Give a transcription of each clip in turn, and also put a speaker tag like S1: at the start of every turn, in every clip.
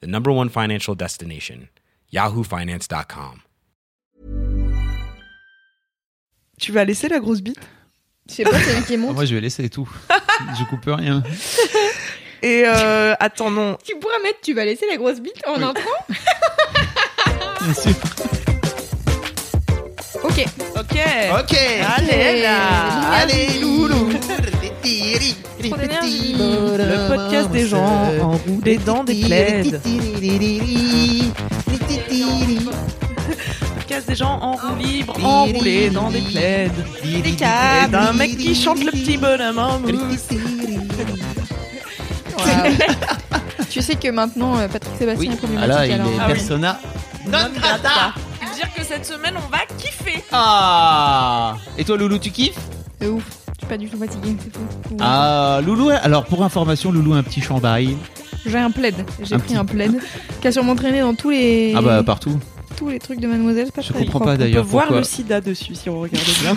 S1: the number one financial destination, yahoofinance.com.
S2: Tu vas laisser la grosse bite
S3: Je sais pas, celui qui
S4: Ah,
S3: monte.
S4: moi, je vais laisser tout. je coupe rien.
S2: Et euh, attends, non.
S3: Tu pourras mettre, tu vas laisser la grosse bite en intro
S4: Bien sûr.
S3: Ok.
S2: Ok.
S5: Ok.
S2: Allez là
S5: Allez, loulou.
S3: Trop d'énergie.
S2: Le podcast des gens en roue des dents des plaides. Le podcast des gens en roue libre, enroulés dans des plaides. Des câbles. D'un mec qui chante le petit bonhomme en mousse.
S3: Waouh. tu sais que maintenant, euh, Patrick Sébastien est
S4: Ah là,
S3: problématique.
S4: il
S3: alors.
S4: est
S2: Ah oui.
S4: persona.
S2: Dire que cette semaine, on va kiffer.
S4: Ah Et toi, Loulou, tu kiffes
S3: euh, De ouf. Je suis pas du tout fatiguée, c'est fou.
S4: Ah, Loulou, alors pour information, Loulou a un petit chambail.
S3: J'ai un plaid. J'ai
S4: Un
S3: pris
S4: petit-
S3: un plaid qui a sûrement traîné dans tous les
S4: Ah bah, partout.
S3: tous les trucs de Mademoiselle. c'est Pas
S4: Je
S3: très-
S4: comprends
S2: On
S4: pas
S2: peut
S4: d'ailleurs
S2: voir
S4: pourquoi.
S2: le sida dessus si on regarde bien.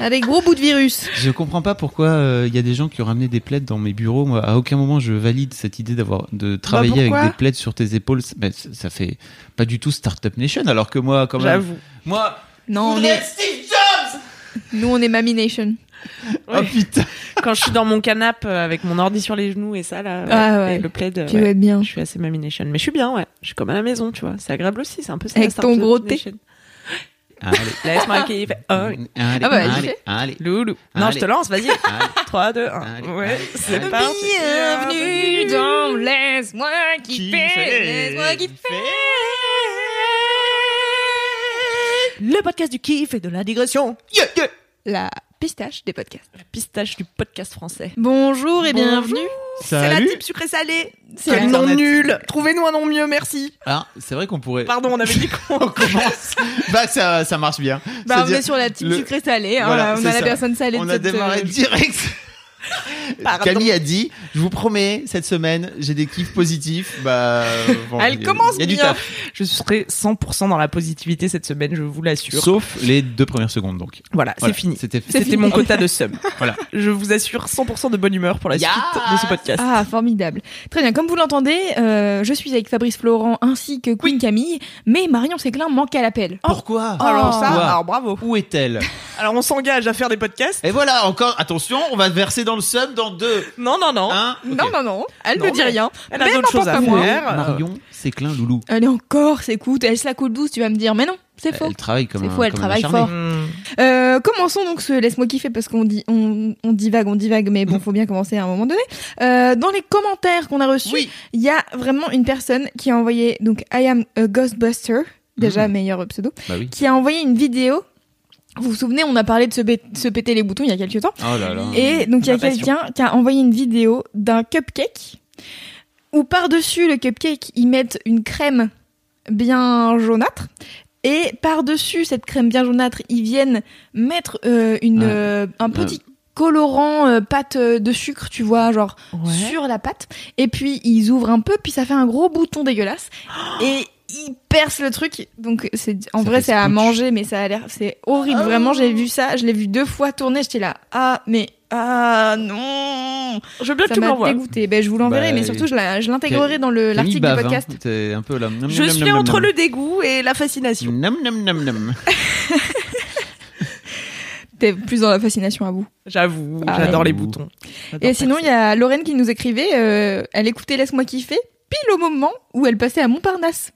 S3: Ah, des gros bouts de virus.
S4: Je comprends pas pourquoi euh, il y a des gens qui ont ramené des plaids dans mes bureaux. Moi, à aucun moment je valide cette idée d'avoir de travailler
S2: pourquoi
S4: avec des plaids sur tes épaules. C'est- Mais c- ça fait pas du tout Startup Nation. Alors que moi, quand même,
S2: J'avoue.
S4: moi,
S3: Non, on est... Nous, on est Mamie Nation.
S4: oh putain,
S2: Quand je suis dans mon canap' euh, avec mon ordi sur les genoux et ça là,
S3: Ah
S2: ouais,
S3: ouais.
S2: et le plaid, euh,
S3: Tu
S2: ouais,
S3: dois être bien.
S2: je suis assez mamination. Mais je suis bien, ouais. Je suis comme à la maison, tu vois. C'est agréable aussi, c'est un peu ça.
S3: Avec
S2: la
S3: ton
S2: start-up
S3: gros thé.
S2: nation.
S4: allez,
S2: Laisse-moi kiffer. Oh, oui.
S4: Ah, allez, allez,
S3: Ah bah, vas-y,
S4: allez,
S3: fais.
S4: allez,
S2: Loulou. Non,
S4: Allez.
S2: je te lance, vas-y.
S4: allez.
S2: 3, 2, 1.
S4: Allez,
S2: Ouais,
S4: allez,
S2: c'est
S4: allez.
S2: parti.
S3: Bienvenue dans Laisse-moi
S4: Qui
S3: kiffer.
S4: fait-
S3: Laisse-moi kiffer.
S2: Le podcast du kiff et de la digression.
S3: La pistache des podcasts.
S2: La pistache du podcast français.
S3: Bonjour et bienvenue.
S2: C'est la
S4: Salut.
S2: type sucré salé.
S3: la
S2: C'est le nom
S4: Internet.
S2: nul. Trouvez-nous un nom mieux, merci.
S4: Alors, Ah, c'est vrai qu'on pourrait.
S2: Pardon, on avait dit qu'on.
S4: On commence. bah ça, ça marche bien.
S3: Bah, on
S4: C'est-à-dire,
S3: est sur la type
S4: le-
S3: sucrée salée. hein,
S4: Voilà,
S3: on
S4: c'est
S3: a la
S4: ça.
S3: personne salée
S4: on
S3: de
S4: a
S3: cette,
S4: démarré
S3: euh,
S4: direct.
S2: Pardon.
S4: Camille a dit, je vous promets, cette semaine, j'ai des kiffs positifs. Bah, bon,
S2: Elle
S4: il y a-
S2: commence
S4: il y a Du
S2: bien.
S4: taf.
S2: Je serai 100% dans la positivité cette semaine, je vous l'assure.
S4: Sauf les deux premières secondes, donc.
S2: Voilà,
S4: Voilà,
S2: c'est fini.
S4: C'était
S3: C'est
S2: C'était
S3: fini.
S2: mon quota de sum.
S4: Voilà.
S2: Je vous assure 100% de bonne humeur pour la
S4: Yeah.
S2: suite de ce podcast.
S3: Ah, formidable. Très bien. Comme vous l'entendez, euh, je suis avec Fabrice Florent ainsi que Queen Camille, mais Marion Séclin manque à l'appel.
S4: Pourquoi
S2: alors ça,
S4: Pourquoi
S2: alors bravo.
S4: Où est-elle
S2: Alors on s'engage à faire des podcasts
S4: Et voilà, encore, attention, on va verser dans le sub dans deux.
S2: Non, non, non.
S4: Un. ok.
S3: Non, non, non, elle
S2: Non,
S3: ne dit
S2: mais-
S3: rien.
S2: Elle a
S3: Mais
S2: d'autres choses à
S3: n'importe quoi.
S2: faire.
S4: Marion, c'est clin loulou.
S3: Elle est encore s'écoute, elle se la coule douce, tu vas me dire, mais non, c'est faux.
S4: Elle travaille comme
S3: C'est
S4: un-
S3: faux, elle
S4: comme un
S3: travaille
S4: acharné.
S3: fort.
S2: Hmm.
S3: Euh, commençons donc ce laisse-moi kiffer parce qu'on dit, on, on divague, on divague, mais
S4: Mm.
S3: bon, faut bien commencer à un moment donné. Euh, dans les commentaires qu'on a reçus, il
S4: Oui.
S3: y a vraiment une personne qui a envoyé donc I am a Ghostbuster, déjà meilleur pseudo,
S4: Bah oui.
S3: qui a envoyé une vidéo. Vous vous souvenez, on a parlé de se, bé- se péter les boutons il y a quelques temps.
S4: Oh là là.
S3: Et donc il y a
S2: Ma passion.
S3: quelqu'un qui a envoyé une vidéo d'un cupcake où par-dessus le cupcake, ils mettent une crème bien jaunâtre. Et par-dessus cette crème bien jaunâtre, ils viennent mettre euh, une,
S4: Ouais.
S3: euh,
S4: Ah.
S3: un petit colorant euh, pâte euh, de sucre, tu vois, genre sur la pâte. Et puis ils ouvrent un peu, puis ça fait un gros bouton dégueulasse. Et ils percent le truc. Donc c'est en
S4: Ça
S3: vrai
S4: fait
S3: c'est à
S4: sploosh.
S3: manger, mais ça a l'air c'est horrible. Vraiment j'ai vu ça, je l'ai vu deux fois tourner. J'étais là ah mais ah non,
S2: Je veux bien que
S3: ça
S2: tu me
S3: m'a
S2: l'envoies.
S3: dégoûté. Ben je vous l'enverrai,
S4: Bah,
S3: mais surtout je la- je l'intégrerai dans le
S4: Camille
S3: l'article
S4: bave,
S3: du podcast.
S4: hein. T'es un peu là. Nom,
S2: Je
S4: nom,
S2: suis
S4: nom, nom,
S2: entre
S4: nom.
S2: le dégoût et la fascination.
S4: Nom, nom, nom, nom.
S3: T'es plus dans la fascination à vous.
S2: J'avoue,
S3: Ah,
S2: j'adore
S4: ouais.
S2: les boutons.
S3: Et sinon il y a Lorraine qui nous écrivait, euh, elle écoutait laisse-moi kiffer pile au moment où elle passait à Montparnasse.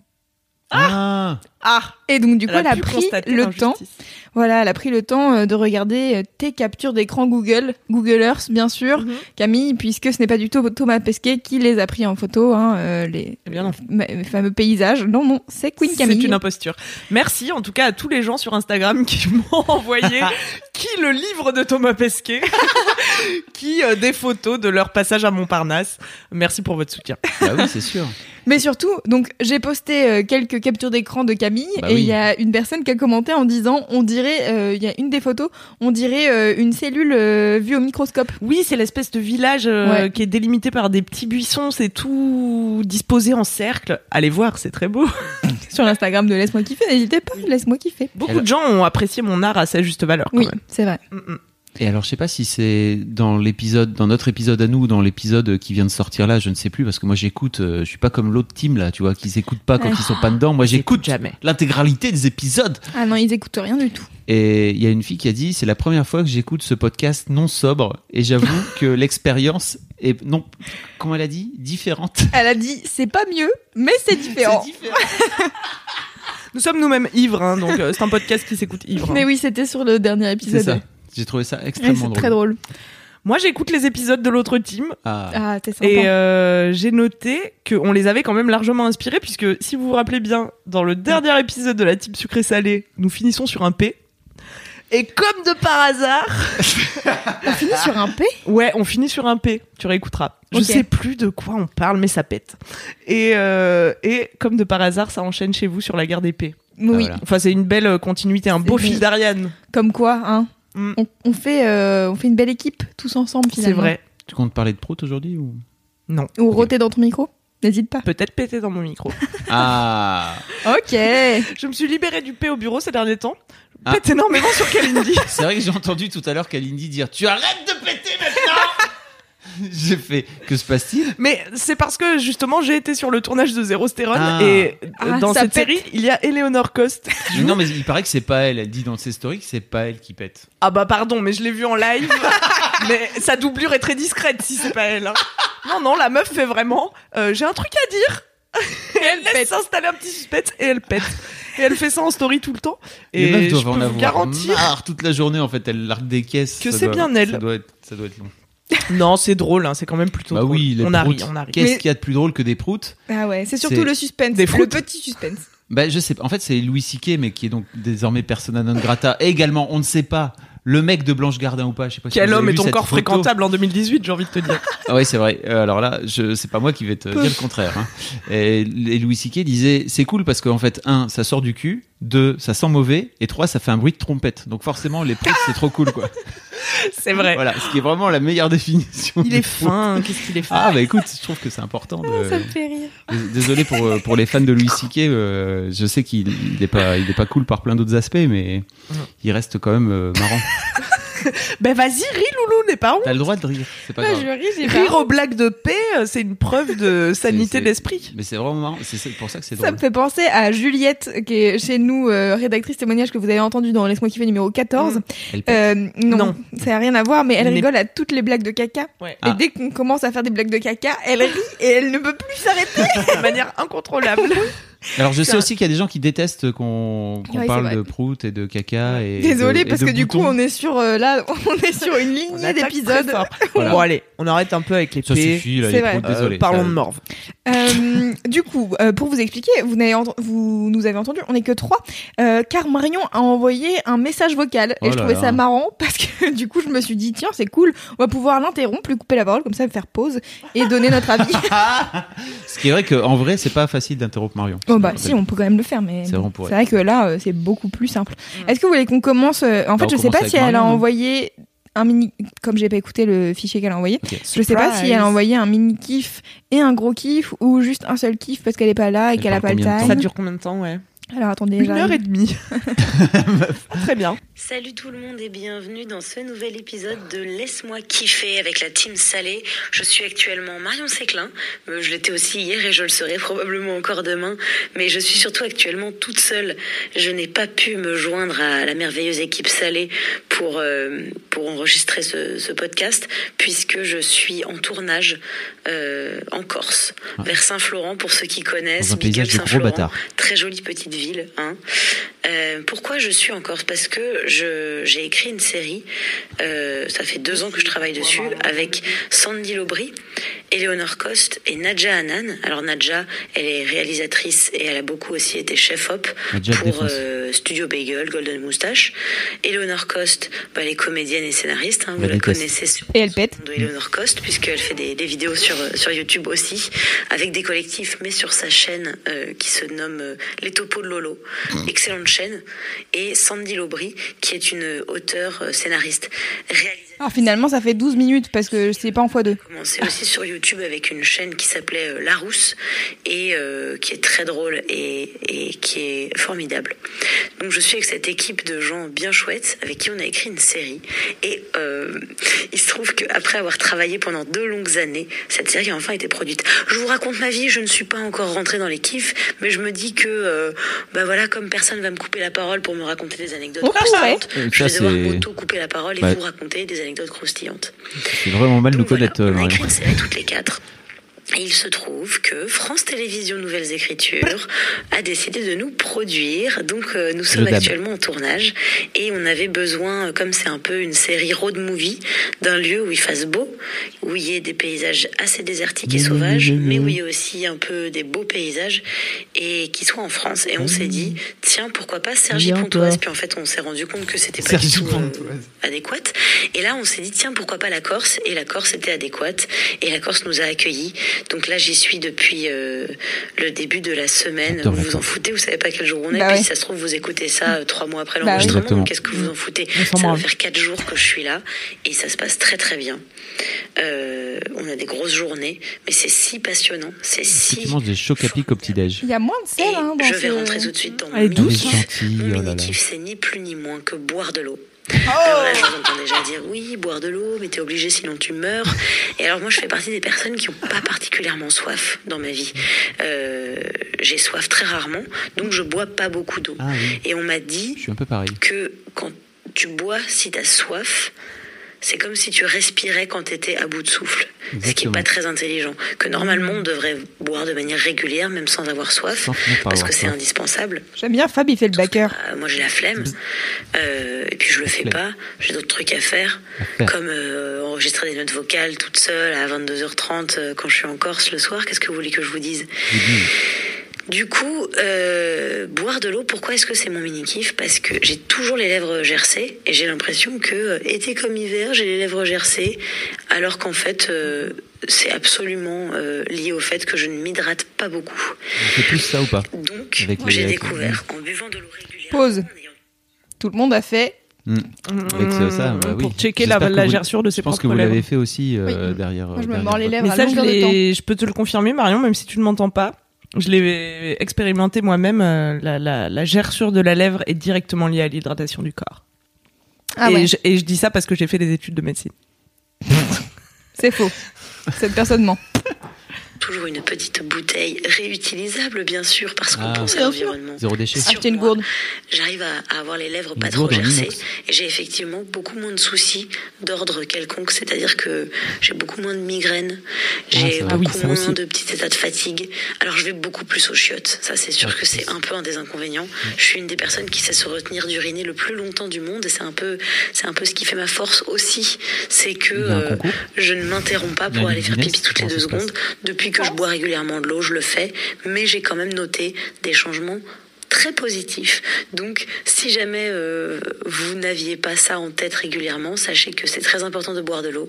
S4: Ah,
S2: Ah,
S3: Et donc du
S2: du
S3: coup elle a pris le temps Voilà, elle a pris le temps euh, de regarder euh, tes captures d'écran Google, Google Earth, bien sûr,
S2: Mhm.
S3: Camille, puisque ce n'est pas du tout Thomas Pesquet qui les a pris en photo, hein, euh, les,
S2: Eh bien non.
S3: ma- les fameux paysages. Non, non, c'est Queen Camille.
S2: C'est une imposture. Merci en tout cas à tous les gens sur Instagram qui m'ont envoyé qui le livre de Thomas Pesquet qui euh, des photos de leur passage à Montparnasse. Merci pour votre soutien.
S4: Bah oui, c'est sûr.
S3: Mais surtout, donc j'ai posté euh, quelques captures d'écran de Camille
S4: Bah
S3: et il
S4: oui.
S3: y a une personne qui a commenté en disant on dirait euh, il y a une des photos, on dirait euh, une cellule euh, vue au microscope.
S2: Oui, c'est l'espèce de village euh,
S3: Ouais.
S2: qui est délimité par des petits buissons, c'est tout disposé en cercle. Allez voir, c'est très beau.
S3: Sur l'Instagram de laisse-moi kiffer, n'hésitez pas, laisse-moi kiffer.
S2: Beaucoup
S4: Elle-
S2: de gens ont apprécié mon art à sa juste valeur.
S4: Ah
S2: quand
S3: Oui,
S2: même.
S3: c'est vrai.
S2: Mm, mm.
S4: Et alors, je sais pas si c'est dans l'épisode, dans notre épisode à nous, dans l'épisode qui vient de sortir là, je ne sais plus, parce que moi j'écoute, euh, je suis pas comme l'autre team là, tu vois, qui s'écoute pas quand
S3: Ouais.
S4: ils sont pas dedans. Moi j'écoute
S2: jamais.
S4: l'intégralité des épisodes.
S3: Ah non, ils écoutent rien du tout.
S4: Et il y a une fille qui a dit, c'est la première fois que j'écoute ce podcast non sobre, et j'avoue que l'expérience est, non, comment elle a dit, différente.
S3: Elle a dit c'est pas mieux, mais c'est différent.
S2: Nous sommes nous-mêmes ivres, hein, donc euh, c'est un podcast qui s'écoute ivre. hein.
S3: Mais oui, c'était sur le dernier épisode.
S4: C'est ça. J'ai trouvé ça
S3: Ouais,
S4: extrêmement
S3: c'est
S4: drôle.
S3: très drôle.
S2: Moi, j'écoute les épisodes de l'autre team.
S4: Ah.
S3: Ah, t'es sympa.
S2: Et euh, j'ai noté qu'on les avait quand même largement inspirés, puisque si vous vous rappelez bien, dans le dernier épisode de la team sucré-salé, nous finissons sur un P. Et comme de par hasard,
S3: On finit sur un P
S4: Ah,
S2: Ouais, on finit sur un P, tu réécouteras. Je
S3: Ok.
S2: sais plus de quoi on parle, mais ça pète. Et, euh, et comme de par hasard, ça enchaîne chez vous sur la guerre des P.
S3: Oui.
S4: voilà.
S2: Enfin, c'est une belle euh, continuité, un beau
S3: C'est
S2: fil
S3: bon.
S2: d'Ariane.
S3: Comme quoi, hein
S2: Mm.
S3: on, on fait, euh, on fait une belle équipe tous ensemble
S2: C'est
S3: finalement.
S2: vrai.
S4: Tu comptes parler de Prout aujourd'hui ou
S3: Ou roter dans ton micro N'hésite pas.
S2: Peut-être péter dans mon micro.
S4: Ah.
S3: Ok.
S2: Je me suis libérée du P au bureau ces derniers temps. Je
S4: Ah.
S2: Pète énormément sur Kalindi.
S4: C'est vrai que j'ai entendu tout à l'heure Kalindi dire Tu arrêtes de péter maintenant J'ai fait Que se passe-t-il
S2: Mais c'est parce que justement, j'ai été sur le tournage de Zéro Stérone
S4: Ah.
S2: et euh,
S3: Ah,
S2: dans
S3: ça
S2: cette
S3: pète.
S2: série, il y a Eleonore Coste.
S4: Mais Non, mais il paraît que c'est pas elle. Elle dit dans ses stories que c'est pas elle qui pète.
S2: Ah bah pardon, mais je l'ai vu en live. mais sa doublure est très discrète si c'est pas elle. hein. Non, non, la meuf fait vraiment. euh, J'ai un truc à dire. Et elle laisse s'installer un petit suspense et elle pète. Et elle fait ça en story tout le temps. Et
S4: Les meufs
S2: je
S4: doivent
S2: peux
S4: en
S2: vous
S4: avoir
S2: garantir.
S4: marre toute la journée en fait. Elle largue des caisses.
S2: Que
S4: ça
S2: c'est
S4: doit-
S2: bien elle.
S4: Ça doit être, ça doit être long.
S2: Non, c'est drôle, hein, c'est quand même plutôt
S4: bah
S2: drôle.
S4: oui, les
S2: on a ri,
S4: proutes.
S2: on a ri.
S4: Qu'est-ce
S3: Mais-
S4: qu'il y a de plus drôle que des proutes
S3: Ah ouais, c'est
S4: C'est
S3: surtout le suspense.
S2: des
S3: le
S2: froutes.
S3: petit suspense.
S4: Bah je sais pas. En fait, c'est Louis Siquet, mais qui est donc désormais persona non grata. Et également, on ne sait pas. Le mec de Blanche Gardin ou pas, je sais pas si
S2: Quel
S4: vous avez
S2: homme
S4: vu
S2: est
S4: cette
S2: encore
S4: photo.
S2: fréquentable en 2018, j'ai envie de te dire.
S4: Ah ouais, c'est vrai. Euh, alors là, je, c'est pas moi qui vais te dire le contraire. hein. Et, et Louis Siquet disait, c'est cool parce qu'en fait, un, ça sort du cul, deux, ça sent mauvais, et trois, ça fait un bruit de trompette. Donc forcément, les proutes, c'est trop cool, quoi.
S2: C'est vrai.
S4: Voilà, ce qui est vraiment la meilleure définition.
S2: Il
S4: des
S2: est
S4: proutes.
S2: fin, qu'est-ce qu'il est fin.
S4: Ah bah écoute, je trouve que c'est important. de-
S3: Ah, Ça me fait rire.
S4: Dés- Désolé pour euh, pour les fans de Louis Siquet. euh, je sais qu'il il est pas il est pas cool par plein d'autres aspects, mais il reste quand même euh, marrant.
S2: Ben vas-y, ris Loulou, n'est pas honte.
S4: T'as le droit de rire, c'est pas
S3: Moi,
S4: grave.
S3: Ah, je ris, j'ai
S2: Rire
S3: pas.
S2: aux blagues de paix, euh, c'est une preuve de sanité
S4: c'est-
S2: d'esprit.
S4: Mais c'est vraiment marrant. C'est c'est pour ça que c'est
S3: Ça
S4: drôle.
S3: me fait penser à Juliette, qui est chez nous, euh, rédactrice témoignage que vous avez entendu dans Laisse-moi kiffer numéro 14.
S4: Mm. Elle pète.
S3: Euh, non,
S2: Non.
S3: ça n'a rien à voir, mais elle
S2: Mais-
S3: rigole à toutes les blagues de caca.
S2: Ouais.
S3: Et
S4: Ah.
S3: dès qu'on commence à faire des blagues de caca, elle rit et elle ne peut plus s'arrêter.
S2: de manière incontrôlable.
S4: Alors je sais
S2: un-
S4: aussi qu'il y a des gens qui détestent qu'on qu'on
S3: Ouais, c'est
S4: parle
S3: vrai.
S4: de prout et de caca et
S3: Désolée,
S4: de- et
S3: parce
S4: de
S3: que du coup,
S4: boutons.
S3: on est sur, euh, là, on est sur une lignée d'épisodes.
S4: Voilà.
S2: Bon, allez, on arrête un peu avec les
S4: ça
S2: P.
S4: suffit là,
S3: C'est
S4: les
S3: vrai.
S4: proutes,
S2: Euh,
S4: désolé.
S2: parlons
S4: ça-
S2: de morve.
S3: Euh, du coup, euh, pour vous expliquer, vous, n'avez ent- vous nous avez entendu, on n'est que trois, euh, car Marion a envoyé un message vocal et
S4: Oh
S3: je
S4: là
S3: trouvais
S4: là.
S3: ça marrant parce que du coup, je me suis dit tiens, c'est cool, on va pouvoir l'interrompre, lui couper la parole comme ça, faire pause et donner notre avis.
S4: Ce qui est vrai qu'en vrai, c'est pas facile d'interrompre Marion.
S3: bon bah si, on peut quand même le faire, mais
S4: C'est vrai, on pourrait.
S3: c'est vrai que là, euh, c'est beaucoup plus simple. Est-ce que vous voulez qu'on commence euh, En
S4: Bah,
S3: fait, je
S4: on
S3: sais
S4: commence
S3: pas
S4: avec
S3: si elle a
S4: Marion, non
S3: envoyé un mini, comme j'ai pas écouté le fichier qu'elle a envoyé.
S4: Ok.
S3: Je sais pas si elle a envoyé un mini kiff et un gros kiff ou juste un seul kiff parce qu'elle est pas là et
S4: Elle
S3: qu'elle a pas
S4: parle
S3: le
S4: combien de
S3: time.
S4: temps
S2: Ça dure combien de temps, ouais
S3: Alors attendez,
S2: Une
S3: j'arrive.
S2: heure et demie. Très bien.
S5: Salut tout le monde et bienvenue dans ce nouvel épisode de Laisse-moi kiffer avec la team salée. Je suis actuellement Marion Séclin, Euh, je l'étais aussi hier et je le serai probablement encore demain, mais je suis surtout actuellement toute seule. Je n'ai pas pu me joindre à la merveilleuse équipe salée pour, euh, pour enregistrer ce, ce podcast puisque je suis en tournage euh, en Corse, vers Saint-Florent pour ceux qui connaissent.
S4: Ah. Dans un
S5: Big up
S4: paysage de gros
S5: Saint-Florent.
S4: bâtards.
S5: Très jolie petite ville. Hein. Euh, pourquoi je suis en Corse Parce que je- j'ai écrit une série, euh, ça fait deux ans que je travaille dessus, avec Sandy Lobry, Eleonore Coste et Nadja Hanan. Alors Nadja, elle est réalisatrice et elle a beaucoup aussi été chef-op
S4: Nadja
S5: pour
S4: défonce.
S5: euh, Studio Bagel, Golden Moustache. Eleonore Coste, bah, elle est comédienne et scénariste, hein,
S4: La
S5: vous la
S4: déteste.
S5: connaissez sur
S3: Et elle pète.
S5: de Eleanor Cost, puisqu'elle fait des, des vidéos sur, euh, sur YouTube aussi, avec des collectifs, mais sur sa chaîne euh, qui se nomme euh, Les Topos de Lolo. Excellente chaîne. Et Sandy Lobry, qui est une auteure euh, scénariste. Réalisatrice.
S3: Alors finalement, ça fait 12 minutes parce que c'est pas en x2.
S5: commencé aussi sur YouTube avec une chaîne qui s'appelait euh, La Rousse et euh, qui est très drôle et, et qui est formidable. Donc je suis avec cette équipe de gens bien chouettes avec qui on a écrit une série et euh, il se trouve qu'après avoir travaillé pendant deux longues années, cette série a enfin été produite. Je vous raconte ma vie, je ne suis pas encore rentrée dans les kiffs, mais je me dis que euh, bah voilà comme personne va me couper la parole pour me raconter des anecdotes
S3: On pourrait.
S5: croustillantes,
S4: Euh,
S5: je
S4: ça,
S5: vais devoir
S4: c'est-
S5: auto couper la parole et
S4: Ouais.
S5: vous raconter des anecdotes croustillantes.
S4: C'est vraiment mal nous
S5: Donc voilà,
S4: connaître. euh,
S5: on a
S4: Marion.
S5: écrit une série toutes les quatre. Et il se trouve que France Télévisions Nouvelles Écritures a décidé de nous produire. Donc euh, nous sommes
S4: dab.
S5: actuellement en tournage et on avait besoin, euh, comme c'est un peu une série road movie, d'un lieu où il fasse beau, où il y ait des paysages assez désertiques et sauvages, mais où il y ait aussi un peu des beaux paysages et qui soit en France. Et on s'est dit, tiens, pourquoi pas Sergi Pontoise Puis en fait, on s'est rendu compte que c'était pas du
S4: Sergi
S5: tout euh,
S4: Pontoise.
S5: adéquate. Et là, on s'est dit, tiens, pourquoi pas la Corse Et la Corse était adéquate. Et la Corse nous a accueillis. Donc là, j'y suis depuis euh, le début de la semaine.
S4: J'adore
S5: Vous
S4: la
S5: vous en
S4: Corse.
S5: foutez, vous savez pas quel jour on est.
S3: Bah
S5: Puis
S3: ouais.
S5: si ça se trouve, vous écoutez ça euh, trois mois après
S3: Bah oui.
S5: l'enregistrement.
S4: Exactement.
S5: Donc, Qu'est-ce que vous en foutez
S2: On s'en
S5: Ça va
S2: branle.
S5: faire quatre jours que je suis là. Et ça se passe très, très bien. Euh, on a des grosses journées. Mais c'est si passionnant. C'est
S4: Tu
S5: si
S4: manges des chocs à pic au petit-déj.
S3: Il y a moins de sel,
S5: et
S3: hein, dans
S5: je vais
S3: ce-
S5: rentrer tout de suite dans mon
S2: Elle est
S4: Elle est
S2: douce,
S5: mini-kiff.
S4: gentille,
S5: Mon
S4: oh là là.
S5: mini-kiff, c'est ni plus ni moins que boire de l'eau. Alors là, je vous entends déjà dire oui, boire de l'eau, mais t'es obligé sinon tu meurs. Et alors moi, je fais partie des personnes qui n'ont pas particulièrement soif dans ma vie. Euh, J'ai soif très rarement, donc je bois pas beaucoup d'eau.
S4: Ah oui,
S5: Et on m'a
S4: je
S5: dit
S4: suis un peu pareil.
S5: que quand tu bois, si t'as soif, c'est comme si tu respirais quand t'étais à bout de souffle. Ce qui est
S4: Exactement.
S5: pas très intelligent. Que normalement, on devrait boire de manière régulière, même sans avoir soif,
S4: Sans finir par
S5: parce
S4: avoir
S5: que c'est
S4: soif.
S5: indispensable.
S3: J'aime bien Fab, il fait le backer.
S5: Euh, moi j'ai la flemme
S4: Mhm.
S5: Euh, et puis je le fais pas j'ai d'autres trucs à faire
S4: À faire.
S5: comme euh, enregistrer des notes vocales toute seule à 22h30 euh, quand je suis en Corse le soir qu'est-ce que vous voulez que je vous dise
S4: Je vous dis,
S5: du coup, euh, boire de l'eau, pourquoi est-ce que c'est mon mini-kiff Parce que j'ai toujours les lèvres gercées et j'ai l'impression que, euh, été comme hiver, j'ai les lèvres gercées, alors qu'en fait, euh, c'est absolument euh, lié au fait que je ne m'hydrate pas beaucoup.
S4: On fait plus ça ou pas
S5: Donc,
S4: Avec les-
S5: j'ai
S4: avec les-
S5: découvert en buvant de l'eau régulièrement.
S3: Pause.
S5: en ayant
S3: Tout le monde a fait.
S4: Avec ça, ça, bah oui.
S2: Mm, Pour checker la,
S4: J'espère que
S2: la
S4: vous-
S2: gerçure de ses
S4: Je pense
S2: propres
S4: que vous
S2: lèvres.
S4: l'avez fait aussi euh,
S3: Oui.
S4: derrière.
S3: Moi, je me
S4: derrière
S3: mords les
S4: votre-
S3: lèvres.
S2: Mais
S3: à
S2: ça, je,
S3: longueur de
S2: l'ai- je peux te le confirmer, Marion, même si tu ne m'entends pas. Je l'ai expérimenté moi-même. euh, La, la- la gerçure de la lèvre est directement liée à l'hydratation du corps.
S3: Ah
S2: et,
S3: ouais,
S2: je, et je dis ça parce que j'ai fait des études de médecine.
S3: c'est faux. Cette personne ment.
S5: toujours une petite bouteille réutilisable, bien sûr, parce qu'on
S4: Ah.
S5: pense à
S3: Bien sûr.
S5: l'environnement.
S4: Zéro déchet.
S5: Sur
S3: Acheter une
S5: moi,
S3: gourde.
S5: J'arrive à, à avoir les lèvres
S4: Une
S5: pas trop
S4: gourde en
S5: gercées
S4: inox.
S5: et j'ai effectivement beaucoup moins de soucis d'ordre quelconque, c'est-à-dire que j'ai beaucoup moins de migraines, j'ai
S4: ça va. Ah oui,
S5: beaucoup
S4: ça
S5: moins
S4: aussi.
S5: de petits états de fatigue. Alors je vais beaucoup plus aux chiottes, ça c'est sûr que c'est un peu un des inconvénients. Je suis une des personnes qui sait se retenir d'uriner le plus longtemps du monde et c'est un peu c'est un peu ce qui fait ma force aussi, c'est que
S4: Il y a un
S5: euh,
S4: concours.
S5: je ne m'interromps pas
S4: Il y a
S5: pour
S4: une
S5: aller faire
S4: vitesse,
S5: pipi toutes les
S4: comment
S5: deux
S4: ça se passe
S5: secondes. Depuis que je bois régulièrement de l'eau, je le fais, mais j'ai quand même noté des changements très positifs. Donc, si jamais euh, vous n'aviez pas ça en tête régulièrement, sachez que c'est très important de boire de l'eau.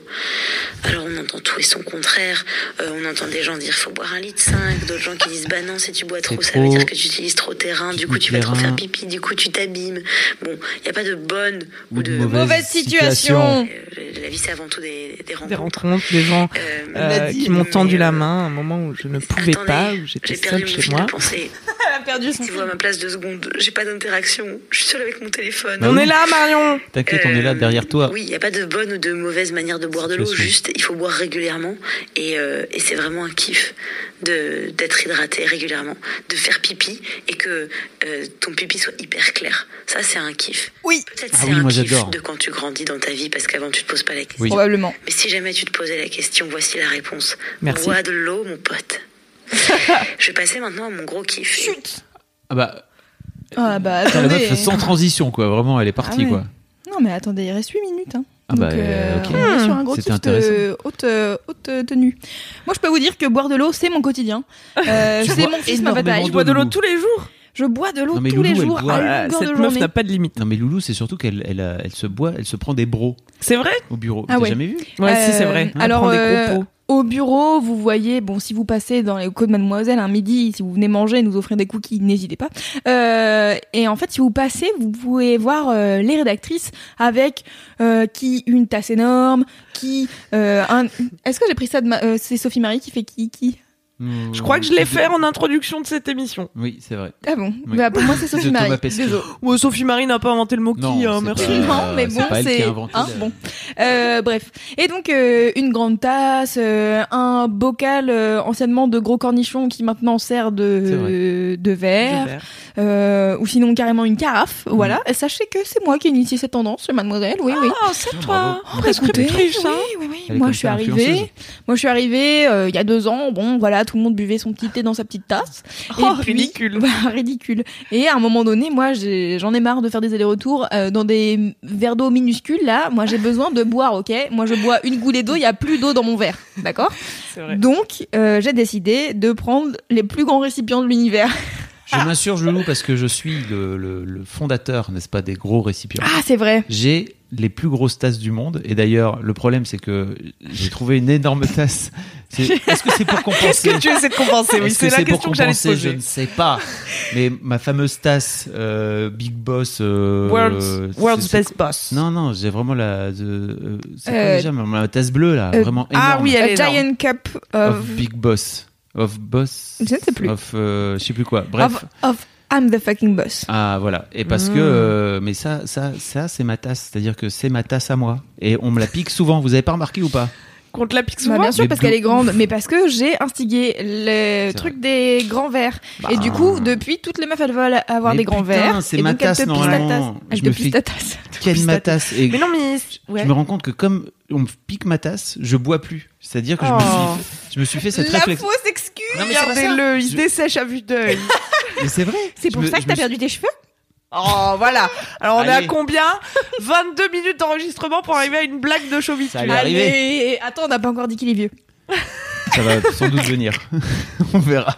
S5: Alors, on entend tout et son contraire. Euh, on entend des gens dire faut boire un litre 5, d'autres gens qui disent bah non, si tu bois trop, ça veut
S4: trop.
S5: dire que tu utilises trop tes reins, du
S4: Tu
S5: coup tu vas trop
S4: te les reins.
S5: faire pipi, du coup tu t'abîmes. Bon, il n'y a pas de bonne ou
S4: Ou de
S5: de...
S4: mauvaise.
S3: Mauvaise situation.
S5: Euh, La vie, c'est avant tout des, des
S2: Ah, Des
S5: rencontres.
S2: rencontres, des gens
S5: Euh,
S2: euh, qui m'ont tendu la main à un moment où je ne pouvais
S5: Attendez,
S2: pas, où j'étais
S5: J'ai perdu
S2: seule
S5: mon
S2: chez
S5: fil
S2: moi.
S5: de pensée.
S3: Elle a perdu son
S5: Si vous à ma place deux secondes, j'ai pas d'interaction. Je suis seule avec mon téléphone.
S4: Bah
S2: On
S4: oui.
S2: est là, Marion
S4: T'inquiète, on est là
S5: Euh,
S4: derrière toi.
S5: Oui, il n'y a pas de bonne ou de mauvaise manière de boire de l'eau.
S4: Situation.
S5: Juste, il faut boire régulièrement. Et, euh, et c'est vraiment un kiff de- d'être hydraté régulièrement, de faire pipi et que euh, ton pipi soit hyper clair. Ça, c'est un kiff.
S3: Oui.
S5: Peut-être
S4: Ah
S5: c'est
S4: oui,
S5: un
S4: moi,
S5: kiff
S4: j'adore.
S5: de quand tu grandis dans ta vie parce qu'avant, tu te poses pas la question.
S4: Oui.
S3: Probablement.
S5: Mais si jamais tu te posais la question, voici la réponse.
S2: Merci.
S5: Bois de l'eau, mon pote. Je vais passer maintenant à mon gros kiff.
S3: Chut
S4: Ah bah,
S3: Ah bah
S4: Putain, la
S3: attendez.
S4: meuf, sans transition, quoi. Vraiment, elle est
S3: Ah
S4: partie,
S3: ouais.
S4: quoi.
S3: Non mais attendez, il reste 8 minutes. Hein.
S4: Ah bah,
S3: Donc,
S4: euh,
S3: euh,
S4: ok.
S3: on est sur un gros
S4: C'était
S3: kiff de
S4: intéressant.
S3: haute, euh, haute euh, tenue. Moi je peux vous dire que boire de l'eau c'est mon quotidien. Euh,
S4: Tu
S3: c'est
S4: bois
S3: mon fils ma
S4: énormément
S3: bataille.
S2: Je bois de l'eau
S4: Loulou.
S2: tous les jours.
S3: Je bois de l'eau
S4: Non, mais
S3: tous les
S4: Loulou, elle
S3: jours
S4: boit.
S3: à
S2: Voilà,
S3: longueur
S2: cette
S3: de
S2: meuf
S3: journée.
S2: n'a pas de limite.
S4: Non, mais Loulou, c'est surtout qu'elle elle, a- elle se boit, elle se prend des bros
S2: C'est vrai
S4: au bureau.
S3: Ah
S4: T'as
S3: ouais.
S4: jamais vu
S2: Ouais, si,
S3: Euh,
S2: c'est vrai. on
S3: alors,
S2: prend
S3: euh,
S2: des gros pots.
S3: Au bureau, vous voyez, bon, si vous passez dans les côtes de Mademoiselle un midi, si vous venez manger et nous offrir des cookies, n'hésitez pas. Euh, et en fait, si vous passez, vous pouvez voir euh, les rédactrices avec euh, qui une tasse énorme, qui euh, un. Est-ce que j'ai pris ça de ma... euh, C'est Sophie Marie qui fait qui qui
S2: Je crois que je l'ai fait en introduction de cette émission.
S4: Oui, c'est vrai.
S3: Ah bon
S4: Oui.
S3: Bah pour moi c'est Sophie
S4: De
S3: Marie.
S4: Thomas Pesquet.
S3: Désolé.
S2: Ouais, Sophie Marie n'a pas inventé le mot qui, hein,
S4: euh, c'est
S2: merci.
S4: pas-
S3: Non, mais bon,
S4: pas elle qui a
S3: c'est-
S4: inventé
S3: hein,
S4: la-
S3: bon. Euh, bref. Et donc euh, une grande tasse, euh, un bocal euh, anciennement de gros cornichons qui maintenant sert
S4: C'est
S3: de de verre, euh, ou sinon carrément une carafe.
S4: Mhm.
S3: Voilà. Et sachez que c'est moi qui ai initié cette tendance, mademoiselle. Oui, oui.
S2: Ah, c'est
S4: Ah,
S2: toi.
S4: bravo.
S2: Oh,
S3: Bah, écoutez,
S2: prescriptrice,
S3: oui,
S2: hein.
S3: oui, oui.
S4: Elle est
S3: Moi,
S4: comme
S3: je suis
S4: ça,
S3: arrivée.
S4: influenceuse.
S3: Moi, je suis arrivée euh, il y a deux ans. Bon, voilà, tout le monde buvait son petit thé dans sa petite tasse.
S2: Oh,
S3: puis-
S2: ridicule.
S3: Bah, ridicule. Et à un moment donné, moi, j'ai- j'en ai marre de faire des allers-retours euh, dans des verres d'eau minuscules. Là, moi, j'ai besoin de boire, ok Moi, je bois une goulée d'eau, il y a plus d'eau dans mon verre, d'accord
S2: C'est vrai.
S3: Donc, euh, j'ai décidé de prendre les plus grands récipients de l'univers.
S4: Je m'insurge, Loulou, parce que je suis le, le- le fondateur, n'est-ce pas, des gros récipients.
S3: Ah, c'est vrai.
S4: J'ai les plus grosses tasses du monde. Et d'ailleurs, le problème, c'est que j'ai trouvé une énorme tasse. C'est- Est-ce que c'est pour
S2: Qu'est-ce
S4: compenser
S2: que tu essaies de compenser Oui,
S4: Est-ce que
S2: c'est la
S4: pour
S2: question que j'allais te
S4: compenser Je
S2: poser.
S4: ne sais pas. Mais ma fameuse tasse euh, Big Boss. euh,
S2: World's,
S4: c'est-
S2: World's
S4: c'est-
S2: Best Boss.
S4: Non, non, j'ai vraiment la. de- euh, c'est quoi
S3: Euh,
S4: déjà ma, ma tasse bleue, là
S3: euh,
S4: Vraiment énorme.
S2: ah oui, euh, elle
S3: A
S2: est énorme.
S3: giant cup
S4: Of
S3: of,
S4: Big Boss. Of Boss.
S3: Je ne sais plus.
S4: Of. euh, je sais plus quoi. Bref.
S3: of, of I'm the fucking boss.
S4: Ah voilà et parce
S2: Mm.
S4: que euh, mais ça ça ça c'est ma tasse c'est-à-dire que c'est ma tasse à moi et on me la pique souvent vous avez pas remarqué ou pas
S2: Qu'on te la pique
S3: Bah,
S2: souvent
S3: bien sûr,
S4: mais
S3: parce
S4: d'où-
S3: qu'elle est grande, mais parce que j'ai instigé le truc des grands verres. Et du coup, depuis, toutes les meufs, elles veulent avoir
S4: Bah. Mais
S3: des grands
S4: putain,
S3: verres.
S4: c'est
S3: et
S4: ma
S3: donc, elles
S4: tasse,
S3: te pissent la tasse.
S4: normalement.
S3: Elles
S4: Je
S3: te
S4: me
S3: pissent
S4: fais-
S3: ta tasse.
S4: quelle ma tasse et
S2: Mais non, mais.
S4: je
S2: Ouais.
S4: me rends compte que comme on me pique ma tasse je bois plus c'est-à-dire que je me
S2: Oh.
S4: suis je me suis fait cette
S3: La
S4: réflexion
S3: fausse excuse
S4: Non, mais c'est pas ça.
S2: Regardez-le, il se
S4: Je-
S2: dessèche à vue d'œil.
S4: mais c'est vrai
S3: C'est
S4: Je
S3: pour
S4: me-
S3: ça
S4: je
S3: que
S4: me
S3: t'as
S4: suis-
S3: perdu tes cheveux
S2: Oh, voilà. Alors, on est
S4: Allez.
S2: à combien 22 minutes d'enregistrement pour arriver à une blague de Chauvicu.
S4: Ça lui est arrivé.
S3: Allez, Attends, on n'a pas encore dit qu'il est vieux.
S4: ça va sans doute venir on verra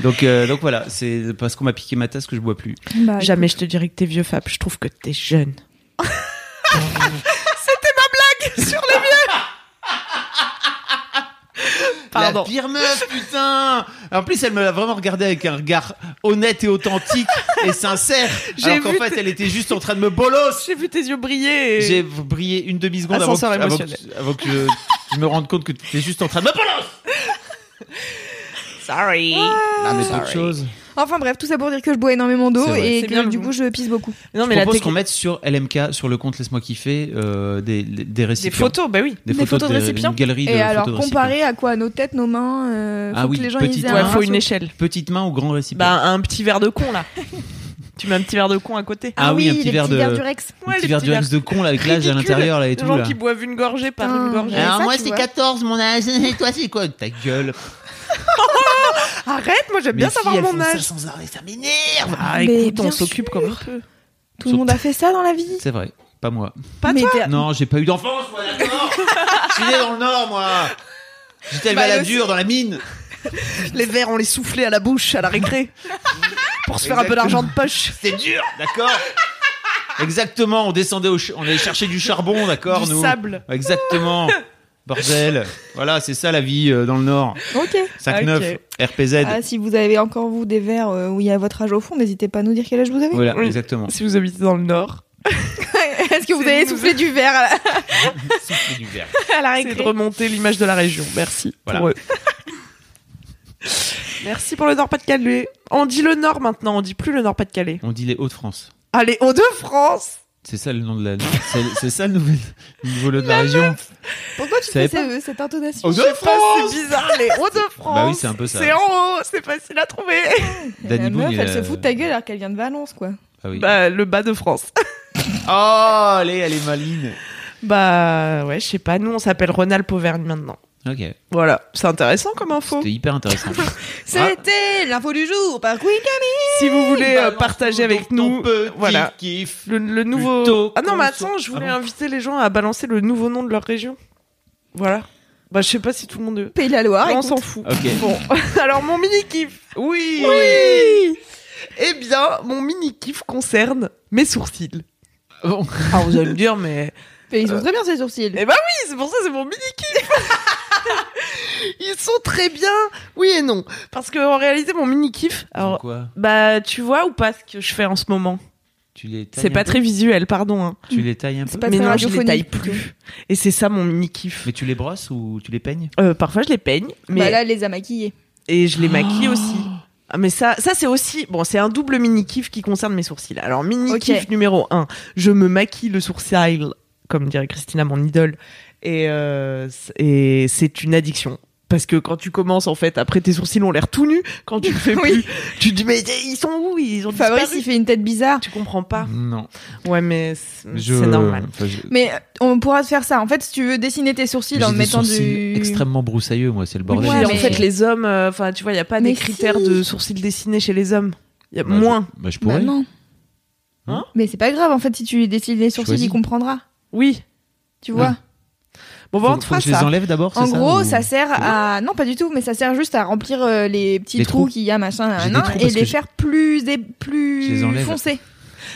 S4: donc euh, donc voilà c'est parce qu'on m'a piqué ma tasse que je bois plus
S3: Bah,
S2: Ah, Jamais je te dirai que t'es vieux, Fab. Je trouve que t'es jeune. Pardon.
S4: La pire meuf, putain En plus, elle me l'a vraiment regardé avec un regard honnête et authentique et sincère.
S2: J'ai
S4: Alors qu'en
S2: vu
S4: fait,
S2: tes-
S4: elle était juste en train de me bolos
S2: J'ai vu tes yeux briller. et-
S4: J'ai brillé une demi-seconde avant, que-
S2: Ascenseur
S4: avant
S2: émotionnel.
S4: que, avant que je, je me rende compte que tu étais juste en train de me bolos
S2: Sorry.
S4: Ah, mais
S2: sorry.
S4: autre chose.
S3: Enfin bref, tout ça pour dire que je bois énormément d'eau
S4: C'est vrai.
S3: et
S2: C'est
S3: que
S2: bien,
S3: du
S2: vous.
S3: coup je pisse beaucoup.
S2: Non, mais
S4: je
S2: la
S4: propose
S2: technique-
S4: qu'on mette sur LMK, sur le compte Laisse-moi kiffer, euh, des, des, des
S2: Des
S4: récipients.
S2: photos, bah oui.
S4: Des
S3: Des
S4: photos,
S3: photos de récipients.
S4: Une galerie de
S3: Et alors
S4: photos de
S3: comparé à quoi Nos têtes, nos mains, euh, faut
S4: Ah oui,
S3: que les gens
S4: petite
S3: ils aient
S4: main.
S2: Ouais,
S3: un
S2: faut une
S3: ratio.
S2: échelle.
S4: récipients. Petite main ou grand récipient
S2: Bah, un petit verre de con, là. tu mets un petit verre de con à côté.
S4: Ah oui, un petit
S3: les
S4: verre
S3: petits
S4: de-
S3: verres du Rex.
S4: Un petit verre du
S2: verres
S4: Rex de con là, avec l'âge à
S2: ridicules.
S4: l'intérieur là et
S2: Les
S4: tout
S2: gens
S4: là.
S2: qui boivent une gorgée par
S3: Putain.
S2: une gorgée.
S3: Ah.
S4: Alors
S3: Ça,
S4: moi
S3: tu
S4: c'est
S3: vois.
S4: 14 mon âge et toi c'est quoi Ta gueule
S2: Arrête, moi j'aime bien
S4: Mes
S2: savoir
S4: filles, elles
S2: mon
S4: font ça
S2: âge.
S4: sans arrêt, ça m'énerve.
S2: Ah,
S3: Mais
S2: écoute, on
S3: bien
S2: s'occupe comme on peut.
S3: Tout le monde a fait ça dans la vie.
S4: C'est vrai, pas moi.
S2: Pas
S3: Mais
S2: toi.
S3: t'es-
S4: Ah. Non, j'ai pas eu d'enfance, moi, d'accord Je suis né dans le Nord, moi J'étais élevé
S3: Bah,
S4: à la
S3: le-
S4: dure, dans la mine
S2: Les verres, on les soufflait à la bouche, à la récré. pour se faire un peu d'argent
S4: Exactement.
S2: de poche.
S4: C'était dur, d'accord Exactement, on descendait, au ch- on allait chercher du charbon, d'accord,
S2: Du
S4: nous
S2: sable.
S4: Exactement Bordel Voilà, c'est ça la vie euh, dans le Nord.
S3: Ok.
S4: 5-9,
S2: Ok.
S4: RPZ.
S3: Ah, si vous avez encore vous des verres euh, où il y a votre âge au fond, n'hésitez pas à nous dire quel âge vous avez.
S4: Voilà,
S2: Oui.
S4: exactement.
S2: Si vous habitez dans le nord,
S3: Est-ce que vous
S2: C'est
S3: avez
S2: nous.
S3: soufflé du verre à la,
S4: Souffler du verre.
S3: à la
S2: c'est de
S3: récré
S2: remonter l'image de la région. Merci
S4: Voilà.
S2: pour eux. Merci pour le Nord-Pas-de-Calais. On dit le Nord maintenant, on dit plus le Nord-Pas-de-Calais.
S4: On dit les Hauts-de-France.
S2: Allez, Hauts-de-France
S4: C'est ça le nom de la. C'est, c'est ça le nouvel le nouveau lot de la région.
S3: Pourquoi tu fais
S4: savais
S3: ce- cette
S4: Oh,
S3: intonation
S2: Hauts-de-France C'est bizarre, les Hauts-de-France
S4: Bah oui, c'est un peu ça.
S2: C'est en haut, c'est facile à trouver
S4: Danny
S3: La
S4: Boone,
S3: meuf,
S4: il
S3: elle
S4: a-
S3: se fout de ta gueule alors qu'elle vient de Valence, quoi.
S4: Ah oui.
S2: Bah, le bas de France.
S4: Oh, allez, elle est maligne.
S2: Bah, ouais, je sais pas, nous on s'appelle Rhône-Alpes-Auvergne maintenant.
S4: Ok.
S2: Voilà, c'est intéressant comme info.
S4: C'était hyper intéressant.
S3: C'était l'info du jour par Queen
S2: Si vous voulez euh, partager avec nous, voilà.
S4: Kiff.
S2: Le, le nouveau.
S4: Plutôt
S2: Ah non, mais
S4: qu'on
S2: attends,
S4: se-
S2: je voulais
S4: Ah bon
S2: inviter les gens à balancer le nouveau nom de leur région. Voilà. Bah, je sais pas si tout le monde.
S3: Pays de la
S2: on
S3: Loire. Ah, écoute.
S2: s'en fout.
S4: Ok.
S2: Bon, alors mon mini kiff. Oui. Eh bien, mon mini kiff concerne mes sourcils.
S4: Bon.
S2: Ah, vous allez me dire, mais
S3: Mais
S4: Euh,
S3: Ils ont très bien ces sourcils. Bah,
S2: Eh oui, c'est pour ça, c'est mon mini kiff. Ils sont très bien. Oui et non, parce que en réalité, mon mini kiff. Alors,
S4: Quoi
S2: bah, tu vois ou pas ce que je fais en ce moment
S4: Tu les tailles
S2: C'est pas
S4: un peu
S2: très visuel, pardon. hein.
S4: Tu les tailles un peu
S3: C'est pas
S2: mais
S3: très
S2: non, je les
S3: radiophonique,
S2: taille
S3: plutôt.
S2: plus. Et c'est ça mon mini kiff.
S4: Mais tu les brosses ou tu les peignes
S2: Euh, parfois, je les peigne, mais
S3: Bah là, elle les a maquillés.
S2: et je les
S4: Oh.
S2: maquille aussi. Ah, Mais ça, ça c'est aussi bon, c'est un double mini kiff qui concerne mes sourcils. Alors mini
S3: Ok.
S2: kiff numéro 1, je me maquille le sourcil, comme dirait Christina, mon idole, et euh, c- et c'est une addiction. Parce que quand tu commences, en fait, après tes sourcils ont l'air tout nus. Quand tu le fais
S3: Oui.
S2: plus, tu te dis mais ils sont où Ils ont
S3: Fabrice,
S2: disparu.
S3: il fait une tête bizarre.
S2: Tu comprends pas.
S4: Non.
S2: Ouais, mais Ah. c'est
S4: Je-
S2: c'est normal.
S4: enfin, je-
S3: Mais euh, on pourra te faire ça. En fait, si tu veux dessiner tes sourcils
S4: j'ai
S3: en
S4: des
S3: mettant
S4: sourcils
S3: du.
S4: extrêmement broussailleux, moi, c'est le
S2: Oui,
S4: bordel.
S3: Ouais,
S2: mais en
S3: mais-
S2: fait, les hommes, euh, enfin, tu vois, il y a pas
S3: Mais
S2: des critères
S3: si.
S2: de sourcils dessinés chez les hommes. Y a
S4: Bah, je-
S2: moins.
S4: Bah, je
S3: Bah
S4: pourrais.
S3: non.
S4: Hein
S3: mais c'est pas grave, en fait, si tu lui dessines les sourcils,
S4: Choisis.
S3: il comprendra.
S2: Oui.
S3: Tu vois
S2: Bon, bah,
S4: Faut-
S2: on te
S4: faut
S2: fera
S4: que je les
S2: ça.
S4: enlève d'abord, c'est
S3: En
S4: ça,
S3: gros,
S4: ou-
S3: ça sert à. Non, pas du tout, mais ça sert juste à remplir euh, les petits
S4: Les
S3: trous,
S4: trous.
S3: qu'il y a, machin,
S4: J'ai des
S3: nan,
S4: trous
S3: et
S4: parce que
S3: les
S4: je-
S3: faire plus, et
S4: Je les
S3: plus
S4: enlève.
S3: foncés.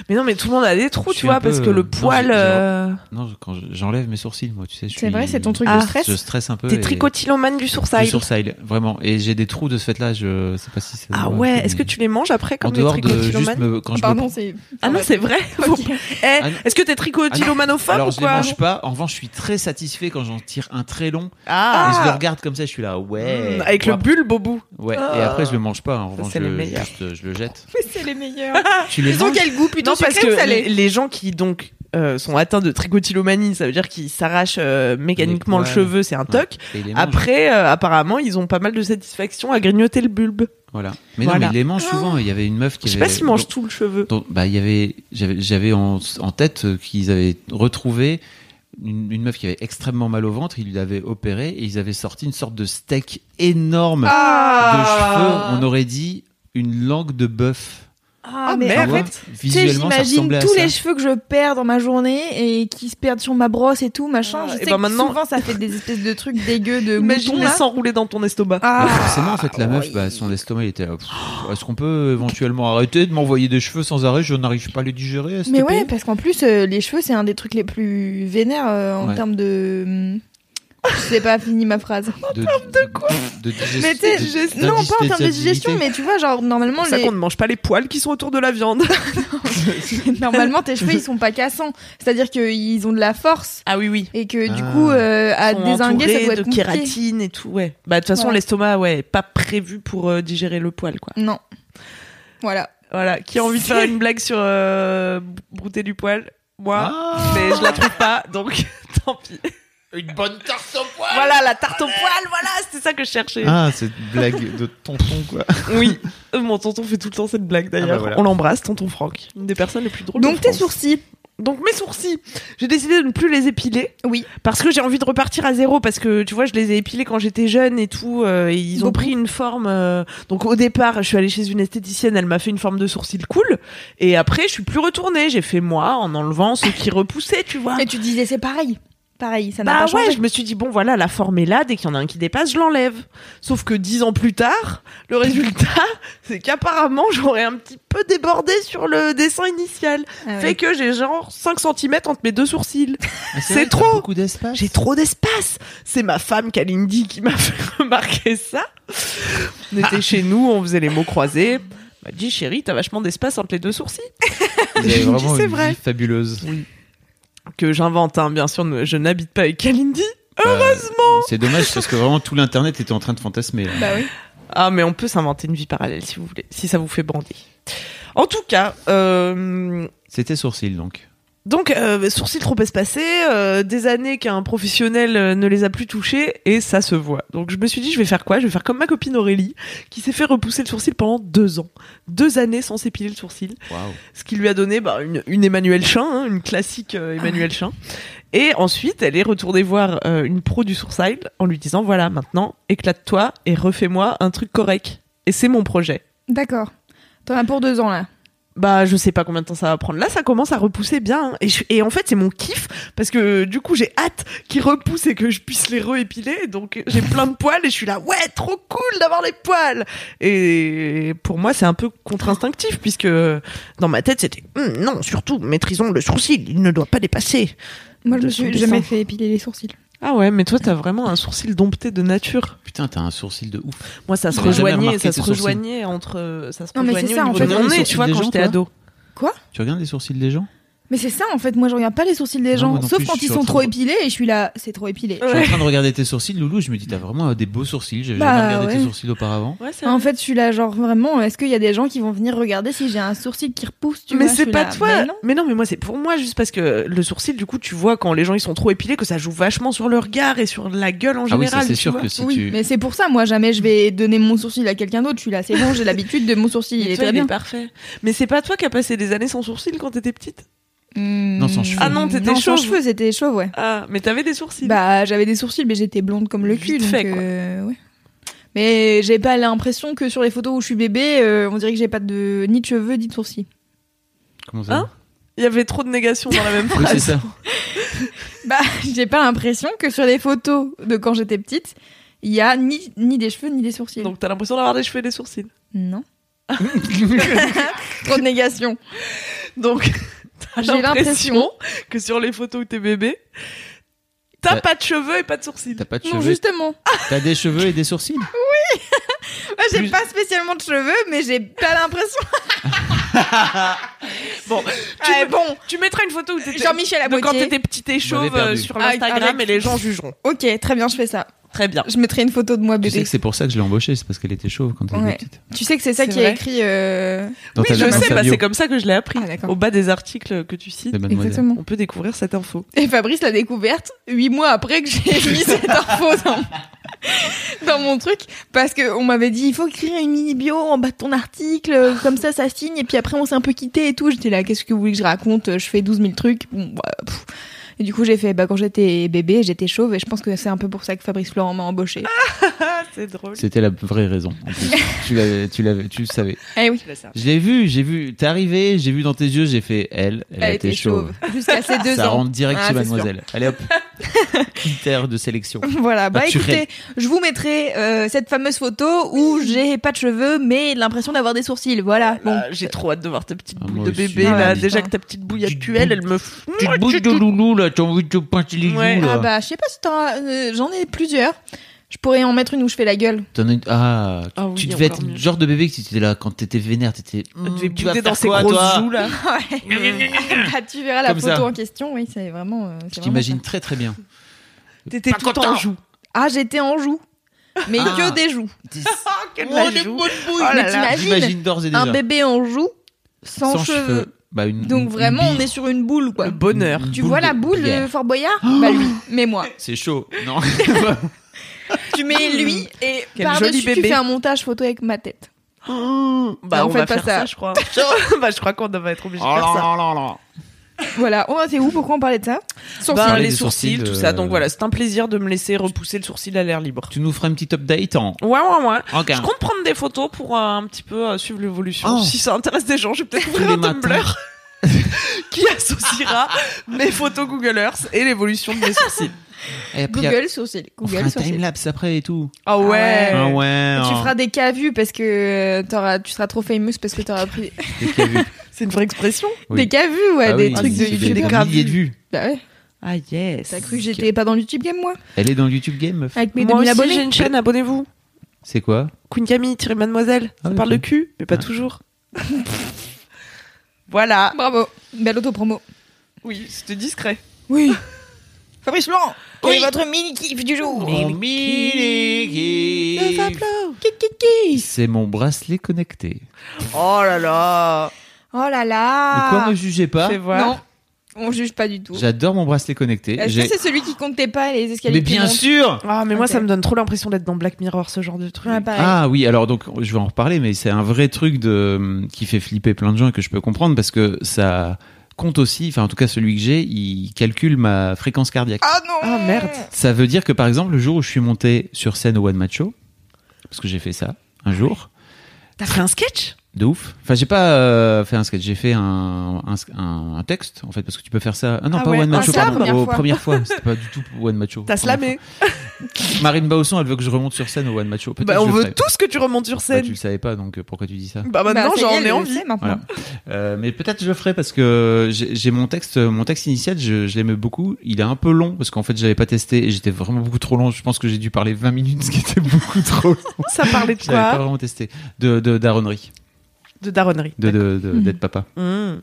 S2: Mais non, mais tout le monde a des trous,
S4: Je
S2: tu
S4: suis
S2: vois,
S4: un peu,
S2: parce que
S4: euh,
S2: le
S4: non,
S2: poil.
S4: j'ai- j'ai-
S2: euh,
S4: Non, je- quand je- j'enlève mes sourcils, moi, tu sais, je
S3: C'est
S4: suis-
S3: vrai, c'est ton truc
S2: Ah.
S3: de stress.
S4: Je stresse un peu.
S2: T'es
S4: et-
S2: tricotilomane du
S4: du
S2: sourcil.
S4: sourcil, vraiment. Et j'ai des trous de ce fait-là, je sais pas si ça. se
S2: Ah
S4: voit,
S2: ouais,
S4: mais-
S2: est-ce que tu les manges après
S4: En
S2: comme les
S4: dehors de juste
S2: tricotilomanes
S4: me- quand je me
S3: Pardon, c'est.
S2: Ah non, c'est vrai. Faut-
S3: Ok.
S2: Eh,
S4: Ah non.
S2: Est-ce que t'es tricotilomanophobe
S4: Alors
S2: ou
S4: je les
S2: quoi
S4: mange pas. En revanche, je suis très satisfait quand j'en tire un très long
S2: Ah,
S4: et je le regarde comme ça. Je suis là, ouais.
S2: Mmh, Avec
S4: Bon,
S2: le bulbe au bout.
S4: Ouais.
S2: Ah.
S4: Et après, je le mange pas. En revanche,
S2: c'est le
S4: je,
S2: meilleur. Ah,
S4: juste, euh, je le jette.
S3: Mais c'est les meilleurs.
S4: Tu les
S3: Ils ont
S4: manges
S3: quel goût plutôt
S2: Non, parce
S3: sucré ou
S2: que
S3: salé
S2: les, les gens qui donc euh, sont atteints de tricotilomanie, ça veut dire qu'ils s'arrachent euh, mécaniquement le
S4: poils.
S2: cheveu, c'est un
S4: Ouais.
S2: toc.
S4: et ils les mangent.
S2: Après, euh, apparemment, ils ont pas mal de satisfaction à grignoter le bulbe.
S4: Voilà. Mais
S2: Voilà. Ah.
S4: non, mais ils les mangent souvent. Il y avait une meuf qui.
S2: Je sais
S4: avait-
S2: pas s'ils mangent
S4: dont-
S2: tout le cheveu.
S4: dont- bah, il y avait. J'avais, j'avais en, en tête euh, qu'ils avaient retrouvé. Une, une meuf qui avait extrêmement mal au ventre, ils l'avaient opéré et ils avaient sorti une sorte de steak énorme de cheveux. On aurait dit une langue de bœuf.
S3: Ah,
S2: Ah,
S3: mais
S2: merde.
S3: en fait,
S4: Enfin, moi,
S3: Tu sais,
S4: visuellement, ça
S3: j'imagine
S4: ressemblait à
S3: tous
S4: ça.
S3: les cheveux que je perds dans ma journée et qui se perdent sur ma brosse et tout, machin.
S2: Ah,
S3: je
S2: et
S3: sais
S2: ben
S3: que
S2: maintenant-
S3: souvent, ça fait des espèces de trucs dégueux de
S2: Imagine
S3: moutons,
S2: les
S3: là.
S2: s'enrouler dans ton estomac.
S3: Ah,
S4: Mais forcément, en fait, la meuf, bah, son estomac, il était là. Pff, Est-ce qu'on peut éventuellement arrêter de m'envoyer des cheveux sans arrêt Je n'arrive pas à les digérer. s'il
S3: mais
S4: te
S3: ouais,
S4: plaît.
S3: parce qu'en plus, euh, les cheveux, c'est un des trucs les plus vénères euh, en
S4: Ouais.
S3: termes de... Je sais pas fini ma phrase.
S4: de, de quoi De digestion.
S3: Mais tu sais, je- non, pas en termes de digestion, mais tu vois, genre, normalement,
S2: C'est pour ça
S3: les...
S2: qu'on ne mange pas les poils qui sont autour de la viande.
S3: normalement tes cheveux, ils sont pas cassants. C'est-à-dire qu'ils ont de la force
S2: Ah oui, oui.
S3: et que du
S4: Ah.
S3: coup, euh, à
S2: Ils sont
S3: désinguer, ça
S2: entourés
S3: doit être
S2: de
S3: compliqué.
S2: kératine et tout, ouais. Bah, de toute façon,
S3: Ouais.
S2: l'estomac, ouais, est pas prévu pour euh, digérer le poil, quoi.
S3: Non. Voilà.
S2: Voilà. Qui a envie de faire une blague sur euh, brouter du poil Moi.
S4: Ah,
S2: Mais je la trouve pas, donc tant pis.
S4: Une bonne tarte au poil
S2: Voilà, la tarte au poil, voilà, c'était ça que je cherchais.
S4: Ah, cette blague de tonton, quoi.
S2: Oui. Euh, Mon tonton fait tout le temps cette blague, d'ailleurs.
S4: Ah bah voilà.
S2: On l'embrasse, tonton Franck. Une des personnes les plus drôles.
S3: Donc
S2: de
S3: tes
S2: France.
S3: sourcils.
S2: Donc mes sourcils. J'ai décidé de ne plus les épiler.
S3: Oui.
S2: Parce que j'ai envie de repartir à zéro, parce que tu vois, je les ai épilés quand j'étais jeune et tout, euh, et ils ont
S3: Beaucoup.
S2: pris une forme. euh, donc au départ, je suis allée chez une esthéticienne, elle m'a fait une forme de sourcil cool, et après, je suis plus retournée. J'ai fait moi en enlevant ceux qui repoussaient, tu vois.
S3: Et tu disais c'est pareil. Pareil, ça n'a
S2: Ah. Bah
S3: pas
S2: ouais,
S3: changé.
S2: je me suis dit bon voilà, la forme est là, dès qu'il y en a un qui dépasse, je l'enlève. Sauf que dix ans plus tard, le résultat, c'est qu'apparemment j'aurais un petit peu débordé sur le dessin initial.
S3: Ah ouais.
S2: Fait que j'ai genre 5 cm entre mes deux sourcils. C'est
S4: Ah, vrai, t'as
S2: trop.
S4: Beaucoup d'espace.
S2: J'ai trop d'espace. C'est ma femme Kalindi qui m'a fait remarquer ça. On était chez nous, on faisait les mots croisés. Elle m'a dit chérie, t'as vachement d'espace entre les deux sourcils.
S4: Vous avez
S2: Je me dis,
S4: vraiment
S2: c'est
S4: une
S2: vrai.
S4: vie fabuleuse.
S2: Que j'invente, hein. bien sûr, ne- je n'habite pas avec Kalindi.
S4: Heureusement. Bah, C'est dommage parce que vraiment tout l'internet était en train de fantasmer. là.
S3: Bah oui.
S2: Ah, mais on peut s'inventer une vie parallèle si vous voulez, si ça vous fait bander. En tout cas, euh,
S4: C'était sourcil donc.
S2: donc euh, sourcils trop espacés, euh, des années qu'un professionnel euh, ne les a plus touchés et ça se voit. Donc je me suis dit, je vais faire quoi Je vais faire comme ma copine Aurélie qui s'est fait repousser le sourcil pendant deux ans, deux années sans s'épiler le sourcil.
S4: Waouh.
S2: ce qui lui a donné bah, une, une Emmanuel Chin, hein, une classique euh, Emmanuel Chin. Et ensuite, elle est retournée voir euh, une pro du Sourcil en lui disant voilà, maintenant, éclate-toi et refais-moi un truc correct. Et c'est mon projet.
S3: D'accord. T'en as pour deux ans là.
S2: Bah, je sais pas combien de temps ça va prendre. Là, ça commence à repousser bien. hein. Et, je- et en fait, c'est mon kiff parce que du coup, j'ai hâte qu'ils repoussent et que je puisse les réépiler. Donc, j'ai plein de poils et je suis là, ouais, trop cool d'avoir les poils. Et pour moi, c'est un peu contre-instinctif puisque dans ma tête, c'était Hum, non, surtout maîtrisons le sourcil, il ne doit pas dépasser.
S3: Moi, je me
S2: De son
S3: suis
S2: dessin.
S3: jamais fait épiler les sourcils.
S2: Ah ouais, mais toi, t'as vraiment un sourcil dompté de nature.
S4: Putain, t'as un sourcil de ouf.
S2: Moi, ça se
S4: J'aurais jamais
S2: rejoignait,
S4: remarqué
S2: ça se
S4: tes sourcils.
S2: rejoignait entre, euh, ça se
S3: Non, mais c'est
S2: rejoignait
S3: ça,
S2: au
S3: en
S2: niveau
S3: fait,
S2: de
S3: les
S2: mon nez,
S4: sourcils
S2: tu vois,
S4: des
S2: quand
S4: gens,
S2: j'étais
S4: toi.
S2: ado.
S4: Tu regardes les sourcils des gens
S3: Mais c'est ça en fait, moi je regarde pas les sourcils des
S4: Non,
S3: gens,
S4: moi non
S3: sauf
S4: plus, je
S3: quand
S4: suis
S3: ils
S4: en
S3: sont
S4: train
S3: trop
S4: de-
S3: épilés et je suis là, c'est trop épilé.
S4: Je
S2: Ouais.
S4: suis en train de regarder tes sourcils, Loulou. Je me dis, t'as vraiment des beaux sourcils. J'avais
S3: Bah,
S4: jamais regardé
S3: ouais.
S4: tes sourcils auparavant.
S2: Ouais, c'est
S3: En fait, je suis là, genre vraiment, est-ce qu'il y a des gens qui vont venir regarder si j'ai un sourcil qui repousse tu
S2: mais
S3: vois, je
S2: c'est
S3: suis
S2: pas
S3: là,
S2: toi.
S3: mais non.
S2: mais non, mais moi c'est pour moi juste parce que le sourcil, du coup, tu vois quand les gens ils sont trop épilés que ça joue vachement sur le regard et sur la gueule en
S4: Ah
S2: général.
S4: oui, ça c'est
S2: tu
S4: sûr
S2: vois.
S4: que si
S3: oui,
S4: tu.
S3: mais c'est pour ça, moi jamais je vais donner mon sourcil à quelqu'un d'autre. Je suis là, c'est bon, j'ai l'habitude de mon sourcil,
S2: Mais
S3: il est
S2: toi,
S3: très bien.
S2: parfait. Mais c'est pas toi qui as passé des années sans sourcil quand t'étais petite.
S3: Non,
S4: sans cheveux.
S2: Ah non, t'étais
S3: sans
S2: chauve.
S3: cheveux, c'était chauve, ouais.
S2: Ah, mais t'avais des sourcils.
S3: Bah, j'avais des sourcils, mais j'étais blonde comme le cul.
S2: Vite
S3: donc,
S2: fait, quoi.
S3: euh, ouais. Mais j'ai pas l'impression que sur les photos où je suis bébé, euh, on dirait que j'ai pas de ni de cheveux ni de sourcils.
S4: Comment ça
S2: Hein Il y avait trop de négation dans la même
S4: Oui,
S2: phrase.
S4: c'est ça.
S3: Bah, j'ai pas l'impression que sur les photos de quand j'étais petite, il y a ni, ni des cheveux ni des sourcils.
S2: Donc t'as l'impression d'avoir des cheveux et des sourcils.
S3: Non. Trop de négation.
S2: Donc t'as
S3: J'ai
S2: l'impression que sur les photos où t'es bébé, t'as
S4: T'as-
S2: pas de cheveux et pas de sourcils.
S4: T'as pas de
S3: Non,
S4: cheveux.
S3: justement.
S4: T'as des cheveux et des sourcils.
S3: Ah, Moi, j'ai
S4: Plus-
S3: pas spécialement de cheveux, mais j'ai pas l'impression.
S2: Bon, tu,
S3: Ouais,
S2: me-
S3: Eh, bon,
S2: tu mettras une photo où t'étais
S3: Jean-Michel
S2: de quand
S3: Aboitier.
S2: t'étais petite et chauve
S4: perdu.
S2: euh, sur
S3: Ah,
S2: l'Instagram
S3: avec-
S2: et les gens jugeront.
S3: Ok, très bien, je fais ça.
S2: Très bien.
S3: Je mettrai une photo de moi
S4: Tu sais
S3: bébé.
S4: que c'est pour ça que je l'ai embauchée, c'est parce qu'elle était chauve quand elle
S3: Ouais.
S4: était petite.
S3: Tu sais que c'est ça
S2: C'est
S3: qui est
S2: vrai.
S3: écrit. euh,
S4: Dans ta-
S2: oui, je
S4: dans
S2: sais,
S4: ta
S2: bah,
S4: bio
S2: c'est comme ça que je l'ai appris.
S3: Ah, d'accord.
S2: Au bas des articles que tu cites,
S4: de Mademoiselle.
S3: Exactement.
S2: on peut découvrir cette info.
S3: Et Fabrice l'a découverte huit mois après que j'ai mis cette info dans, dans mon truc. Parce que on m'avait dit, il faut écrire une mini bio en bas de ton article, euh, comme ça, ça signe. Et puis après, on s'est un peu quitté et tout. J'étais là, qu'est-ce que vous voulez que je raconte Je fais 12 000 trucs. Bon, bah, pff. Et du coup, j'ai fait, bah, quand j'étais bébé, j'étais chauve. Et je pense que c'est un peu pour ça que Fabrice Florent m'a embauché.
S2: Ah, c'est drôle.
S4: C'était la vraie raison. en plus. tu l'avais, tu l'avais, tu le savais.
S3: Eh oui.
S4: Je l'ai vu, j'ai vu. T'es arrivé, j'ai vu dans tes yeux, j'ai fait elle. Elle,
S3: Elle
S4: était, chauve.
S3: Jusqu'à ses deux
S4: ça
S3: ans.
S4: rentre direct
S3: Ah,
S4: chez
S3: c'est sûr.
S4: Mademoiselle. Allez hop. Critère de sélection.
S3: Voilà, bah
S4: Naturel.
S3: écoutez, je vous mettrai euh, cette fameuse photo où j'ai pas de cheveux mais l'impression d'avoir des sourcils. Voilà, bon.
S2: Là, J'ai trop hâte de voir ta petite
S4: Ah,
S2: boule
S4: moi
S2: de
S4: aussi.
S2: bébé.
S3: Ah,
S2: là.
S4: ouais.
S2: Déjà que ta petite bouille actuelle, elle me. f-
S4: Petite bouche de loulou là, t'as envie de te pointer les
S2: Ouais.
S4: joues
S3: Ah
S4: là.
S3: bah je sais pas si t'en as- euh, j'en ai plusieurs. Je pourrais en mettre une où je fais la gueule.
S4: T'en as une- Ah,
S2: Ah oui,
S4: tu devais
S2: encore
S4: être le
S2: mieux.
S4: genre de bébé que tu étais là quand t'étais vénère, t'étais.
S2: Elle devait
S4: Hum, tu vas
S2: bouder dans
S4: faire
S2: ses
S4: quoi,
S2: grosses
S4: toi
S2: joues là.
S3: Ouais. bah, tu verras la
S4: Comme
S3: photo
S4: ça.
S3: en question, oui, c'est vraiment euh, c'est
S4: Je
S3: vraiment
S4: t'imagine
S3: ça.
S4: très très bien.
S2: T'étais tout en joue.
S3: Ah, j'étais en joue. Mais
S4: Ah.
S3: que des joues.
S4: T'es-
S2: Ah, quelle
S4: Oh,
S2: la
S4: des
S2: joue.
S4: bonnes bouilles.
S3: là là. T'imagines
S4: J'imagine d'ores et déjà.
S3: Un bébé en joue sans,
S4: Sans
S3: cheveux.
S4: Bah, une, une-
S3: Donc vraiment,
S4: une
S3: on est sur une boule quoi.
S2: Le bonheur.
S4: une
S3: Tu vois
S4: boule
S3: la
S4: de Oh
S3: boule de
S4: bière.
S3: Fort Boyard Bah lui, mais moi.
S4: C'est chaud, non
S3: Tu
S4: Mmh.
S2: Mmh.
S3: mets lui et
S2: Quel joli
S3: par-dessus tu
S2: bébé.
S3: fais un montage photo avec ma tête.
S2: Bah,
S3: on
S2: on
S3: fait
S2: va
S3: pas
S2: faire ça,
S3: ça.
S2: je crois. bah, je crois qu'on va être
S4: Oh
S2: obligé de faire ça.
S3: Voilà, on c'est où Pourquoi on parlait de ça
S2: Ben,
S4: parlait
S2: les
S4: des
S2: sourcils,
S4: sourcils,
S2: tout ça.
S4: euh,
S2: Donc voilà, c'est un plaisir de me laisser repousser le sourcil à l'air libre.
S4: Tu nous feras un petit update en.
S2: Ouais, ouais, ouais.
S4: en
S2: Je compte prendre des photos pour euh, un petit peu euh, suivre l'évolution.
S4: Oh.
S2: Si ça intéresse des gens, je vais peut-être ouvrir
S4: les
S2: un
S4: matins.
S2: Tumblr qui associera mes photos Google Earth et l'évolution de mes sourcils.
S4: Et après,
S3: Google sourcil.
S4: on
S3: Google
S4: fera un
S3: sourcil.
S4: timelapse après et tout.
S2: Ah ouais.
S4: Ah ouais.
S3: Tu
S4: hein.
S3: feras des cas vus parce que euh, t'auras- tu seras trop famous parce que tu auras pris
S4: Dès qu'il y a vu.
S2: C'est une vraie expression.
S4: Oui.
S3: des cas vus, ouais,
S4: Ah
S3: des
S4: oui,
S3: trucs de
S4: c'est des-
S3: YouTube.
S4: Des
S2: gravures.
S4: milliers de vues.
S3: Bah ouais,
S2: Ah yes.
S3: t'as cru que j'étais pas dans le YouTube Game, moi
S4: Elle est dans le YouTube Game, meuf.
S3: Avec mes
S2: Moi
S3: 2000
S2: aussi, j'ai
S3: abonnés
S2: une chaîne, abonnez-vous.
S4: C'est quoi
S2: Queen Camille, tirez mademoiselle.
S4: Ah,
S2: ça
S4: ok.
S2: parle de cul, mais pas
S4: Ah.
S2: toujours. voilà.
S3: Bravo, belle autopromo.
S2: Oui, c'était discret.
S3: Oui. Fabrice Laurent, quel
S2: Oui.
S3: est votre mini-kiff du jour Kiff, kiff, kiff.
S4: C'est mon bracelet connecté.
S2: Oh là là.
S3: Oh là
S4: Mais quoi,
S3: là
S4: me jugez pas
S2: Fais voir.
S3: Non, on juge pas du tout.
S4: J'adore mon bracelet connecté.
S3: Est-ce
S4: J'ai-
S3: que c'est celui qui comptait pas les escaliers
S4: Mais
S3: qui
S4: bien
S3: montent
S4: sûr
S2: Ah, mais moi,
S3: Ok.
S2: ça me donne trop l'impression d'être dans Black Mirror, ce genre de truc.
S3: Ouais, bah, pareil.
S4: Ah oui, alors donc je vais hum, en reparler, mais c'est un vrai truc de qui fait flipper plein de gens et que je peux comprendre parce que ça compte aussi, enfin en tout cas celui que j'ai, il calcule ma fréquence cardiaque.
S3: Ah non
S2: Ah merde.
S4: Ça veut dire que par exemple, le jour où je suis monté sur scène au One Match Show, parce que j'ai fait ça un jour,
S2: T'as fait un sketch
S4: de ouf. Enfin, j'ai pas euh, fait un sketch, j'ai fait un, un- un- un texte en fait, parce que tu peux faire ça. Ah non,
S2: Ah
S4: pas
S2: ouais,
S4: One
S2: un
S4: Match Show,
S2: slam.
S4: pardon,
S3: Première
S4: au-
S3: fois.
S4: première fois. C'était pas du tout One Match Show.
S2: T'as
S4: Première
S2: slamé
S4: fois. Marine Bausson, elle veut que je remonte sur scène au One Match Show. Peut-être
S2: Bah,
S4: que
S2: on
S4: je le
S2: veut
S4: ferai.
S2: tous que tu remontes sur
S4: Bah, tu
S2: scène.
S4: le savais pas, donc euh, pourquoi tu dis ça
S2: Bah, maintenant,
S3: Bah, ça y
S2: j'en
S3: elle
S2: ai
S3: le
S2: envie.
S3: sait maintenant.
S4: Voilà. Euh, mais peut-être je le ferai parce que j'ai j'ai mon texte, euh, mon texte initial, je, je l'aimais beaucoup. Il est un peu long parce qu'en fait, j'avais pas testé et j'étais vraiment beaucoup trop long. Je pense que j'ai dû parler 20 minutes, ce qui était beaucoup trop long.
S2: Ça parlait de
S4: Je l'avais pas
S2: quoi
S4: vraiment testé. De, de daronnerie,
S2: De daronnerie.
S4: de, de, de-
S3: Mhm.
S4: d'être papa.
S2: Mmh.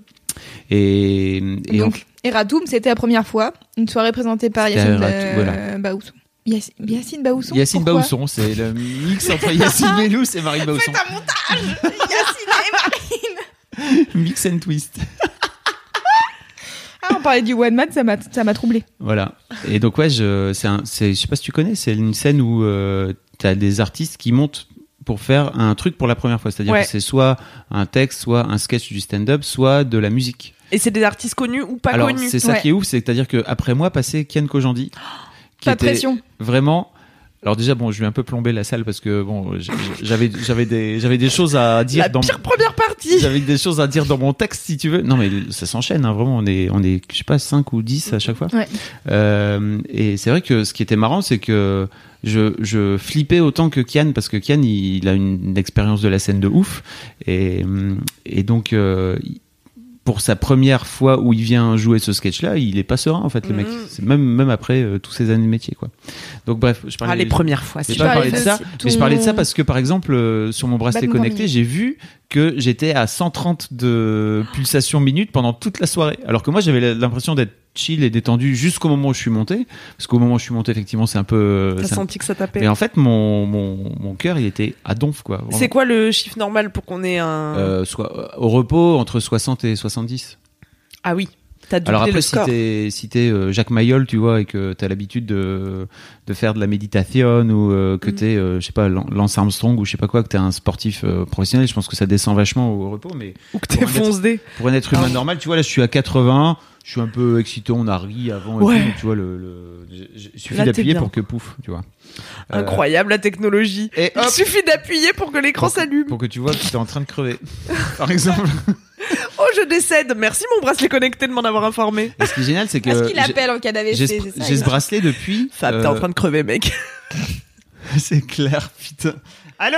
S4: Et, et en-
S3: Donc, Eratum, c'était la première fois, une soirée présentée par
S4: C'était
S3: Yacine
S4: Eratum,
S3: euh,
S4: voilà.
S3: Baousson. Yac- Yacine Baousson
S4: Yacine
S3: Pourquoi
S4: Baousson, c'est le mix entre Yacine Bellous et Marine Baousson.
S3: Yacine et Marine
S4: mix and twist.
S3: Ah, on parlait du One Man, ça m'a ça m'a troublé.
S4: Voilà. Et donc ouais, je, c'est un, c'est, je sais pas si tu connais, c'est une scène où euh, t'as des artistes qui montent pour faire un truc pour la première fois. C'est-à-dire
S2: Ouais.
S4: que c'est soit un texte, soit un sketch du stand-up, soit de la musique.
S2: Et c'est des artistes connus ou pas
S4: Alors
S2: connus
S4: c'est ça
S3: Ouais.
S4: qui est ouf, c'est-à-dire que après moi passait Kian Kojandi, qui
S3: Pas de
S4: était
S3: pression.
S4: vraiment. Alors déjà bon, je lui ai un peu plombé la salle parce que bon, j- j- j'avais j'avais des j'avais des choses à dire
S2: La
S4: dans
S2: pire première partie.
S4: j'avais des choses à dire dans mon texte, si tu veux. Non, mais ça s'enchaîne, hein, vraiment. On est, on est, je sais pas, 5 ou 10 à chaque fois.
S3: Ouais.
S4: Euh, et c'est vrai que ce qui était marrant, c'est que je, je flippais autant que Kian, parce que Kian, il, a une expérience de la scène de ouf. Et, hum, et donc, euh, il- pour sa première fois où il vient jouer ce sketch-là, il est pas serein, en fait, le mec.
S2: Mhm.
S4: C'est même, même après euh, tous ces années de métier, quoi. Donc, bref, je parlais.
S2: Ah, les premières fois,
S4: J'ai
S2: c'est
S3: Tu
S4: pas
S3: parlais
S4: parlé de
S3: de
S4: ça,
S3: ton-
S4: mais je parlais de ça parce que par exemple euh, sur mon bracelet
S3: Battement
S4: connecté,
S3: minute.
S4: j'ai vu que j'étais à 130 de pulsations minutes pendant toute la soirée. Alors que moi j'avais l'impression d'être chill et détendu jusqu'au moment où je suis monté, parce qu'au moment où je suis monté effectivement c'est un peu. euh,
S2: T'as
S4: c'est un-
S2: senti que ça tapait.
S4: Mais en fait mon mon mon cœur il était à donf quoi. vraiment.
S2: C'est hein quoi le chiffre normal pour qu'on ait un.
S4: Euh, soit euh, au repos entre 60 et 70.
S2: Ah oui, t'as doublé
S4: Alors après
S2: le
S4: si
S2: score.
S4: t'es si t'es euh, Jacques Mayol tu vois et que t'as l'habitude de de faire de la méditation ou euh, que
S2: Mhm.
S4: t'es euh, je sais pas Lan- Lance Armstrong ou je sais pas quoi que t'es un sportif euh, professionnel je pense que ça descend vachement au repos mais
S2: Ou que t'es
S4: pour un être-
S2: foncedé.
S4: pour un être
S2: Ah
S4: humain normal tu vois là je suis à 80 je suis un peu excité on a ri avant et
S2: Ouais.
S4: tout, donc, tu vois le, le- je- je- il suffit
S2: Là, t'es
S4: d'appuyer
S2: bien.
S4: pour que pouf tu vois Euh,
S2: Incroyable la technologie.
S4: et
S2: Il
S4: hop
S2: suffit d'appuyer pour que l'écran
S4: pour,
S2: s'allume.
S4: pour que tu vois que t'es en train de crever par exemple
S2: Oh, je décède. Merci mon bracelet connecté de m'en avoir informé.
S4: et ce qui est génial c'est que
S3: Parce qu'il
S4: j'ai-
S3: appelle en cas d'AVC,
S4: j'ai
S3: c'est
S4: ce-
S3: ça,
S4: j'ai
S3: il-
S4: ce bracelet depuis
S2: Fab, t'es
S4: euh,
S2: en train de crever, mec.
S4: c'est clair putain allô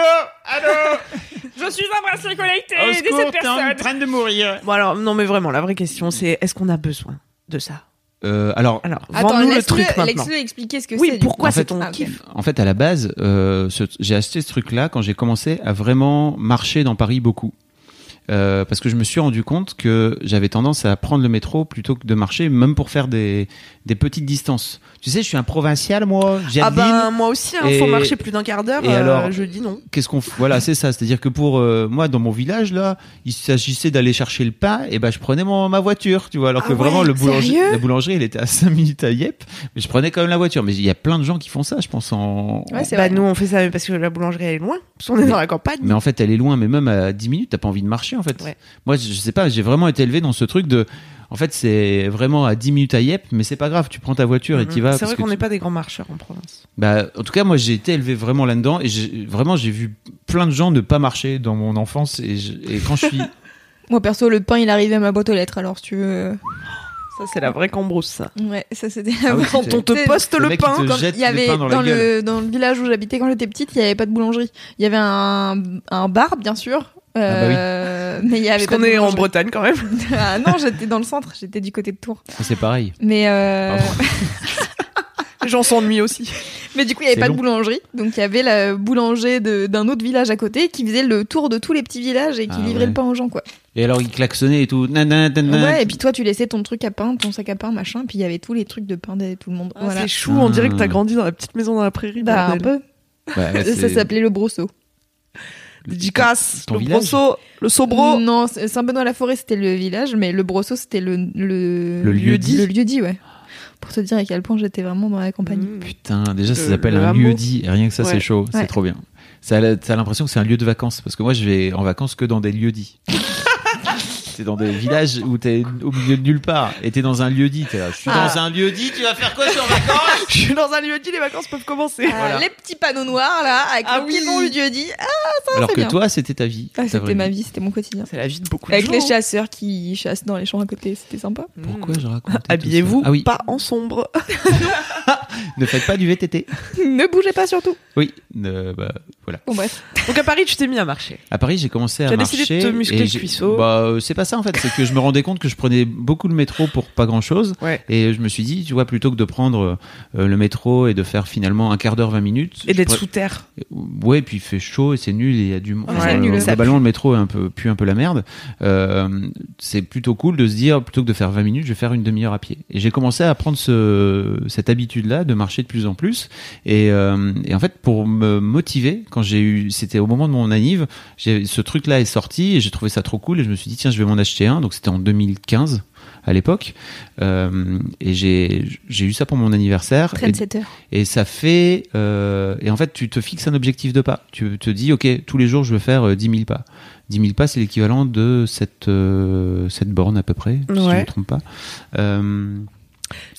S3: Je suis un bracelet connecté
S4: Au
S3: de
S4: secours,
S3: cette
S4: t'es en
S3: personne
S4: train de mourir.
S2: Bon, alors, non, mais vraiment, la vraie question, c'est est-ce qu'on a besoin de ça
S4: Euh, alors,
S2: Alors,
S3: Attends,
S2: vends-nous le truc
S3: laisse-le
S2: maintenant.
S3: laisse-le expliquer ce que c'est.
S2: Oui,
S3: du
S2: pourquoi
S3: coup.
S2: c'est
S4: fait,
S2: ton
S3: Ah, ok.
S2: kiff
S4: en fait, à la base, euh, ce- j'ai acheté ce truc-là quand j'ai commencé à vraiment marcher dans Paris beaucoup. Euh, parce que je me suis rendu compte que j'avais tendance à prendre le métro plutôt que de marcher, même pour faire des, des petites distances. Tu sais, je suis un provincial, moi. J'ai
S2: Ah
S4: de Lille.
S2: ben, moi aussi, il faut
S4: Et-
S2: marcher plus d'un quart d'heure.
S4: et
S2: euh,
S4: alors
S2: je dis non.
S4: qu'est-ce qu'on f- voilà c'est ça c'est à dire que pour euh, moi dans mon village là il s'agissait d'aller chercher le pain et ben je prenais mon, ma voiture tu vois alors
S2: Ah
S4: que vraiment
S2: ouais,
S4: le boulanger
S3: sérieux
S4: la boulangerie elle était à 5 minutes à Yep mais je prenais quand même la voiture mais il y a plein de gens qui font ça je pense en
S3: Ouais, c'est
S2: Bah,
S3: vrai.
S2: nous, on fait ça parce que la boulangerie, elle est loin. Parce qu'on est dans la campagne.
S4: mais en fait elle est loin mais même à 10 minutes t'as pas envie de marcher en fait
S2: Ouais.
S4: moi je je sais pas j'ai vraiment été élevé dans ce truc de en fait c'est vraiment à 10 minutes à Yep mais c'est pas grave tu prends ta voiture et t'y vas
S2: Mmh. C'est
S4: parce
S2: vrai
S4: que
S2: qu'on
S4: tu-
S2: n'est pas des grands marcheurs en province.
S4: Bah, en tout cas, moi, j'ai été élevé vraiment là-dedans et j'ai- vraiment, j'ai vu plein de gens ne pas marcher dans mon enfance et, je- et quand je suis
S3: Moi perso, le pain il arrivait à ma boîte aux lettres, alors si tu veux. euh,
S2: Ça, c'est la vraie cambrousse, ça.
S3: Ouais, ça c'était
S4: Ah oui,
S2: Quand on te
S3: C'est-
S2: poste
S4: le
S2: le,
S4: mec qui
S2: pain.
S4: te-
S3: Quand
S4: jette
S3: il y avait
S4: le pain dans
S3: dans,
S4: la
S3: le, dans le village où j'habitais quand j'étais petite, il n'y avait pas de boulangerie. Il y avait un, un bar, bien sûr.
S4: Ah bah
S3: euh, Mais il y avait
S2: Parce
S3: pas
S2: qu'on
S3: de
S2: est en
S3: boulangerie.
S2: Bretagne quand même.
S3: Ah non, j'étais dans le centre, j'étais du côté de Tours.
S4: c'est pareil.
S3: Mais, euh,
S4: Pardon.
S2: Les gens s'ennuient aussi.
S3: mais du coup, il n'y avait
S4: C'est
S3: pas
S4: long.
S3: de boulangerie. Donc il y avait la boulanger de- d'un autre village à côté qui faisait le tour de tous les petits villages et qui
S4: Ah
S3: livrait
S4: ouais.
S3: le pain aux gens, quoi.
S4: Et alors il klaxonnait et tout. Nanana, nanana.
S3: Ouais, et puis toi, tu laissais ton truc à pain, ton sac à pain, machin, puis il y avait tous les trucs de pain de tout le monde. voilà.
S2: C'est chou, on dirait que
S4: Ah.
S2: t'as grandi dans la petite maison dans la prairie.
S3: Bah, un
S2: bordel.
S3: peu.
S4: Ouais, ouais,
S3: Ça
S4: c'est-
S3: s'appelait le brosso.
S2: Dédicace,
S4: Ton
S2: le
S4: village
S2: brosso, le sobro.
S3: Non, c'est- Saint-Benoît-la-Forêt, c'était le village, mais le Brosso, c'était le, le,
S4: Le lieu-dit.
S3: Le lieu-dit, ouais. Pour te dire à quel point j'étais vraiment dans la campagne.
S2: Mmh.
S4: Putain, déjà ça
S2: Le-
S4: s'appelle
S2: le
S4: un
S2: hameau.
S4: lieu dit. Et rien que ça c'est
S2: Ouais.
S4: chaud, c'est
S3: Euh, Ouais.
S4: trop bien. Ça a la- T'as l'impression que c'est un lieu de vacances parce que moi je vais en vacances que dans des lieux dits. t'es dans des villages où t'es au milieu de nulle part et t'es dans un lieu dit. t'es là, Je suis
S2: Ah.
S4: dans un lieu dit, tu vas faire quoi sur vacances
S2: Je suis dans un lieu dit, les vacances peuvent commencer.
S3: Ah, Les petits panneaux noirs là, avec
S2: Ah
S3: le
S2: oui.
S3: petit nom du dieu dit. Ah,
S4: Alors
S3: c'est
S4: que
S3: bien. Ah,
S4: toi, c'était ta vie. ta vraie
S3: c'était ma vie, c'était mon quotidien.
S2: C'est la vie de beaucoup
S3: Avec
S2: de
S3: les
S2: gens.
S3: chasseurs qui chassent dans les champs à côté, c'était sympa.
S4: Pourquoi je raconte tout ça
S2: Habillez-vous
S4: Ah oui,
S2: pas en sombre.
S4: ne faites pas du VTT.
S3: ne bougez pas surtout.
S4: Oui, ne- bah, voilà.
S3: Bon bref.
S2: Donc à Paris, tu t'es mis à marcher.
S4: À Paris, j'ai commencé à
S2: T'as
S4: marcher.
S2: décidé de te muscler
S4: et
S2: le
S4: j'ai-
S2: cuisseau.
S4: Bah, euh, c'est pas ça en fait. C'est que je me rendais compte que je prenais beaucoup le métro pour pas grand chose.
S2: Ouais.
S4: Et je me suis dit, tu vois, plutôt que de prendre euh, le métro et de faire finalement un quart d'heure, 20 minutes.
S2: Et
S4: je
S2: d'être
S4: pourrais-
S2: sous terre.
S4: Ouais, puis il fait chaud et c'est nul et il y a du monde.
S3: Ouais,
S4: Enfin,
S2: c'est
S4: euh,
S2: nul, ça
S4: globalement, le métro est un peu, pue un peu la merde. Euh, c'est plutôt cool de se dire, plutôt que de faire 20 minutes, je vais faire une demi-heure à pied. Et j'ai commencé à prendre ce, cette habitude-là de marcher de plus en plus. Et, euh, et en fait, pour me motiver, quand j'ai eu, c'était au moment de mon anniv, j'ai- ce truc-là est sorti et j'ai trouvé ça trop cool et je me suis dit, tiens, je vais m'en acheter un. Donc c'était en 2015 à l'époque. Euh, et j'ai j'ai eu ça pour mon anniversaire. Et-
S3: 37 heures.
S4: et ça fait. euh, et en fait, tu te fixes un objectif de pas. Tu te dis, OK, tous les jours, je veux faire euh, 10 000 pas. 10 000 pas, c'est l'équivalent de cette, euh, cette borne à peu près, si je ne
S2: Ouais.
S4: me trompe pas. Euh,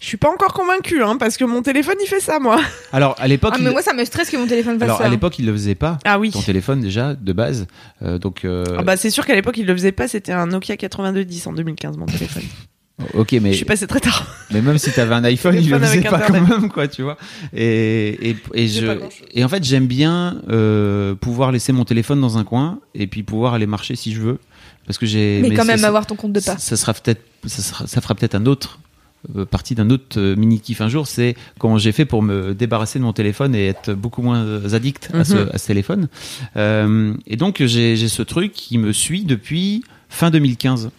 S2: Je suis pas encore convaincue, hein, parce que mon téléphone, il fait ça, moi.
S4: alors, à l'époque.
S3: Ah
S4: il-
S3: mais moi ça me stresse que mon téléphone fasse
S4: alors,
S3: ça. hein.
S4: à l'époque, il le faisait pas.
S2: Ah oui.
S4: Ton téléphone, déjà, de base. Euh, donc, euh,
S2: Ah bah, c'est sûr qu'à l'époque, il le faisait pas. C'était un Nokia 8210 en 2015, mon téléphone.
S4: ok, mais.
S2: Je suis passée très tard.
S4: Mais même si t'avais un iPhone, il le
S2: Téléphone
S4: faisait
S2: avec
S4: pas
S2: Internet.
S4: quand même, quoi, tu vois. Et, et, et,
S2: J'ai
S4: je,
S2: pas grand-chose.
S4: et en fait, j'aime bien euh, pouvoir laisser mon téléphone dans un coin et puis pouvoir aller marcher si je veux. Parce que j'ai.
S3: mais quand
S4: ça-
S3: même
S4: ça-
S3: avoir ton compte de pas.
S4: Ça, ça sera peut-être, ça, sera- ça fera peut-être un autre euh, partie d'un autre mini kiff un jour. C'est comment j'ai fait pour me débarrasser de mon téléphone et être beaucoup moins euh, addict à, ce,
S2: Mhm.
S4: à ce téléphone. Euh, et donc j'ai, j'ai ce truc qui me suit depuis fin 2015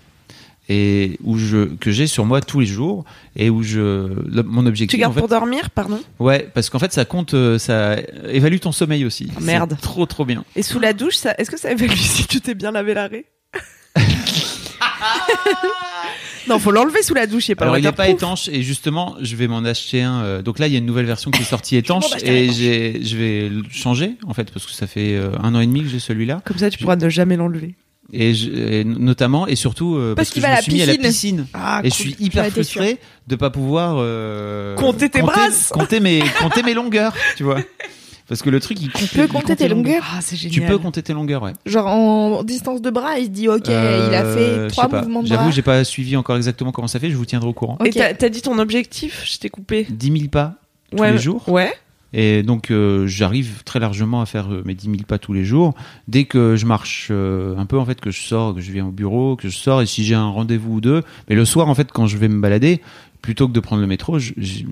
S4: et où je que j'ai sur moi tous les jours et où je le- mon objectif
S2: Tu gardes
S4: en fait-
S2: pour dormir, pardon
S4: ouais parce qu'en fait ça compte euh, ça évalue ton sommeil aussi
S2: Ah, merde.
S4: C'est trop trop bien
S2: Et sous la douche, ça... est-ce que ça évalue si tu t'es bien lavé l'arrêt Non, faut l'enlever sous la douche, il est pas
S4: Alors il n'est
S2: waterproof.
S4: pas étanche et justement je vais m'en acheter un. euh, Donc là il y a une nouvelle version qui est sortie étanche
S2: m'en acheter un
S4: et
S2: étanche.
S4: j'ai- je vais le changer en fait parce que ça fait euh, un an et demi que j'ai celui-là
S2: Comme ça, tu pourras ne jamais l'enlever.
S4: et, je- et notamment et surtout euh,
S3: Parce
S4: parce,
S3: qu'il
S4: que
S3: va
S4: je
S3: à
S4: me suis mis à
S3: la
S4: la piscine
S2: Ah,
S4: et je suis hyper
S3: J'aurais été sûre.
S4: frustré de pas pouvoir euh,
S2: Compter tes brasses.
S4: compter mes compter mes longueurs tu vois parce que le truc il compte
S3: peux
S4: il
S3: compter
S4: compte
S3: tes longueurs.
S2: Ah, c'est génial.
S4: Tu peux compter tes longueurs ouais.
S3: Genre en distance de bras, il se dit ok, il a
S4: Euh,
S3: fait
S4: je
S3: trois
S4: sais pas.
S3: mouvements de bras.
S4: J'avoue j'ai pas suivi encore exactement comment ça fait je vous tiendrai au courant.
S2: Et
S3: Ok.
S2: t'as- t'as dit ton objectif Je t'ai coupé.
S4: 10 000 pas tous
S2: ouais,
S4: les jours.
S2: Ouais.
S4: Et donc euh, j'arrive très largement à faire euh, mes 10 000 pas tous les jours. Dès que je marche euh, un peu, en fait, que je sors, que je viens au bureau, que je sors, et si j'ai un rendez-vous ou deux, mais le soir, en fait, quand je vais me balader, plutôt que de prendre le métro, je- je-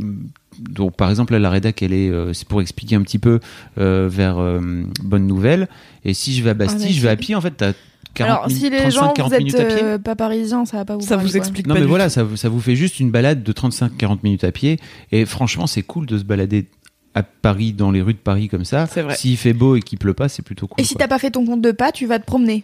S4: donc par exemple là, la rédac, elle est, euh, c'est pour expliquer un petit peu euh, vers euh, Bonne Nouvelle. Et si je vais à Bastille,
S3: ouais,
S4: je vais à
S3: c'est-
S4: pied. En fait, t'as 40
S3: Ah, Alors si
S4: minutes-
S3: les gens
S4: 35,
S3: vous
S4: 40
S3: êtes
S4: minutes à pied.
S3: euh, pas parisiens, ça va pas vous
S2: Ça
S3: parler,
S2: vous
S3: quoi.
S2: explique
S4: Non
S2: pas
S4: mais
S2: du
S4: voilà, ça, vous- ça vous fait juste une balade de 35-40 minutes à pied et franchement c'est cool de se balader à Paris, dans les rues de Paris comme ça.
S2: C'est vrai.
S4: S'il fait beau et qu'il pleut pas, c'est plutôt cool.
S3: Et si
S4: quoi.
S3: t'as pas fait ton compte de pas, tu vas te promener.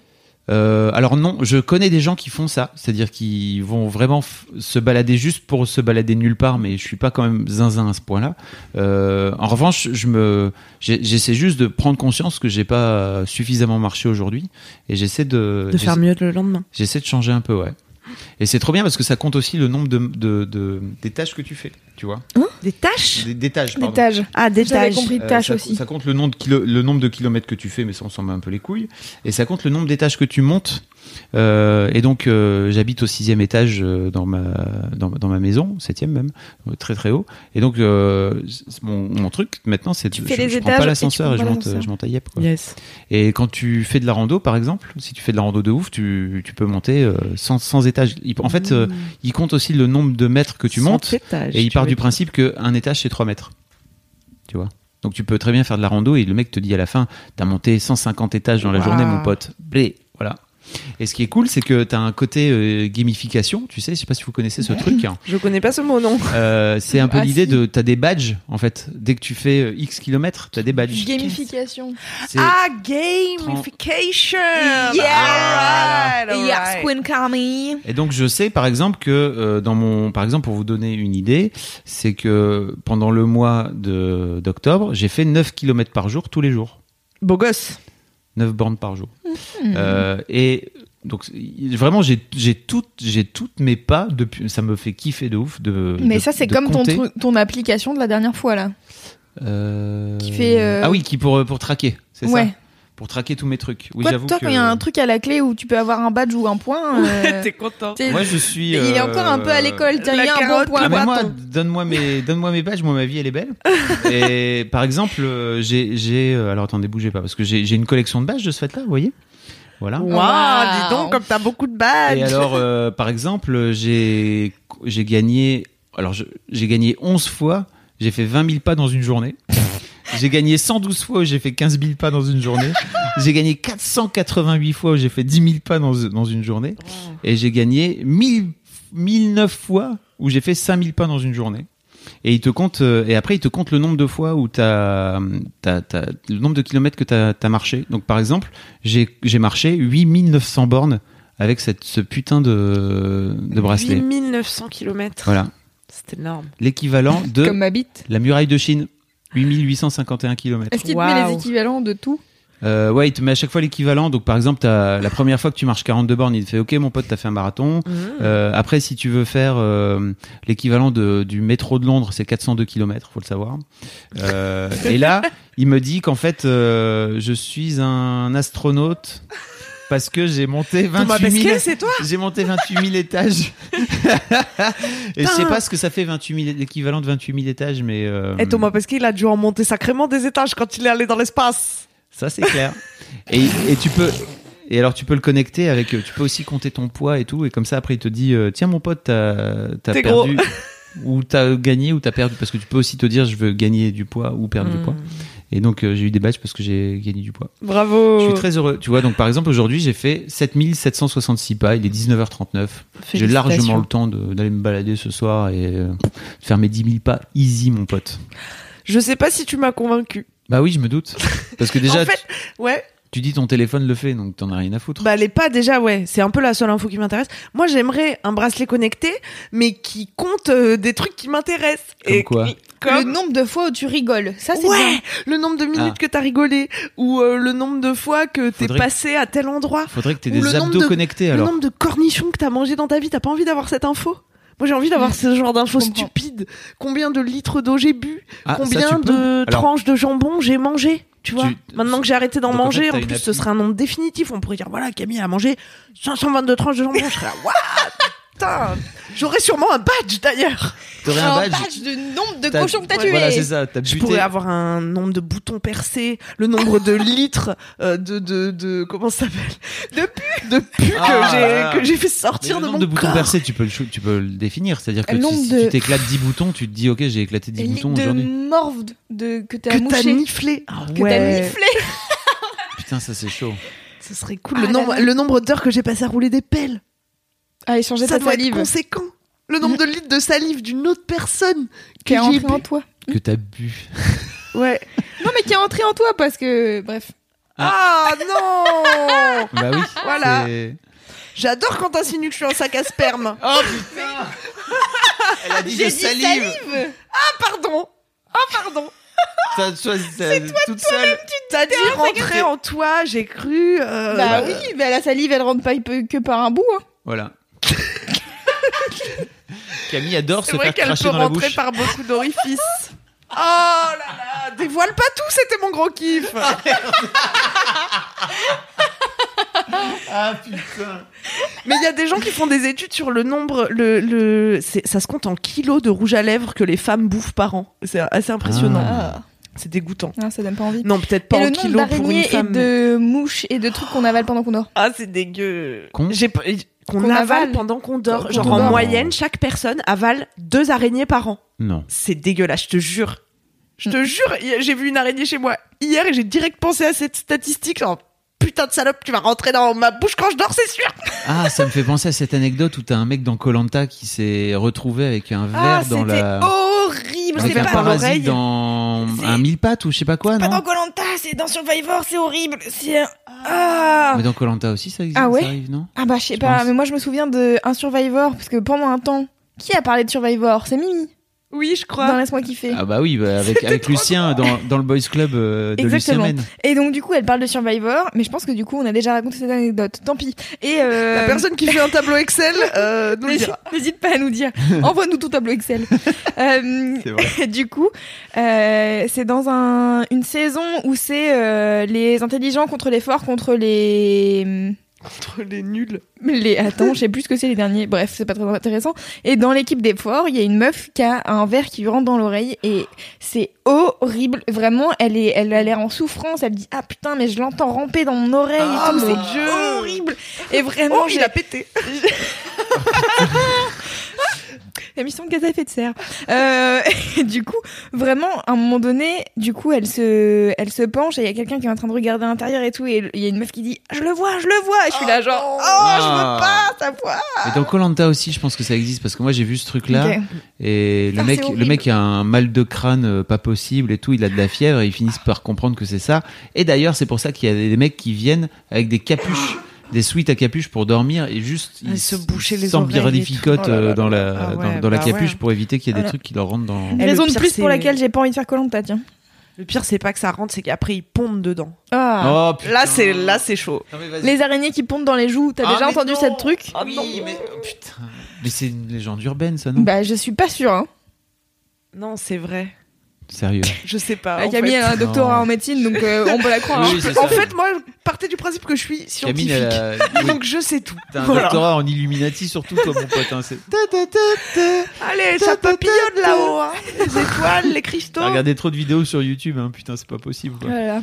S4: Euh, alors non, je connais des gens qui font ça, c'est-à-dire qui vont vraiment f- se balader juste pour se balader nulle part, mais je suis pas quand même zinzin à ce point-là. Euh, en revanche, je me, j'ai- j'essaie juste de prendre conscience que j'ai pas suffisamment marché aujourd'hui et j'essaie de,
S2: De faire
S4: j'essaie-
S2: mieux le lendemain.
S4: J'essaie de changer un peu, ouais. Et c'est trop bien parce que ça compte aussi le nombre de, de- de- des tâches que tu fais, tu vois.
S2: Des tâches
S4: Des, des tâches, pardon.
S3: L'étage.
S2: Ah, des
S3: J'avais
S2: tâches.
S3: compris
S4: Euh,
S3: tâche
S4: ça,
S3: aussi.
S4: ça compte le nombre, de kilo- le nombre de kilomètres que tu fais, mais ça on s'en met un peu les couilles. Et ça compte le nombre d'étages que tu montes. Euh, et donc euh, j'habite au sixième étage euh, dans ma dans, ma- dans ma maison, septième même, euh, très très haut. Et donc euh, c'est- mon, mon truc maintenant c'est de-
S3: Tu
S4: je,
S3: fais les
S4: je
S3: étages
S4: prends
S3: et
S4: pas
S3: tu
S4: l'ascenseur et,
S3: prends
S4: je
S3: pas
S4: monte
S3: l'ascenseur.
S4: je monte à Yep. Quoi.
S2: Yes.
S4: Et quand tu fais de la rando, par exemple, si tu fais de la rando de ouf, tu, tu peux monter euh, sans, sans étage. Il- en fait, euh, il compte aussi le nombre de mètres que tu
S2: Mmh. Sans
S4: montes
S2: étage,
S4: et il
S2: tu
S4: part
S2: veux
S4: du
S2: dire.
S4: principe qu'un étage, c'est 3 mètres. Tu vois Donc tu peux très bien faire de la rando et le mec te dit à la fin, t'as monté 150 étages dans la
S2: Waouh.
S4: journée, mon pote. Blé, voilà. Et ce qui est cool, c'est que t'as un côté euh, gamification, tu sais, je sais pas si vous connaissez ce truc. hein.
S2: Je connais pas ce mot, non.
S4: Euh, c'est un peu
S3: Ah,
S4: l'idée
S3: si.
S4: de, t'as des badges, en fait. Dès que tu fais euh, X kilomètres, t'as des badges.
S3: Gamification.
S4: C'est-
S2: Ah, gamification!
S4: Ah, bah,
S3: Yeah!
S2: All right, all
S3: Yeah,
S2: right.
S3: Squid Carmi.
S4: Et donc je sais par exemple que euh, dans mon par exemple pour vous donner une idée, c'est que pendant le mois de d'octobre, j'ai fait 9 km par jour tous les jours,
S2: Beau gosse.
S3: Mm-hmm.
S4: 9 bornes par jour. Euh, et Donc vraiment, j'ai j'ai toutes j'ai toutes mes pas depuis. Ça me fait kiffer de ouf de.
S3: Mais
S4: de-
S3: ça, c'est
S4: de
S3: comme ton,
S4: compter.
S3: truc- ton application de la dernière fois, là.
S4: Euh,
S3: qui fait, euh,
S4: Ah oui, qui pour pour traquer, c'est
S3: Ouais.
S4: ça. Pour traquer tous mes trucs. Oui,
S3: Toi-
S4: j'avoue
S3: toi,
S4: que-
S3: quand il y a un truc à la clé où tu peux avoir un badge ou un point, euh,
S2: T'es content.
S3: t'es-
S4: Moi, je suis.
S3: il est
S4: euh,
S3: encore un peu à l'école. Tiens,
S2: la
S3: il y a un bon
S2: carotte,
S3: point.
S4: Ah, mais
S3: par
S4: moi,
S3: contre.
S4: donne-moi mes, donne-moi mes badges, moi ma vie elle est belle. Et par exemple, euh, j'ai, j'ai, euh, alors attendez, bougez pas parce que j'ai, j'ai une collection de badges de ce fait-là, vous voyez. Voilà.
S2: Waouh,
S3: Waouh.
S2: dis donc, comme t'as beaucoup de badges.
S4: Et alors, euh, par exemple, j'ai, j'ai gagné, alors je- j'ai gagné 11 fois, j'ai fait 20 000 pas dans une journée. J'ai gagné 112 fois où j'ai fait 15 000 pas dans une journée. J'ai gagné 488 fois où j'ai fait 10 000 pas dans, dans une journée. Et j'ai gagné 1000, 1009 fois où j'ai fait 5000 pas dans une journée. Et il te compte, euh, et après il te compte le nombre de fois où t'as, t'as, t'as- le nombre de kilomètres que t'as, t'as marché. Donc par exemple, j'ai, j'ai marché 8900 bornes avec cette, ce putain de, de bracelet.
S2: 8900 km.
S4: Voilà.
S2: C'est énorme.
S4: L'équivalent de
S3: Comme ma bite.
S4: la muraille de Chine. 8851 km.
S3: Est-ce qu'il te met
S2: Waouh.
S3: les équivalents de tout
S4: Euh, ouais, il te met à chaque fois l'équivalent. Donc, par exemple, t'as- la première fois que tu marches 42 bornes, il te fait OK, mon pote, t'as fait un marathon.
S3: Mmh.
S4: Euh, après, si tu veux faire euh, l'équivalent de- du métro de Londres, c'est 402 km, faut le savoir. Euh, et là, il me dit qu'en fait, euh, je suis un astronaute parce que j'ai monté
S2: Thomas
S4: 28 000,
S2: Pesquet, c'est toi
S4: j'ai monté 28 000 étages. et je sais
S2: Putain.
S4: pas ce que ça fait 28 000, l'équivalent de 28 000 étages, mais euh,
S2: Et Eh, Thomas Pesquet, il a dû en monter sacrément des étages quand il est allé dans l'espace.
S4: Ça, c'est clair. et, et tu peux. Et alors, tu peux le connecter avec. euh, Tu peux aussi compter ton poids et tout. Et comme ça, après, il te dit euh, Tiens, mon pote, t'as t'as
S2: T'es
S4: perdu. Ou t'as gagné ou t'as perdu. Parce que tu peux aussi te dire Je veux gagner du poids ou perdre du
S2: Hmm.
S4: poids. Et donc, euh, j'ai eu des badges parce que j'ai gagné du poids.
S2: Bravo.
S4: Je suis très heureux. Tu vois, donc par exemple, aujourd'hui, j'ai fait 7766 pas. Il est 19h39. J'ai largement le temps de- d'aller me balader ce soir et euh, faire mes 10 000 pas easy, mon pote.
S2: Je sais pas si tu m'as convaincu.
S4: Bah oui, je me doute. Parce que déjà,
S2: En fait-
S4: tu,
S2: Ouais.
S4: tu dis ton téléphone le fait, donc t'en as rien à foutre.
S2: Bah les pas déjà ouais, c'est un peu la seule info qui m'intéresse. Moi j'aimerais un bracelet connecté mais qui compte euh, des trucs qui m'intéressent.
S4: Comme quoi
S2: comme-
S3: Le nombre de fois où tu rigoles. Ça, c'est
S2: ouais,
S3: bien.
S2: le nombre de minutes
S4: Ah.
S2: que t'as rigolé ou euh, le nombre de fois que t'es
S4: Faudrait-
S2: passé à tel endroit,
S4: Faudrait que t'aies
S2: Ou le
S4: des
S2: nombre
S4: abdos
S2: de-
S4: connectés
S2: le
S4: alors.
S2: nombre de cornichons que t'as mangé dans ta vie. T'as pas envie d'avoir cette info Moi j'ai envie d'avoir ce genre d'infos
S3: Mmh. Je comprends.
S2: stupides. Combien de litres d'eau j'ai bu
S4: Ah, ça,
S2: Combien
S4: tu peux.
S2: de
S4: Alors-
S2: tranches de jambon j'ai mangé tu vois,
S4: Tu-
S2: maintenant que j'ai arrêté d'en
S4: Donc, en fait,
S2: manger, en,
S4: t'as une
S2: plus ce
S4: appli.
S2: serait un nombre définitif. On pourrait dire voilà, Camille a mangé 522 tranches de jambon. Je serais là, waouh, putain, j'aurais sûrement un badge d'ailleurs.
S4: T'aurais un badge.
S3: de nombre de
S4: t'as-
S3: cochons que t'as tués.
S4: Voilà, c'est ça. T'as
S2: Je
S4: buté.
S2: pourrais avoir un nombre de boutons percés, le nombre de litres euh, de, de, de comment ça s'appelle de pu de pu que
S4: Ah,
S2: j'ai
S4: là, là.
S2: que j'ai fait
S4: Mais
S2: sortir
S4: le
S2: de mon
S4: nombre de boutons
S2: corps.
S4: percés, tu peux le, chou- tu peux le définir. C'est-à-dire que
S3: Le
S4: si-
S3: nombre
S4: si
S3: de-
S4: tu t'éclates 10 boutons, tu te dis, ok, j'ai éclaté 10 boutons
S3: de
S4: aujourd'hui.
S3: morve de, que t'as
S2: que t'as
S3: mouché.
S2: niflé, Ah
S3: Que
S2: ouais.
S3: t'as niflé.
S4: Putain, ça c'est chaud.
S2: ce serait cool.
S3: Ah
S2: le
S3: là
S2: nombre
S3: là.
S2: le nombre d'heures que j'ai passé à rouler des pelles,
S3: À échanger
S2: ça
S3: ta
S2: doit être
S3: salive.
S2: conséquent. Le nombre de litres de salive d'une autre personne que
S3: Qui est
S2: j'ai
S3: entré en
S2: bu.
S3: toi.
S4: Que t'as bu.
S2: Ouais.
S3: Non, mais qui est entré en toi parce que. Bref.
S2: Ah non
S4: Bah oui.
S2: Voilà.
S4: c'est-
S2: J'adore quand t'insinues que je suis un sac à sperme.
S4: Oh putain Elle a dit de salive.
S2: Ah pardon Ah pardon
S4: T'as choisi t'as- toute seule.
S2: T'as dit
S4: sac à
S2: rentrer
S4: sperme.
S2: en toi, j'ai cru...
S4: Oh
S2: euh,
S3: bah oui, mais la salive, elle rentre pas que par un bout. hein.
S4: Voilà. Camille adore
S2: C'est
S4: se
S2: vrai
S4: faire
S2: qu'elle
S4: cracher
S2: peut
S4: dans la
S2: rentrer
S4: bouche.
S2: par beaucoup d'orifices. Oh là là Dévoile pas tout, c'était mon gros kiff
S4: Ah putain.
S2: Mais il y a des gens qui font des études sur le nombre... le, le c'est- Ça se compte en kilos de rouge à lèvres que les femmes bouffent par an. C'est assez impressionnant.
S4: Ah.
S2: C'est dégoûtant.
S3: Non, ça donne pas envie.
S2: Non, peut-être pas
S3: et
S2: en
S3: le nombre
S2: kilos pour une
S3: d'araignées et
S2: femme. mais-
S3: de mouches et de trucs qu'on avale pendant qu'on dort.
S2: Ah, c'est dégueu.
S4: Con.
S2: J'ai p- et- Qu'on
S3: Qu'on
S2: avale,
S3: avale.
S2: pendant qu'on dort.
S3: Qu'on
S2: Genre,
S3: dort.
S2: en moyenne, chaque personne avale deux araignées par an.
S4: Non.
S2: C'est dégueulasse, je te jure. Je
S3: Mm.
S2: te jure, hi- j'ai vu une araignée chez moi hier et j'ai direct pensé à cette statistique. Genre, putain de salope, tu vas rentrer dans ma bouche quand je dors, c'est sûr.
S4: Ah, ça me fait penser à cette anecdote où t'as un mec dans Colanta qui s'est retrouvé avec un
S2: Ah,
S4: verre
S2: c'était
S4: dans la.
S2: horrible.
S4: avec
S2: C'est
S4: un
S2: pas dans l'oreille.
S4: parasite dans
S3: C'est-
S4: un mille pattes ou je sais pas quoi, non
S3: Colanta, c'est dans Survivor, c'est horrible. C'est un- Ah
S4: Mais dans Colanta aussi, ça existe,
S3: Ah ouais
S4: ça arrive, non
S3: Ah bah je sais
S4: Je
S3: pas,
S4: pense.
S3: mais moi je me souviens de un Survivor parce que pendant un temps, qui a parlé de Survivor C'est Mimi.
S2: Oui, je
S3: dans
S2: crois.
S3: Laisse-moi kiffer.
S4: Ah bah oui, bah, avec, avec Lucien dans, dans le Boys Club euh, de
S3: Exactement.
S4: Lucien Mène.
S3: Et donc, du coup, elle parle de Survivor, mais je pense que du coup, on a déjà raconté cette anecdote. Tant pis. Et euh,
S2: La personne qui fait un tableau Excel euh, nous le
S3: N'hésite
S2: dira.
S3: n'hésite pas à nous dire. Envoie-nous ton tableau Excel. Euh,
S4: C'est vrai.
S3: du coup, euh, c'est dans un, une saison où c'est euh, les intelligents contre les forts, contre les... hum,
S2: Entre les nuls.
S3: les attends, je sais plus ce que c'est les derniers. Bref, c'est pas très intéressant. Et dans l'équipe des forts, il y a une meuf qui a un verre qui lui rentre dans l'oreille et c'est horrible. Vraiment, elle est, elle a l'air en souffrance. Elle dit ah putain, mais je l'entends ramper dans mon oreille.
S2: Ah,
S3: et tout,
S2: mon
S3: c'est
S2: Dieu.
S3: horrible. Et vraiment,
S2: Oh,
S3: j'ai-
S2: il a pété.
S3: émission de gaz à effet de serre. Euh, et du coup, vraiment, à un moment donné, du coup, elle se, elle se penche et il y a quelqu'un qui est en train de regarder à l'intérieur et tout. Et il y a une meuf qui dit Je le vois, je le vois. Et je
S2: Ah
S3: suis là, genre, oh, je veux
S4: Ah.
S3: pas, ta voix.
S4: Et dans Colanta aussi, je pense que ça existe parce que moi j'ai vu ce truc-là.
S3: Ok.
S4: Et le
S3: Ah,
S4: mec,
S3: c'est
S4: le
S3: horrible.
S4: mec a un mal de crâne euh, pas possible et tout, il a de la fièvre et ils finissent par comprendre que c'est ça. Et d'ailleurs, c'est pour ça qu'il y a des mecs qui viennent avec des capuches, des suites à capuche pour dormir et juste
S2: Ils Ah, se bouchaient les oreilles et tout.
S4: birlificote
S2: Oh là là
S4: euh, dans
S2: là
S4: la,
S2: là. Ah
S4: dans,
S2: ouais,
S4: dans la
S2: bah
S4: capuche
S2: ouais.
S4: pour éviter qu'il y ait des
S3: Voilà.
S4: trucs qui leur rentrent dans.
S2: Et le
S3: Raison de
S2: pire,
S3: plus pour
S2: c'est-
S3: laquelle j'ai pas envie de faire Colanta, tiens.
S2: Le pire, c'est pas que ça rentre, c'est qu'après, ils pondent dedans.
S3: Ah.
S4: Oh, putain.
S2: Là, c'est là, c'est chaud.
S4: Non, mais vas-y.
S3: Les araignées qui pondent dans les joues, t'as
S4: Ah,
S3: déjà
S4: mais
S3: entendu
S4: non.
S3: cette truc
S2: Ah, non.
S4: oui, mais oh, putain. Mais c'est une légende urbaine, ça, non
S3: Bah, je suis pas sûre. Hein.
S2: Non, c'est vrai.
S4: Sérieux.
S2: Je sais pas.
S3: Bah,
S2: Ah, en
S3: Camille
S2: fait.
S3: elle a un doctorat
S4: Non.
S3: en médecine, donc euh, on peut la croire.
S4: Oui,
S3: hein.
S4: c'est ça.
S2: En fait, moi, partez du principe que je suis scientifique.
S4: Camille, elle a- oui,
S2: Donc je sais tout.
S4: t'as un
S2: Voilà.
S4: doctorat en Illuminati, surtout, toi, mon pote. hein, c'est-
S2: Allez, ça papillonne là-haut. hein. Les étoiles, les cristaux.
S4: T'as regardé trop de vidéos sur YouTube, hein, putain, c'est pas possible. quoi.
S3: Voilà.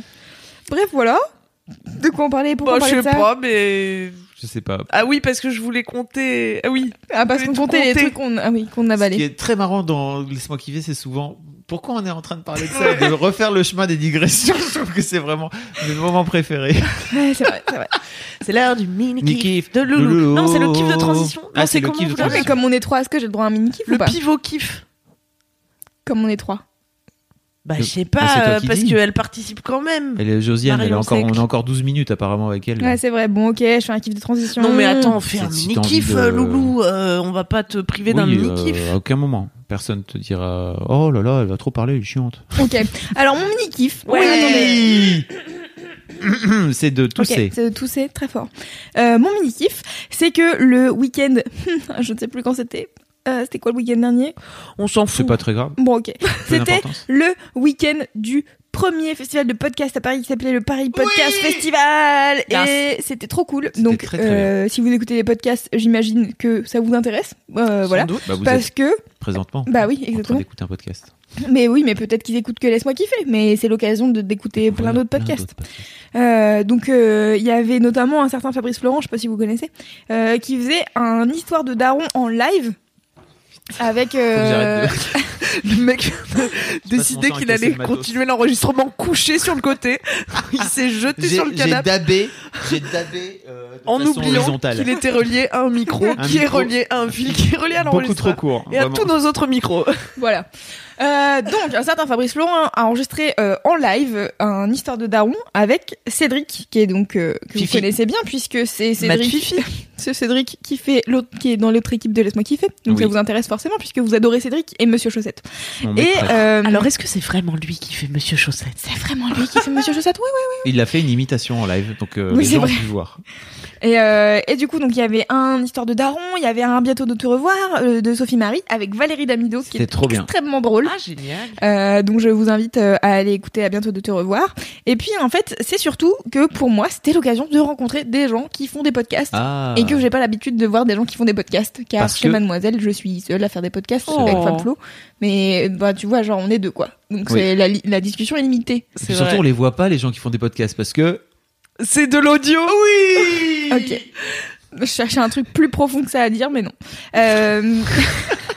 S3: Bref, voilà. De quoi on parlait Pourquoi
S2: Bah,
S3: on
S2: je
S3: parlait
S2: sais
S3: de ça
S2: pas, mais.
S4: Je sais pas.
S2: Ah oui, parce que je voulais compter. Ah oui.
S3: Ah, parce
S2: Je
S3: qu'on
S2: voulais tout
S3: comptait les
S2: compter.
S3: trucs qu'on ah, oui, qu'on
S4: Ce qui
S3: avalait.
S4: est très marrant dans Laisse-moi kiffer, c'est souvent pourquoi on est en train de parler de ça, de refaire le chemin des digressions. Je trouve que c'est vraiment le moment préféré.
S3: Ouais, c'est vrai, c'est vrai.
S2: C'est l'heure du mini
S4: Mini
S2: kiff
S4: kiff.
S2: de Loulou.
S4: Loulou.
S2: Non, c'est le kiff de transition.
S4: Ah,
S2: non,
S4: c'est
S2: c'est
S4: le
S2: comment
S4: kiff de
S2: vous
S3: Non,
S2: l'appelez
S3: mais comme on est trois, est-ce que j'ai le droit à un mini kiff ou
S2: Le
S3: pas
S2: pivot kiff.
S3: Comme on est trois.
S2: Bah,
S4: Le-
S2: je sais pas,
S4: Bah, c'est toi
S2: euh,
S4: qui
S2: parce
S4: dis.
S2: qu'elle participe quand même.
S4: Elle est Josiane,
S2: Marion
S4: elle a encore,
S2: Secle.
S4: on a encore 12 minutes apparemment avec elle.
S3: Ouais, c'est vrai. Bon, ok, je fais un kiff de transition.
S2: Non, mais attends, fais
S4: Si-
S2: un
S4: Mmh. si
S2: mini
S4: t'as envie
S2: kiff,
S4: de-
S2: euh, Loulou. euh, on va pas te priver d'un
S4: Oui,
S2: mini
S4: euh,
S2: kiff.
S4: à aucun moment. Personne te dira Oh là là, elle va trop parler, elle est chiante.
S3: Ok. Alors, mon mini kiff.
S2: Ouais.
S3: attendez.
S4: c'est de
S3: Ok,
S4: tousser.
S3: c'est de tousser très fort. Euh, mon mini kiff, c'est que le week-end, je ne sais plus quand c'était. Euh, c'était quoi le week-end dernier
S2: On s'en fout.
S4: C'est pas très grave.
S3: Bon, ok.
S4: peu
S3: C'était
S4: d'importance.
S3: le week-end du premier festival de podcast à Paris qui s'appelait le Paris Podcast Festival et c'était trop cool.
S4: C'était
S3: Donc,
S4: très, très
S3: euh, si vous écoutez les podcasts, j'imagine que ça vous intéresse. Euh,
S2: Sans
S3: voilà.
S2: doute.
S4: Bah, vous
S3: Parce
S4: êtes
S3: que,
S4: présentement
S3: bah oui,
S4: en train
S3: exactement.
S4: d'écouter un podcast.
S3: Mais oui, mais peut-être qu'ils écoutent que Laisse-moi kiffer. Mais c'est l'occasion de d'écouter plein
S4: Voilà,
S3: d'autres podcasts. Euh, donc euh, il y avait notamment un certain Fabrice Florent, je sais pas si vous connaissez, euh, qui faisait un histoire de Daron en live avec
S4: Faut que
S3: euh,
S4: j'arrête de-
S2: Le mec
S4: mon
S2: décidait
S4: temps à
S2: qu'il
S4: casser
S2: allait
S4: le matos.
S2: continuer l'enregistrement couché sur le côté. Il s'est jeté
S4: J'ai
S2: sur le
S4: j'ai
S2: canapé
S4: dabé, j'ai dabé euh, de
S2: en
S4: façon
S2: oubliant
S4: horizontale.
S2: qu'il était relié à un micro
S4: Un
S2: qui est
S4: micro.
S2: relié à un fil qui est relié à
S4: Beaucoup trop
S2: l'enregistrement.
S4: court.
S2: Et à tous nos autres micros.
S3: voilà. Euh, donc un certain Fabrice Florent a enregistré euh, en live un histoire de Daron avec Cédric, qui est donc euh, que
S4: Fifi.
S3: vous connaissez bien puisque c'est
S4: Matt
S3: Cédric, c'est Cédric qui fait l'autre, qui est dans l'autre équipe de Laisse-moi kiffer. Donc
S4: Oui. Ah,
S3: ça vous intéresse forcément puisque vous adorez Cédric et Monsieur Chaussette. Et euh,
S2: est-ce que c'est vraiment lui qui fait Monsieur Chaussette
S3: c'est vraiment lui qui fait Monsieur Chaussette.
S4: Il a fait une imitation en live, donc euh,
S3: Oui,
S4: les
S3: c'est
S4: gens
S3: vrai.
S4: ont pu voir.
S3: Et, euh, et du coup, donc il y avait un histoire de Daron, il y avait un bientôt de te revoir euh, de Sophie Marie avec Valérie Damido, qui
S4: C'était
S3: est
S4: trop bien.
S3: extrêmement drôle.
S2: Ah, génial.
S3: Euh, donc je vous invite euh, à aller écouter à bientôt de te revoir. Et puis en fait, c'est surtout que pour moi, c'était l'occasion de rencontrer des gens qui font des podcasts.
S4: Ah.
S3: Et que j'ai pas l'habitude de voir des gens qui font des podcasts, car
S4: Parce
S3: chez
S4: que-
S3: Mademoiselle, je suis seule à faire des podcasts
S2: Oh.
S3: avec Fab Flo. Mais bah tu vois, genre on est deux quoi. Donc
S4: Oui.
S3: c'est la, li- la discussion est limitée.
S4: Et puis surtout, on les voit pas les gens qui font des podcasts parce que
S2: C'est de l'audio. Oui.
S3: Ok. Je cherchais un truc plus profond que ça à dire, mais non. Euh,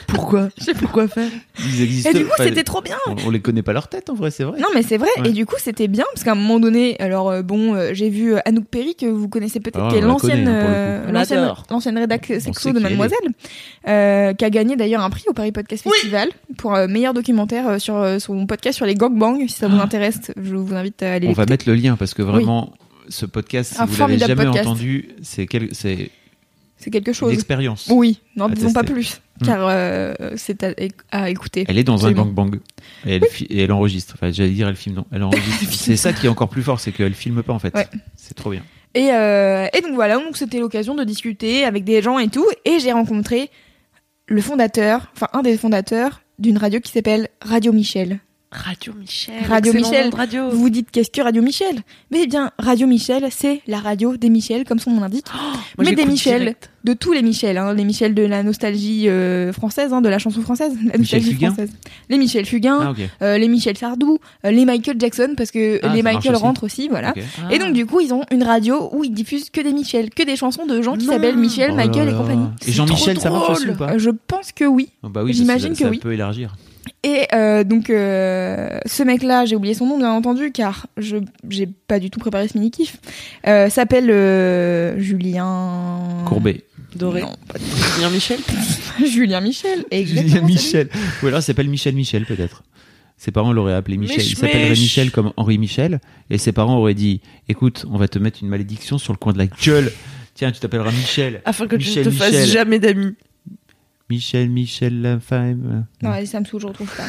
S2: Pourquoi Je sais pourquoi faire.
S4: ils existent.
S3: Et du coup,
S4: enfin,
S3: c'était trop bien.
S4: on, on les connaît pas leur tête en vrai, c'est vrai.
S3: Non mais c'est vrai
S4: Ouais.
S3: et du coup c'était bien parce qu'à un moment donné alors euh, bon euh, j'ai vu euh, Anouk Perry que vous connaissez peut-être
S4: Ah,
S3: qui est
S4: on la
S3: l'ancienne
S4: connaît, hein, pour le
S3: euh,
S2: On
S3: l'ancienne
S2: l'adore.
S3: l'ancienne rédac
S4: sait
S3: sexo de
S4: qui elle est.
S3: Mademoiselle euh, qui a gagné d'ailleurs un prix au Paris Podcast Festival pour euh, meilleur documentaire euh, sur euh, son podcast sur les gangbangs si ça vous intéresse je vous invite à aller
S4: Ah. on va
S3: l'écouter.
S4: mettre le lien parce que vraiment, ce podcast, si
S3: Un
S4: vous l'avez
S3: formidable
S4: jamais
S3: podcast.
S4: entendu, c'est quel- c'est
S3: C'est quelque
S4: une
S3: chose.
S4: expérience.
S3: Oui, non,
S4: à
S3: disons pas
S4: tester.
S3: plus,
S4: Mm.
S3: car euh, c'est à, éc- à écouter.
S4: Elle est dans un
S3: Absolument.
S4: gangbang. Et elle, fi- et elle enregistre. Enfin, j'allais dire elle filme, non. Elle enregistre. c'est ça qui est encore plus fort, c'est qu'elle filme pas en fait.
S3: Ouais.
S4: C'est trop bien.
S3: Et, euh, et donc voilà, donc c'était l'occasion de discuter avec des gens et tout, et j'ai rencontré le fondateur, enfin un des fondateurs d'une radio qui s'appelle Radio Michel.
S2: Radio Michel.
S3: Radio
S2: excellent
S3: Michel.
S2: nom de Radio.
S3: Vous vous dites qu'est-ce que Radio Michel Mais eh bien, Radio Michel, c'est la radio des Michel, comme son nom l'indique.
S4: Ah,
S2: Moi,
S3: mais des
S2: j'écoute
S3: Michel,
S2: direct.
S3: de tous les Michel, hein, les Michel de la nostalgie euh, française, hein, de la chanson française, la
S4: Michel
S3: nostalgie
S4: Fugain
S3: française. Les Michel Fugain,
S4: Ah, ok.
S3: euh, les Michel Sardou, euh, les Michael Jackson, parce que
S4: Ah,
S3: les
S4: ça marche
S3: Michael
S4: aussi.
S3: rentrent aussi, voilà.
S4: Ok.
S3: Et donc du coup, ils ont une radio où ils diffusent que des Michel, que des chansons de gens qui
S2: Non.
S3: s'appellent Michel,
S4: Oh là
S3: Michael et
S4: là.
S3: compagnie.
S4: Et Jean-Michel,
S2: trop
S4: ça marche aussi ou
S2: drôle.
S4: pas
S3: Euh, Je pense que oui.
S4: Oh, bah oui, parce
S3: J'imagine
S4: ça-
S3: que
S4: ça
S3: oui.
S4: peut élargir.
S3: Et euh, donc euh, ce mec-là, j'ai oublié son nom bien entendu car je j'ai pas du tout préparé ce mini kiff. s'appelle euh, Julien
S4: Courbet.
S2: Doré.
S3: Non, pas
S2: Bien Michel.
S3: Julien Michel. Exactement,
S4: Julien
S3: c'est lui.
S4: Michel. Ou alors il s'appelle Michel Michel peut-être. Ses parents l'auraient appelé Michel.
S2: Mich-
S4: il s'appellerait
S2: mich.
S4: Michel comme Henri Michel. Et ses parents auraient dit Écoute, on va te mettre une malédiction sur le coin de la gueule. Tiens, tu t'appelleras Michel.
S2: Afin que
S4: Michel,
S2: tu ne te fasses
S4: Michel.
S2: jamais d'amis.
S3: Ah
S4: Michel, Michel, la femme.
S3: Non, allez, ça me saoule, je retrouve pas.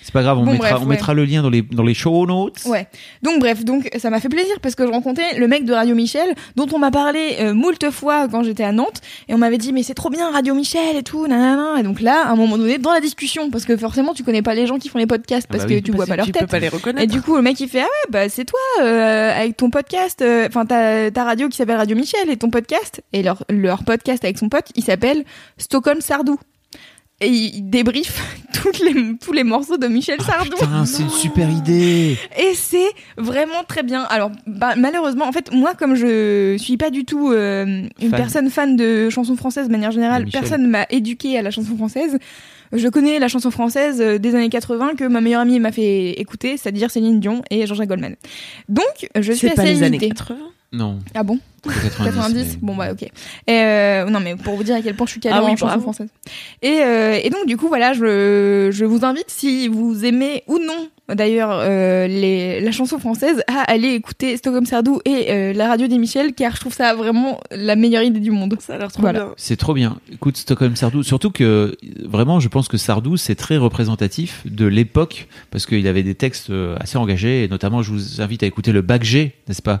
S4: C'est pas grave, on,
S3: Bon,
S4: mettra,
S3: bref,
S4: on
S3: ouais.
S4: mettra le lien dans les, dans les show notes.
S3: Ouais. Donc bref, donc ça m'a fait plaisir parce que je rencontrais le mec de Radio Michel dont on m'a parlé euh, moult fois quand j'étais à Nantes et on m'avait dit mais c'est trop bien Radio Michel et tout nanana et donc là à un moment donné dans la discussion parce que forcément tu connais pas les gens qui font les podcasts
S4: Ah
S3: parce
S4: bah
S3: que
S4: oui.
S3: tu vois
S2: Parce
S3: pas
S2: que
S3: leur
S2: tu
S3: tête.
S2: peux pas les
S3: Et
S2: reconnaître.
S3: du coup le mec il fait ah ouais bah c'est toi euh, avec ton podcast euh, enfin ta, ta radio qui s'appelle Radio Michel et ton podcast et leur leur podcast avec son pote il s'appelle Stockholm Sardou. Et il débriefe toutes les, tous les morceaux de Michel
S4: Ah,
S3: Sardou.
S4: putain, c'est une super idée.
S3: Et c'est vraiment très bien. Alors, bah, malheureusement, en fait, moi, comme je suis pas du tout euh, une
S4: Fan.
S3: personne fan de chansons françaises de manière générale,
S4: De Michel.
S3: personne m'a éduquée à la chanson française. Je connais la chanson française euh, des années 80 que ma meilleure amie m'a fait écouter, c'est-à-dire Céline Dion et Jean-Jacques Goldman. Donc, je suis
S2: C'est
S3: assez
S2: pas les années
S3: limitée.
S2: 80.
S4: Non,
S3: Ah bon
S4: 90.
S3: 90
S4: mais-
S3: Bon bah ok. Et, euh, non mais pour vous dire à quel point je suis calée
S2: Ah
S3: en
S2: oui,
S3: chanson
S2: bravo.
S3: française. Et, euh, et donc du coup voilà, je, je vous invite si vous aimez ou non d'ailleurs euh, les- la chanson française à aller écouter Stockholm Sardou et euh, la radio des Michel car je trouve ça vraiment la meilleure idée du monde.
S2: Ça a l'air trop
S3: Voilà.
S2: bien.
S4: C'est trop bien. Écoute, Stockholm Sardou, surtout que euh, vraiment, je pense que Sardou, c'est très représentatif de l'époque, parce qu'il avait des textes euh, assez engagés, et notamment, je vous invite à écouter le Bac G, n'est-ce pas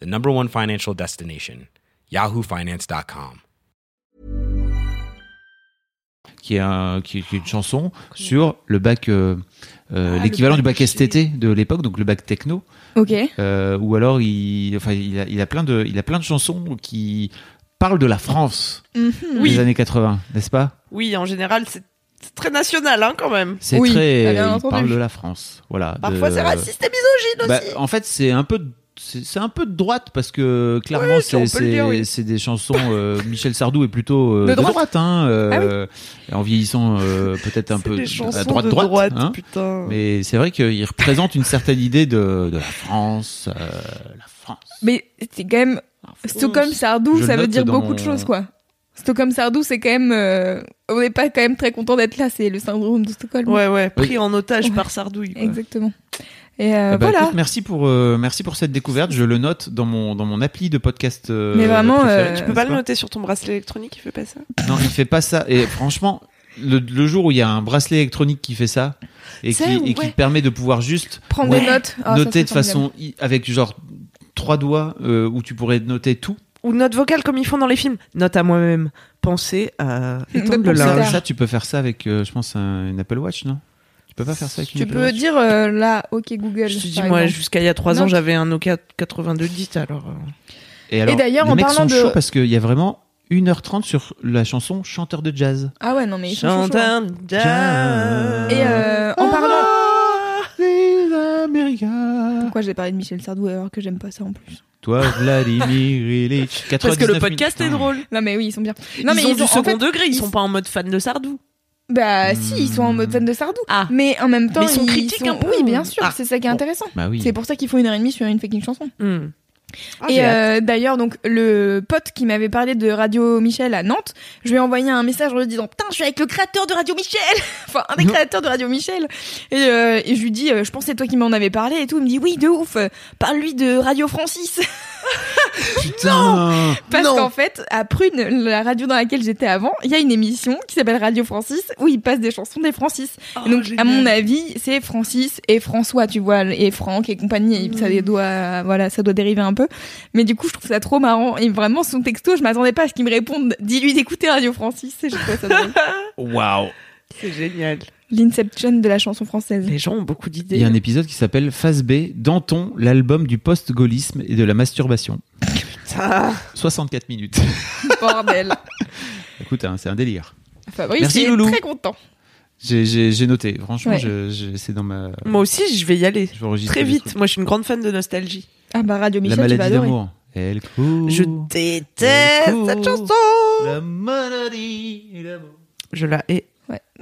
S1: the number one financial destination, yahoofinance.com.
S4: qui est, un- qui, qui est une chanson sur le bac, euh, euh,
S2: Ah,
S4: l'équivalent
S2: le
S4: du
S2: bac
S4: bac STT de l'époque, donc le bac techno.
S3: Ok.
S4: Euh, ou alors, il, enfin, il, a, il a plein de, il a plein de chansons qui parlent de la France des
S2: Oui,
S4: années 80, n'est-ce pas
S2: oui, en général, c'est c'est très national hein, quand même.
S4: C'est
S3: Oui, bien
S4: très, il
S3: entendu.
S4: parle de la France, voilà. de-
S2: Ah, Parfois, c'est raciste et misogyne
S4: Bah,
S2: aussi.
S4: en fait, c'est un peu c'est c'est un peu de droite parce que clairement
S2: Oui, si on
S4: c'est
S2: peut le
S4: c'est
S2: dire, oui.
S4: c'est des chansons euh, Michel Sardou est plutôt euh,
S3: De
S4: de droite,
S3: droite.
S4: hein, euh, en vieillissant euh, peut-être un
S2: Ah C'est
S4: peu
S2: des
S4: à
S2: chansons
S4: droite
S2: de
S4: droite,
S2: droite, euh.
S4: hein.
S2: putain.
S4: mais c'est vrai qu'il représente une certaine idée de, de la France euh, la France
S3: Mais c'est quand même Stockholm Sardou,
S4: Je
S3: ça veut
S4: le note
S3: dire
S4: dans-
S3: beaucoup de choses quoi. Stockholm Sardou, c'est quand même euh, on n'est pas quand même très content d'être là, c'est le syndrome de Stockholm.
S2: Ouais, ouais, pris en otage
S3: Ouais.
S2: par Sardouille. quoi.
S3: Exactement. Et euh,
S4: Eh ben,
S3: voilà.
S4: écoute, merci pour euh, merci pour cette découverte je le note dans mon dans mon appli de podcast euh,
S3: Mais vraiment,
S4: préféré,
S3: euh,
S4: n'est-ce
S2: Tu peux pas
S4: pas
S2: le noter sur ton bracelet électronique, il fait pas ça
S4: Non, il fait pas ça. Et franchement, le, le jour où il y a un bracelet électronique qui fait ça et qui,
S2: Ça,
S4: et qui
S2: ouais.
S4: permet de pouvoir juste
S3: Prendre
S4: Ouais.
S3: des notes. Ah, ça
S4: noter
S3: serait
S4: de
S3: formidable.
S4: façon i- avec genre trois doigts euh, où tu pourrais noter tout.
S2: Ou note vocale comme ils font dans les films. Note à moi-même. Pensez à étendre le
S3: Note
S4: Ça,
S3: Là.
S2: linge.
S4: ça, tu peux faire ça avec, euh, je pense, un- une Apple Watch, non Tu peux pas faire ça avec une
S3: Tu
S4: Apple
S3: peux
S4: Watch
S3: dire euh, là, ok Google.
S2: Je te dis,
S3: par
S2: moi,
S3: exemple.
S2: jusqu'à il y a 3 ans,
S3: Note.
S2: j'avais un Nokia 8210, alors. euh,
S4: Et, alors,
S3: Et d'ailleurs,
S4: les
S3: en
S4: mecs
S3: parlant
S4: sont
S3: de-
S4: chauds parce qu'il y a vraiment 1h30 sur la chanson Chanteur de jazz.
S3: Ah ouais, non mais. ils sont chauds,
S2: Chanteur
S3: hein.
S2: jazz. Ah.
S3: Et euh, en parlant.
S4: Ah, les Américains.
S3: pourquoi j'ai parlé de Michel Sardou alors que j'aime pas ça en plus.
S4: Toi, Vladimir Ilitch.
S2: Parce que le
S4: 99 minutes.
S2: podcast est
S4: Putain.
S2: drôle.
S3: Non mais oui, ils sont bien. Non
S2: ils
S3: mais
S2: ont du
S3: en
S2: second
S3: fait,
S2: degré, ils
S3: ils-
S2: sont pas en mode fan de Sardou.
S3: Bah si, ils sont en mode fan de Sardou.
S2: Ah.
S3: Mais en même temps,
S2: Mais ils sont critiques un peu,
S3: Oui,
S2: ou-
S3: bien sûr,
S2: Ah,
S3: c'est ça qui est
S2: bon.
S3: intéressant.
S4: Bah oui.
S3: C'est pour ça qu'ils font une heure et demie sur une fucking chanson.
S2: Hmm.
S3: et euh, d'ailleurs, donc le pote qui m'avait parlé de Radio Michel à Nantes, je lui ai envoyé un message en lui disant "Putain, je suis avec le créateur de Radio Michel, enfin un des
S4: Non.
S3: créateurs de Radio Michel." Et, euh, et je lui dis euh, "Je pensais toi qui m'en avais parlé et tout." Il me dit "Oui, de ouf. euh, Parle-lui de Radio Francis."
S4: Putain
S3: Parce
S2: Non.
S3: qu'en fait, à Prune, la radio dans laquelle j'étais avant, il y a une émission qui s'appelle Radio Francis où ils passent des chansons des Francis. Et donc,
S2: Ah,
S3: à mon avis, c'est Francis et François, tu vois, et Franck et compagnie. et Ça doit, voilà, ça doit dériver un peu. Mais du coup, je trouve ça trop marrant. Et vraiment, son texto, je m'attendais pas à ce qu'il me réponde. Dis-lui d'écouter Radio Francis. Et je trouve ça drôle.
S4: Waouh
S2: c'est génial.
S3: L'inception de la chanson française.
S2: Les gens ont beaucoup d'idées.
S4: Il y a un épisode qui s'appelle Phase B, Danton, l'album du post-gaullisme et de la masturbation.
S2: Putain.
S4: 64 minutes.
S3: Bordel.
S4: Écoute, hein, c'est un délire.
S3: Fabrice
S4: Merci,
S3: est
S4: Loulou.
S3: très content.
S4: J'ai- J'ai j'ai noté, franchement,
S3: Ouais.
S4: je- je- c'est dans ma.
S2: Moi aussi, je vais y aller.
S4: je vais enregistrer
S2: Très
S4: des
S2: vite.
S4: trucs.
S2: Moi, je suis une grande fan de nostalgie.
S3: Ah bah, Radio
S4: La
S3: Michel, tu vas
S4: maladie
S3: adorer.
S4: d'amour. Elle court.
S2: Je déteste
S4: Cool.
S2: cette chanson.
S4: La maladie d'amour.
S2: Je la hais.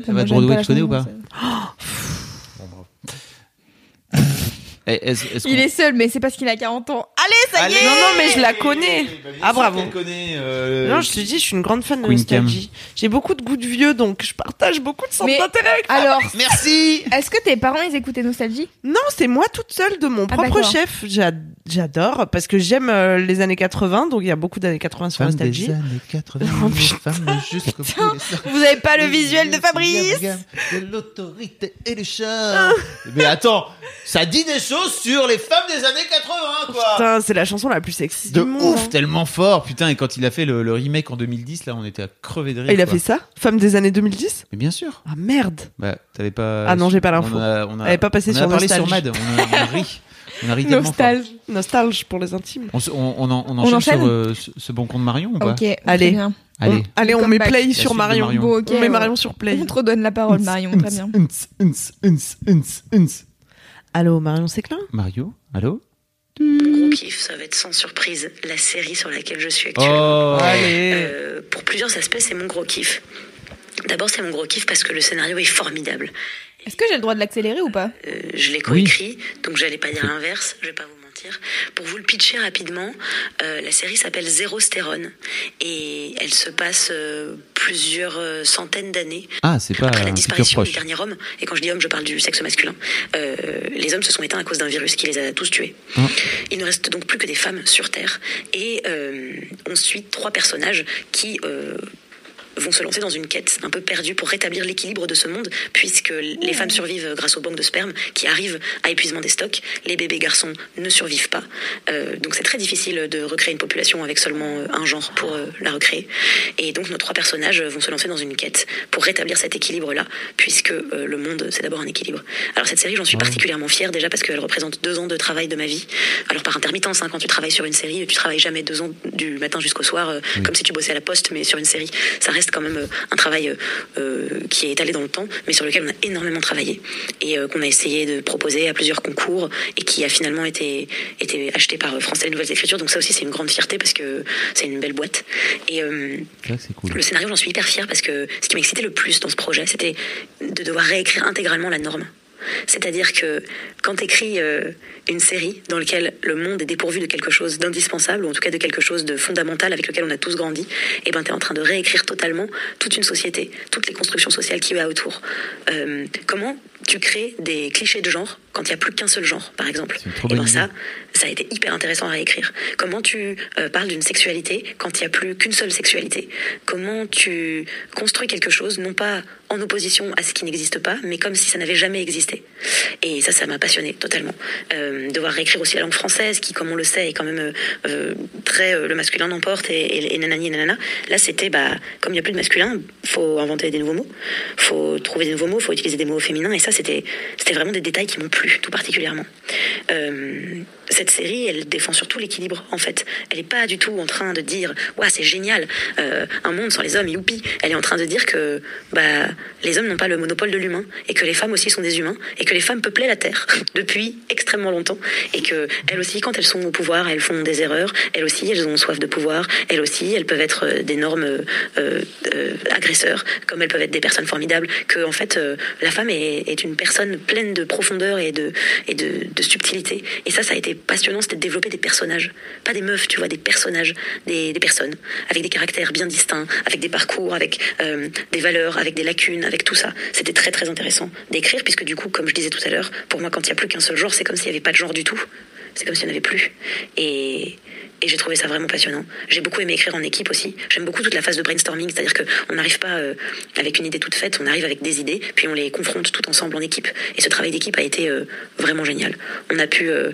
S3: Ça, moi,
S4: va,
S3: j'aime
S4: Broadway,
S3: la
S4: tu connais
S3: chanson
S4: ou pas
S3: française.
S4: Eh, Est-ce est-ce qu'on-
S3: Il est seul, mais c'est parce qu'il a 40 ans. Ah, Allez, ça y
S4: Allez
S3: est
S2: Non, non, mais je la connais.
S4: Bah, bien
S2: Ah,
S4: sûr
S2: bravo.
S4: qu'elle connaît, euh,
S2: Non, je te dis, je suis une grande fan de
S4: Queen
S2: nostalgie. J'ai beaucoup de goût de vieux, donc je partage beaucoup de centres
S3: Mais-
S2: d'intérêt avec
S3: Alors,
S4: Merci
S3: est-ce que tes parents, ils écoutaient Nostalgie
S2: Non, c'est moi toute seule de mon
S3: Ah,
S2: propre
S3: d'accord.
S2: chef. J'a- J'adore parce que j'aime euh, les années 80, donc il y a beaucoup d'années 80 sur
S4: Femme
S2: Nostalgie.
S4: des années 80,
S2: Oh, putain.
S4: femme jusqu'au bout des seins.
S3: Vous avez pas Ah, le visuel de Fabrice Ah.
S4: De l'autorité et du chat. Mais attends, ça dit des choses sur les femmes des années 80, quoi.
S2: Putain, c'est la chanson la plus sexy
S4: De
S2: du monde. hein.
S4: ouf, tellement fort, putain. Et quand il a fait le, le remake en 2010, là, on était à crever de rire.
S2: Et il a
S4: quoi.
S2: fait ça Femme des années 2010
S4: Mais bien sûr.
S2: Ah merde
S4: Bah, t'avais pas.
S2: Ah non, j'ai pas l'info.
S4: On a, on a,
S2: Elle est pas passée
S4: on a
S2: sur
S4: parlé sur
S2: Nostalgie.
S4: Mad. On a, on a ri. On a ri tellement fort.
S3: Nostalgie.
S2: Nostalgie pour les intimes.
S4: On, se- on, on en, on enchaîne
S3: enchaîne
S4: sur euh, ce, ce bon con de Marion ou pas
S3: Ok, très
S2: Allez.
S3: bien.
S4: Allez.
S2: On, allez, on
S3: Comme
S2: met
S3: back.
S2: play
S4: La
S2: sur
S4: suite de
S2: Marion.
S4: Marion.
S3: Bon, ok,
S2: on met
S3: ouais.
S2: Marion sur play.
S3: On te redonne la parole, Oh, Marion, très bien.
S4: Unz, unz, unz, unz, unz.
S2: Allô, Marion Séclin
S4: Mario, allô
S5: Gros kiff, ça va être sans surprise la série sur laquelle je suis actuellement.
S4: Oh
S2: Allez
S5: Euh, pour plusieurs aspects, c'est mon gros kiff. D'abord, c'est mon gros kiff parce que le scénario est formidable.
S3: Est-ce que j'ai le droit de l'accélérer ou pas
S5: Euh, je l'ai coécrit, donc j'allais pas dire l'inverse, je vais pas vous mentir. Pour vous le pitcher rapidement, euh, la série s'appelle Zéro Stérone et elle se passe euh, plusieurs euh, centaines d'années
S4: Ah, c'est pas
S5: après la
S4: un futur
S5: disparition du
S4: proche.
S5: dernier homme, et quand je dis homme, je parle du sexe masculin, euh, les hommes se sont éteints à cause d'un virus qui les a tous tués.
S4: Ah.
S5: Il ne reste donc plus que des femmes sur Terre. Et euh, on suit trois personnages qui euh, vont se lancer dans une quête un peu perdue pour rétablir l'équilibre de ce monde, puisque les femmes survivent grâce aux banques de sperme qui arrivent à épuisement des stocks. Les bébés garçons ne survivent pas. Euh, donc c'est très difficile de recréer une population avec seulement euh, un genre pour euh, la recréer. Et donc nos trois personnages vont se lancer dans une quête pour rétablir cet équilibre-là, puisque euh, le monde, c'est d'abord un équilibre. Alors cette série, j'en suis particulièrement fière déjà parce qu'elle représente deux ans de travail de ma vie. Alors par intermittence, hein, quand tu travailles sur une série, tu travailles jamais deux ans du matin jusqu'au soir, euh, comme si tu bossais à la poste, mais sur une série, ça reste quand même euh, un travail euh, euh, qui est étalé dans le temps, mais sur lequel on a énormément travaillé et euh, qu'on a essayé de proposer à plusieurs concours et qui a finalement été, été acheté par euh, Français Nouvelles Écritures. Donc ça aussi, c'est une grande fierté parce que c'est une belle boîte. Et euh,
S4: C'est vrai que c'est cool.
S5: le scénario, j'en suis hyper fière parce que ce qui m'excitait le plus dans ce projet, c'était de devoir réécrire intégralement la norme. C'est-à-dire que quand t'écris euh, une série dans laquelle le monde est dépourvu de quelque chose d'indispensable, ou en tout cas de quelque chose de fondamental avec lequel on a tous grandi, et ben t'es en train de réécrire totalement toute une société, toutes les constructions sociales qu'il y a autour. Euh, comment tu crées des clichés de genre quand il n'y a plus qu'un seul genre, par exemple
S4: C'est une trop
S5: Eh
S4: bonne
S5: ben,
S4: idée.
S5: ça, ça a été hyper intéressant à réécrire. Comment tu euh, parles d'une sexualité quand il n'y a plus qu'une seule sexualité Comment tu construis quelque chose, non pas en opposition à ce qui n'existe pas, mais comme si ça n'avait jamais existé. Et ça, ça m'a passionné totalement. Euh, devoir réécrire aussi la langue française, qui, comme on le sait, est quand même euh, euh, très euh, le masculin l'emporte et, et, et nanani et nanana. Là, c'était bah comme il n'y a plus de masculin, faut inventer des nouveaux mots, faut trouver des nouveaux mots, faut utiliser des mots féminins. Et ça, c'était c'était vraiment des détails qui m'ont plu plu, tout particulièrement. Euh, cette série, elle défend surtout l'équilibre, en fait. Elle n'est pas du tout en train de dire Ouah, c'est génial, euh, un monde sans les hommes, youpi. Elle est en train de dire que bah, les hommes n'ont pas le monopole de l'humain, et que les femmes aussi sont des humains, et que les femmes peuplaient la Terre depuis extrêmement longtemps, et que elles aussi, quand elles sont au pouvoir, elles font des erreurs, elles aussi, elles ont soif de pouvoir, elles aussi, elles peuvent être euh, d'énormes euh, euh, agresseurs, comme elles peuvent être des personnes formidables, que, en fait, euh, la femme est, est une personne pleine de profondeur et de, et de, de subtilité. Et ça, ça a été passionnant, c'était de développer des personnages. Pas des meufs, tu vois, des personnages, des, des personnes, avec des caractères bien distincts, avec des parcours, avec euh, des valeurs, avec des lacunes, avec tout ça. C'était très très intéressant d'écrire, puisque du coup, comme je disais tout à l'heure, pour moi, quand il n'y a plus qu'un seul genre, c'est comme s'il n'y avait pas de genre du tout. C'est comme s'il n'y en avait plus. Et, et j'ai trouvé ça vraiment passionnant. J'ai beaucoup aimé écrire en équipe aussi. J'aime beaucoup toute la phase de brainstorming, c'est-à-dire qu'on n'arrive pas euh, avec une idée toute faite, on arrive avec des idées, puis on les confronte tout ensemble en équipe. Et ce travail d'équipe a été euh, vraiment génial. On a pu, euh,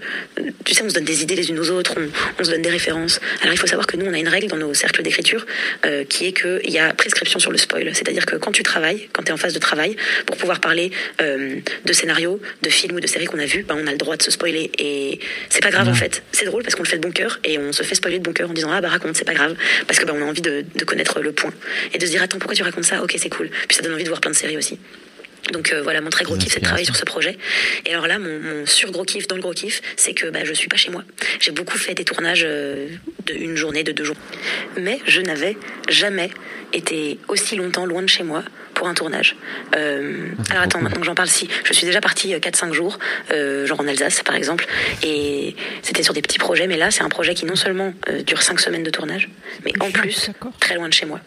S5: tu sais, on se donne des idées les unes aux autres, on, on se donne des références. Alors il faut savoir que nous, on a une règle dans nos cercles d'écriture euh, qui est qu'il y a prescription sur le spoil, c'est-à-dire que quand tu travailles, quand tu es en phase de travail, pour pouvoir parler euh, de scénarios, de films ou de séries qu'on a vus, bah, on a le droit de se spoiler. Et c'est pas grave en fait. C'est drôle parce qu'on le fait de bon cœur et on se fait spoiler de bon cœur en disant ah bah raconte, c'est pas grave. Parce que bah, on a envie de, de connaître le point et de se dire attends, pourquoi tu racontes ça Ok, c'est cool. Puis ça donne envie de voir plein de séries aussi. Donc euh, voilà, mon très gros kiff, c'est de travailler sur ce projet. Et alors là, mon, mon sur gros kiff dans le gros kiff, c'est que bah, je suis pas chez moi. J'ai beaucoup fait des tournages euh, de une journée, de deux jours. Mais je n'avais jamais été aussi longtemps loin de chez moi pour un tournage. Euh, alors attends, maintenant que j'en parle, si, je suis déjà partie euh, 4-5 jours, euh, genre en Alsace par exemple, et c'était sur des petits projets, mais là c'est un projet qui non seulement euh, dure 5 semaines de tournage, mais en plus très loin de chez moi.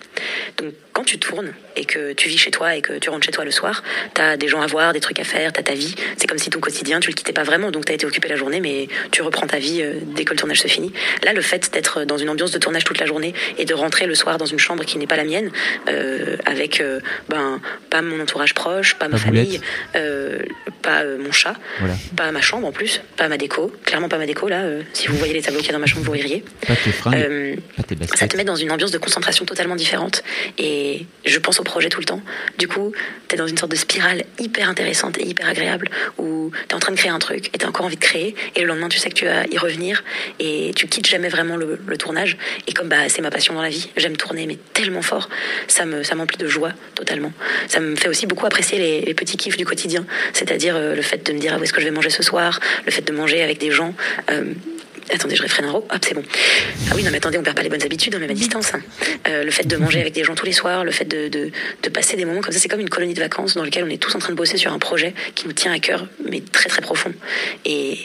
S5: Donc quand tu tournes et que tu vis chez toi et que tu rentres chez toi le soir, t'as des gens à voir, des trucs à faire, t'as ta vie. C'est comme si ton quotidien, tu le quittais pas vraiment, donc t'as été occupé la journée, mais tu reprends ta vie euh, dès que le tournage se finit. Là, le fait d'être dans une ambiance de tournage toute la journée et de rentrer le soir dans une chambre qui n'est pas la mienne, euh, avec euh, ben pas mon entourage proche, pas ma
S4: Pas Boulette.
S5: famille, euh, pas euh, mon chat,
S4: Voilà.
S5: pas ma chambre en plus, pas ma déco, clairement pas ma déco là. euh, si vous voyez les tableaux qu'il y a dans ma chambre, vous ririez.
S4: Pas tes fringues,
S5: Euh,
S4: pas tes
S5: ça te
S4: baskets.
S5: met dans une ambiance de concentration totalement différente. Et je pense au projet tout le temps. Du coup, t'es dans une sorte de spirale hyper intéressante et hyper agréable où t'es en train de créer un truc et t'as encore envie de créer. Et le lendemain, tu sais que tu vas y revenir et tu quittes jamais vraiment le, le tournage. Et comme bah, c'est ma passion dans la vie, j'aime tourner, mais tellement fort, ça me ça m'emplit de joie totalement. Ça me fait aussi beaucoup apprécier les, les petits kiffs du quotidien, c'est-à-dire euh, le fait de me dire ah, où est-ce que je vais manger ce soir, le fait de manger avec des gens. euh, Attendez, je réfrène un row. Hop, c'est bon. Ah oui, non, mais attendez, on perd pas les bonnes habitudes, même à distance. hein. Euh, le fait de manger avec des gens tous les soirs, le fait de, de, de passer des moments comme ça, c'est comme une colonie de vacances dans laquelle on est tous en train de bosser sur un projet qui nous tient à cœur, mais très très profond. Et,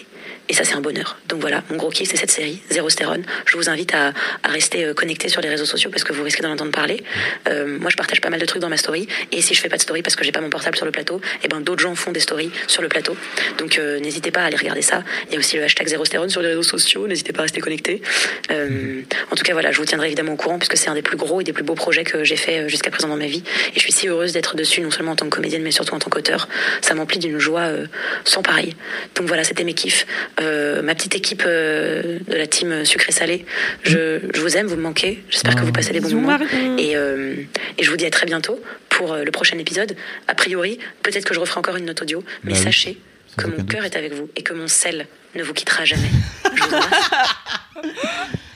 S5: et ça, c'est un bonheur. Donc voilà, mon gros kiff, c'est cette série, Zéro Stérone. Je vous invite à, à rester euh, connecté sur les réseaux sociaux parce que vous risquez d'en entendre parler. Euh, moi, je partage pas mal de trucs dans ma story. Et si je fais pas de story parce que j'ai pas mon portable sur le plateau, et ben d'autres gens font des stories sur le plateau. Donc euh, n'hésitez pas à aller regarder ça. Il y a aussi le hashtag Zéro Stérone sur les réseaux sociaux. N'hésitez pas à rester connecté. Euh, En tout cas, voilà, je vous tiendrai évidemment au courant puisque c'est un des plus gros et des plus beaux projets que j'ai fait euh, jusqu'à présent dans ma vie. Et je suis si heureuse d'être dessus, non seulement en tant que comédienne, mais surtout en tant qu'auteur. Ça m'emplit d'une joie euh, sans pareil. Donc voilà, c'était mes kiffs. Euh, ma petite équipe euh, de la team sucré-salé, je, je vous aime, vous me manquez. J'espère que vous passez des bons
S2: Bisous,
S5: moments.
S2: Marie.
S5: Et, euh, et je vous dis à très bientôt pour euh, le prochain épisode. A priori, peut-être que je referai encore une note audio, mais
S4: Bah oui,
S5: sachez
S4: sans
S5: que mon
S4: aucun doute.
S5: cœur est avec vous et que mon sel ne vous quittera jamais. Je vous embrasse.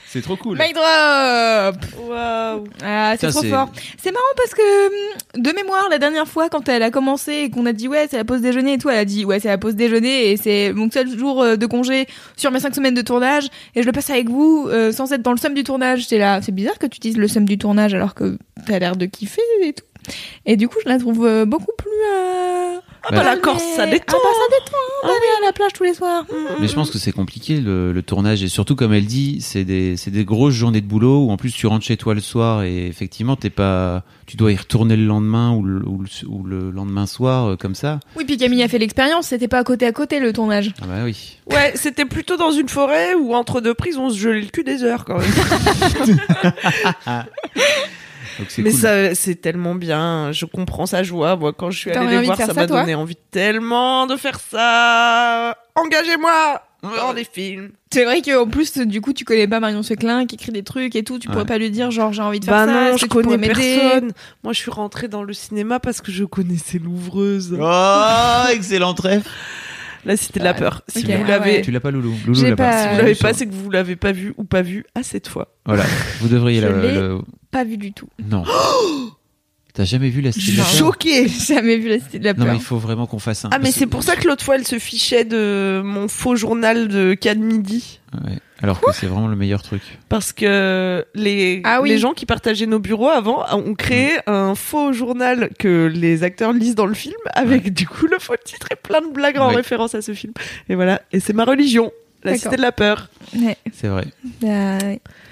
S4: C'est trop cool.
S3: Mic drop
S2: Waouh.
S3: Ah, c'est
S4: Ça,
S3: trop
S4: c'est-
S3: fort. C'est marrant parce que, hum, de mémoire, la dernière fois, quand elle a commencé et qu'on a dit ouais, c'est la pause déjeuner et tout, elle a dit ouais, c'est la pause déjeuner et c'est mon seul jour euh, de congé sur mes cinq semaines de tournage et je le passe avec vous euh, sans être dans le somme du tournage. J'étais là, c'est bizarre que tu dises le somme du tournage alors que t'as l'air de kiffer et tout. Et du coup, je la trouve euh, beaucoup plus. euh,
S2: Ah bah la
S3: calmée.
S2: Corse, ça détend. Mm.
S3: Ah bah, ça détend hein, d'aller à la plage tous les soirs.
S4: Mais
S2: Mhm.
S4: je pense que c'est compliqué le, le tournage et surtout comme elle dit, c'est des, c'est des grosses journées de boulot où en plus tu rentres chez toi le soir et effectivement t'es pas, tu dois y retourner le lendemain ou le, ou le- ou le lendemain soir euh, comme ça.
S3: Oui, puis Camille a fait l'expérience, c'était pas à côté à côté le tournage.
S4: Ah bah oui.
S2: Ouais, c'était plutôt dans une forêt où entre deux prises, on se gelait le cul des heures quand même.
S4: Donc c'est
S2: Mais
S4: cool.
S2: ça, c'est tellement bien. Je comprends sa joie. Moi, quand je suis
S3: T'aurais
S2: allée les
S3: envie de
S2: voir,
S3: faire
S2: ça
S3: ça,
S2: m'a
S3: toi
S2: donné envie tellement de faire ça. Engagez-moi dans des films.
S3: C'est vrai qu'en plus, du coup, tu connais pas Marion Seclin qui écrit des trucs et tout. Tu pourrais
S4: Ouais.
S3: pas lui dire, genre, j'ai envie de
S2: Bah
S3: faire ça. est-ce que tu pourrais m'aider
S2: Moi, je suis Ah. rentrée dans le cinéma parce que je connaissais l'ouvreuse.
S4: Oh, excellent Ah, trèfle.
S2: Là, c'était de la peur. Si
S3: Ok,
S2: vous
S3: ah
S2: l'avez,
S3: ouais.
S4: Tu l'as pas, Loulou. Loulou
S3: J'ai
S4: l'a
S3: pas-
S2: si vous
S3: Ouais,
S2: l'avez pas, c'est que vous l'avez pas vu ou pas vu à cette fois.
S4: Voilà, vous devriez
S3: Je
S4: le,
S3: l'ai.
S4: le-
S3: Pas vu du tout.
S4: Non. T'as jamais vu la
S2: Je
S4: style
S2: suis
S4: de la peur
S2: choquée.
S3: J'ai jamais vu la cité de la
S4: Non,
S3: peur.
S4: mais il faut vraiment qu'on fasse un.
S2: Ah, mais
S4: parce-
S2: c'est pour ça que l'autre fois, elle se fichait de mon faux journal de cas de midi.
S4: Ouais, Alors que c'est vraiment le meilleur truc.
S2: Parce que les,
S3: Ah oui.
S2: les gens qui partageaient nos bureaux avant ont créé
S4: Mm.
S2: un faux journal que les acteurs lisent dans le film avec du coup le faux titre et plein de blagues en
S4: Oui.
S2: référence à ce film. Et voilà. Et c'est ma religion, la
S3: D'accord.
S2: cité de la peur.
S3: Ouais.
S4: C'est vrai.
S3: Bah,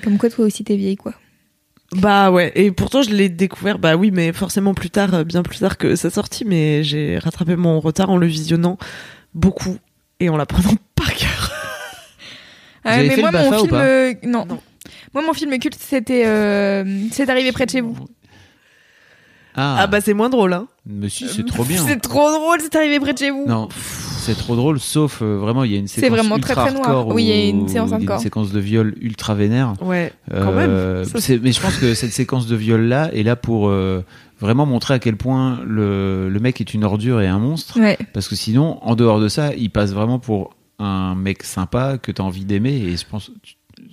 S3: comme quoi, toi aussi, t'es vieille, quoi.
S2: Bah ouais. Et pourtant, je l'ai découvert, bah oui, mais forcément plus tard, euh, bien plus tard que sa sortie, mais j'ai rattrapé mon retard en le visionnant beaucoup et en l'apprenant par cœur.
S3: Ah,
S4: avez
S3: mais
S4: fait
S3: moi,
S4: le
S3: mon
S4: BAFA ou
S3: film.
S4: pas
S3: euh, non.
S2: Non.
S3: Moi, mon film culte, c'était. euh, c'est arrivé près de chez vous.
S4: Ah,
S2: Ah, bah c'est moins drôle, hein.
S4: mais si, c'est trop bien.
S3: C'est trop drôle, c'est arrivé près de chez vous.
S4: Non, c'est trop drôle, sauf euh, vraiment, il y a une
S3: C'est
S4: séquence
S3: vraiment très,
S4: ultra
S3: très noir.
S4: hardcore
S3: Oui, il y a une
S4: où-
S3: séquence
S4: où il y a
S3: hardcore.
S4: Une séquence de viol ultra vénère.
S2: Ouais. Quand
S4: Euh,
S2: même. Ça,
S4: c'est- mais je pense que cette séquence de viol là est là pour euh, vraiment montrer à quel point le, le mec est une ordure et un monstre.
S3: Ouais.
S4: Parce que sinon, en dehors de ça, il passe vraiment pour un mec sympa que t'as envie d'aimer. Et je pense.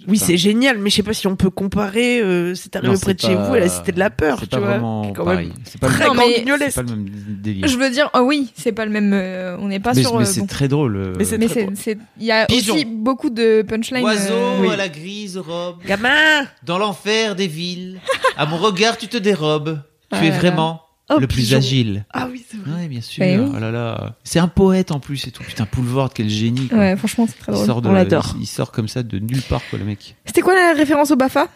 S2: Oui,
S4: Enfin,
S2: c'est génial, mais je sais pas si on peut comparer euh, C'est arrivé
S4: non,
S2: près
S4: c'est
S2: de chez
S4: pas-
S2: vous à la Cité de la Peur,
S4: C'est
S2: tu
S4: pas
S2: vois. qui
S4: vraiment
S2: est quand
S4: pareil.
S2: même
S4: C'est pas, le
S2: très
S4: même-
S3: Non, mais-
S2: cambriolesque.
S4: c'est pas le même délire.
S3: Je veux dire, ah oui, c'est pas le même. euh, on n'est pas
S4: mais
S3: sur.
S4: mais
S3: euh,
S4: c'est
S3: bon.
S4: très drôle. euh,
S2: Mais c'est
S3: Mais
S2: très
S3: c'est,
S2: drôle.
S3: c'est- il y a
S4: Pigeon.
S3: aussi beaucoup de punchlines. euh, oui.
S6: à la grise robe,
S2: Gamin
S6: dans l'enfer des villes, à mon regard tu te dérobes.
S3: Ah
S4: tu es
S3: là là.
S4: vraiment
S2: Oh,
S4: le plus
S2: pigeon.
S4: agile.
S2: Ah oui, c'est vrai.
S4: Ouais, bien sûr.
S3: Ben oui.
S4: Oh là là. C'est un poète en plus et tout. Putain, Poulvord, quel génie. quoi.
S3: Ouais, franchement, c'est très
S4: Il
S3: drôle.
S4: sort, de,
S2: On l'adore.
S4: il sort comme ça de nulle part, quoi, le mec.
S3: C'était quoi la référence au BAFA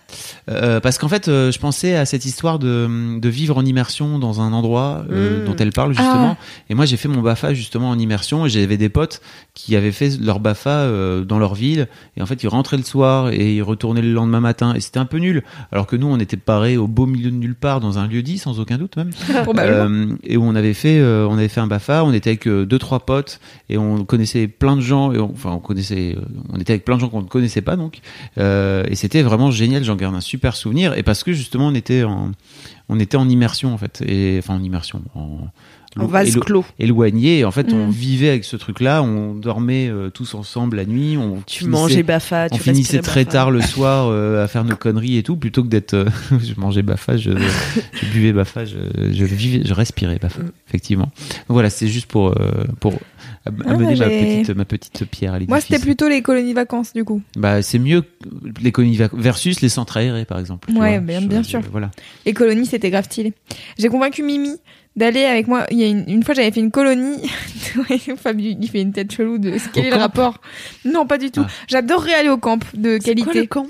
S4: Euh, parce qu'en fait, euh, je pensais à cette histoire de, de vivre en immersion dans un endroit euh,
S2: Mm.
S4: dont elle parle justement. Et moi, j'ai fait mon Bafa justement en immersion. Et j'avais des potes qui avaient fait leur Bafa euh, dans leur ville. Et en fait, ils rentraient le soir et ils retournaient le lendemain matin. Et c'était un peu nul. Alors que nous, on était parés au beau milieu de nulle part, dans un lieu dit, sans aucun doute même.
S2: Bah,
S3: Probablement.
S4: Euh, et où on avait fait, euh, on avait fait un Bafa. On était avec euh, deux trois potes et on connaissait plein de gens. Et on- enfin, on connaissait, euh, on était avec plein de gens qu'on ne connaissait pas donc. Euh, et c'était vraiment génial. J'en garde un super souvenir. Et parce que justement, on était en, on était en immersion en fait. Et enfin, en immersion. En,
S2: En vase
S4: élo-
S2: clos. Mmh.
S4: éloigné. Et en fait, on
S3: Mm.
S4: vivait avec ce truc-là. On dormait euh, tous ensemble la nuit. On
S2: Tu
S4: finissait-
S2: mangeais Bafa, tu
S4: on finissait
S2: respirais
S4: très
S2: Baffa.
S4: tard le soir euh, à faire nos conneries et tout, plutôt que d'être. euh, je mangeais Bafa, je, je buvais Bafa, je, je vivais, je respirais Bafa, effectivement. Donc voilà, c'est juste pour, euh, pour am-
S3: Mm. Ah,
S4: amener ma,
S3: j'ai-
S4: petite, ma petite pierre à l'édifice.
S3: Moi, c'était plutôt les colonies de vacances, du coup.
S4: Bah, c'est mieux que les colonies vac- versus les centres aérés, par exemple. tu
S3: Ouais,
S4: vois.
S3: bien-
S4: Je-
S3: bien
S4: je-
S3: sûr.
S4: Voilà.
S3: Les colonies, c'était grave stylé. J'ai convaincu Mimi d'aller avec moi. Il y a une, une fois, j'avais fait une colonie. Ouais, Fabio, il fait une tête chelou de quel
S4: Au
S3: est le
S4: camp
S3: rapport. Non, pas du tout.
S4: Ah.
S3: J'adorerais aller au camp de
S2: C'est quoi le
S3: qualité.
S2: camp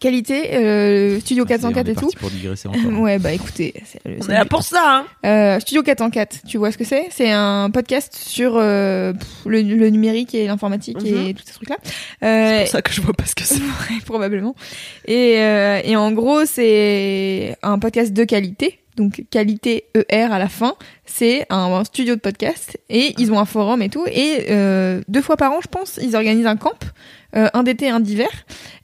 S3: Qualité, euh, Studio
S4: Ah, ça y est, on
S3: 404
S4: est
S3: et tout.
S4: parti pour digresser encore. hein.
S3: Ouais, bah écoutez, c'est le-
S2: On
S3: c'est
S2: est
S3: le
S2: là
S3: but.
S2: pour ça, hein
S3: Euh, Studio 404, tu vois ce que c'est C'est un podcast sur euh, pff, le, le numérique et l'informatique
S2: Mhm.
S3: et tout ce truc-là. Euh,
S2: C'est pour ça que je vois pas ce que c'est.
S3: Ouais, probablement. Et, euh, et en gros, c'est un podcast de qualité. Donc, qualité ER à la fin. C'est un, un studio de podcast. Et ils ont un forum et tout. Et euh, deux fois par an, je pense, ils organisent un camp. euh, un d'été, un d'hiver.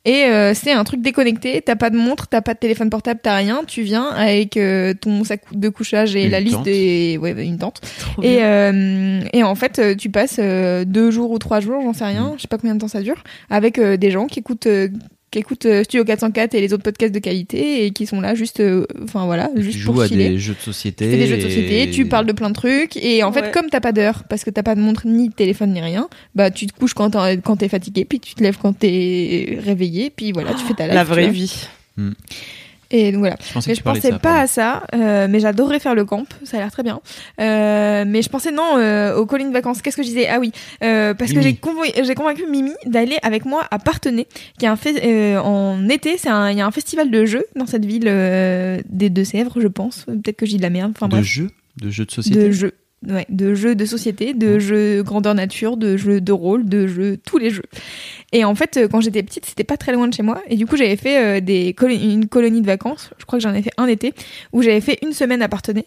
S3: Et euh, c'est un truc déconnecté. T'as pas de montre, t'as pas de téléphone portable, t'as rien. Tu viens avec euh, ton sac de couchage et
S4: Une
S3: la liste
S4: tente.
S3: des... Ouais, bah, une tente.
S2: Trop
S3: Et,
S2: bien.
S3: euh, et en fait, euh, tu passes euh, deux jours ou trois jours, j'en sais rien, je sais pas combien de temps ça dure, avec euh, des gens qui écoutent, euh, qui écoutent euh, Studio 404 et les autres podcasts de qualité et qui sont là juste, euh, enfin voilà,
S4: tu
S3: juste
S4: joues
S3: pour
S4: à
S3: chiller.
S4: des jeux de société.
S3: Tu fais des jeux de société,
S4: et-
S3: tu parles de plein de trucs, et en
S2: Ouais.
S3: fait, comme t'as pas d'heure, parce que t'as pas de montre, ni de téléphone, ni rien, bah tu te couches quand t'en- quand t'es fatigué, puis tu te lèves quand t'es réveillé, puis voilà, tu fais ta life,
S2: La
S3: tu
S2: vraie
S3: vois.
S2: vie.
S3: Et donc voilà.
S4: Je pensais,
S3: Mais
S4: que
S3: je
S4: tu parlais de
S3: pensais
S4: ça,
S3: pas
S4: pardon.
S3: à ça, euh, mais j'adorerais faire le camp, ça a l'air très bien. Euh, mais je pensais non euh, aux collines de vacances. Qu'est-ce que je disais Ah oui, euh, parce que
S4: Mimi.
S3: j'ai convo- j'ai convaincu Mimi d'aller avec moi à Partenay, qui est un fes- euh, en été, c'est un- il y a un festival de jeux dans cette ville euh, des Deux-Sèvres, je pense. Peut-être que j'ai de la merde. Enfin
S4: De
S3: bref,
S4: jeux De jeux de
S3: de
S4: société
S3: jeux. Ouais, de jeux de société, de jeux grandeur nature, de jeux de rôle, de jeux, tous les jeux. Et en fait, euh, quand j'étais petite, c'était pas très loin de chez moi. Et du coup, j'avais fait euh, des colo- une colonie de vacances. Je crois que j'en ai fait un été où j'avais fait une semaine à Partenay.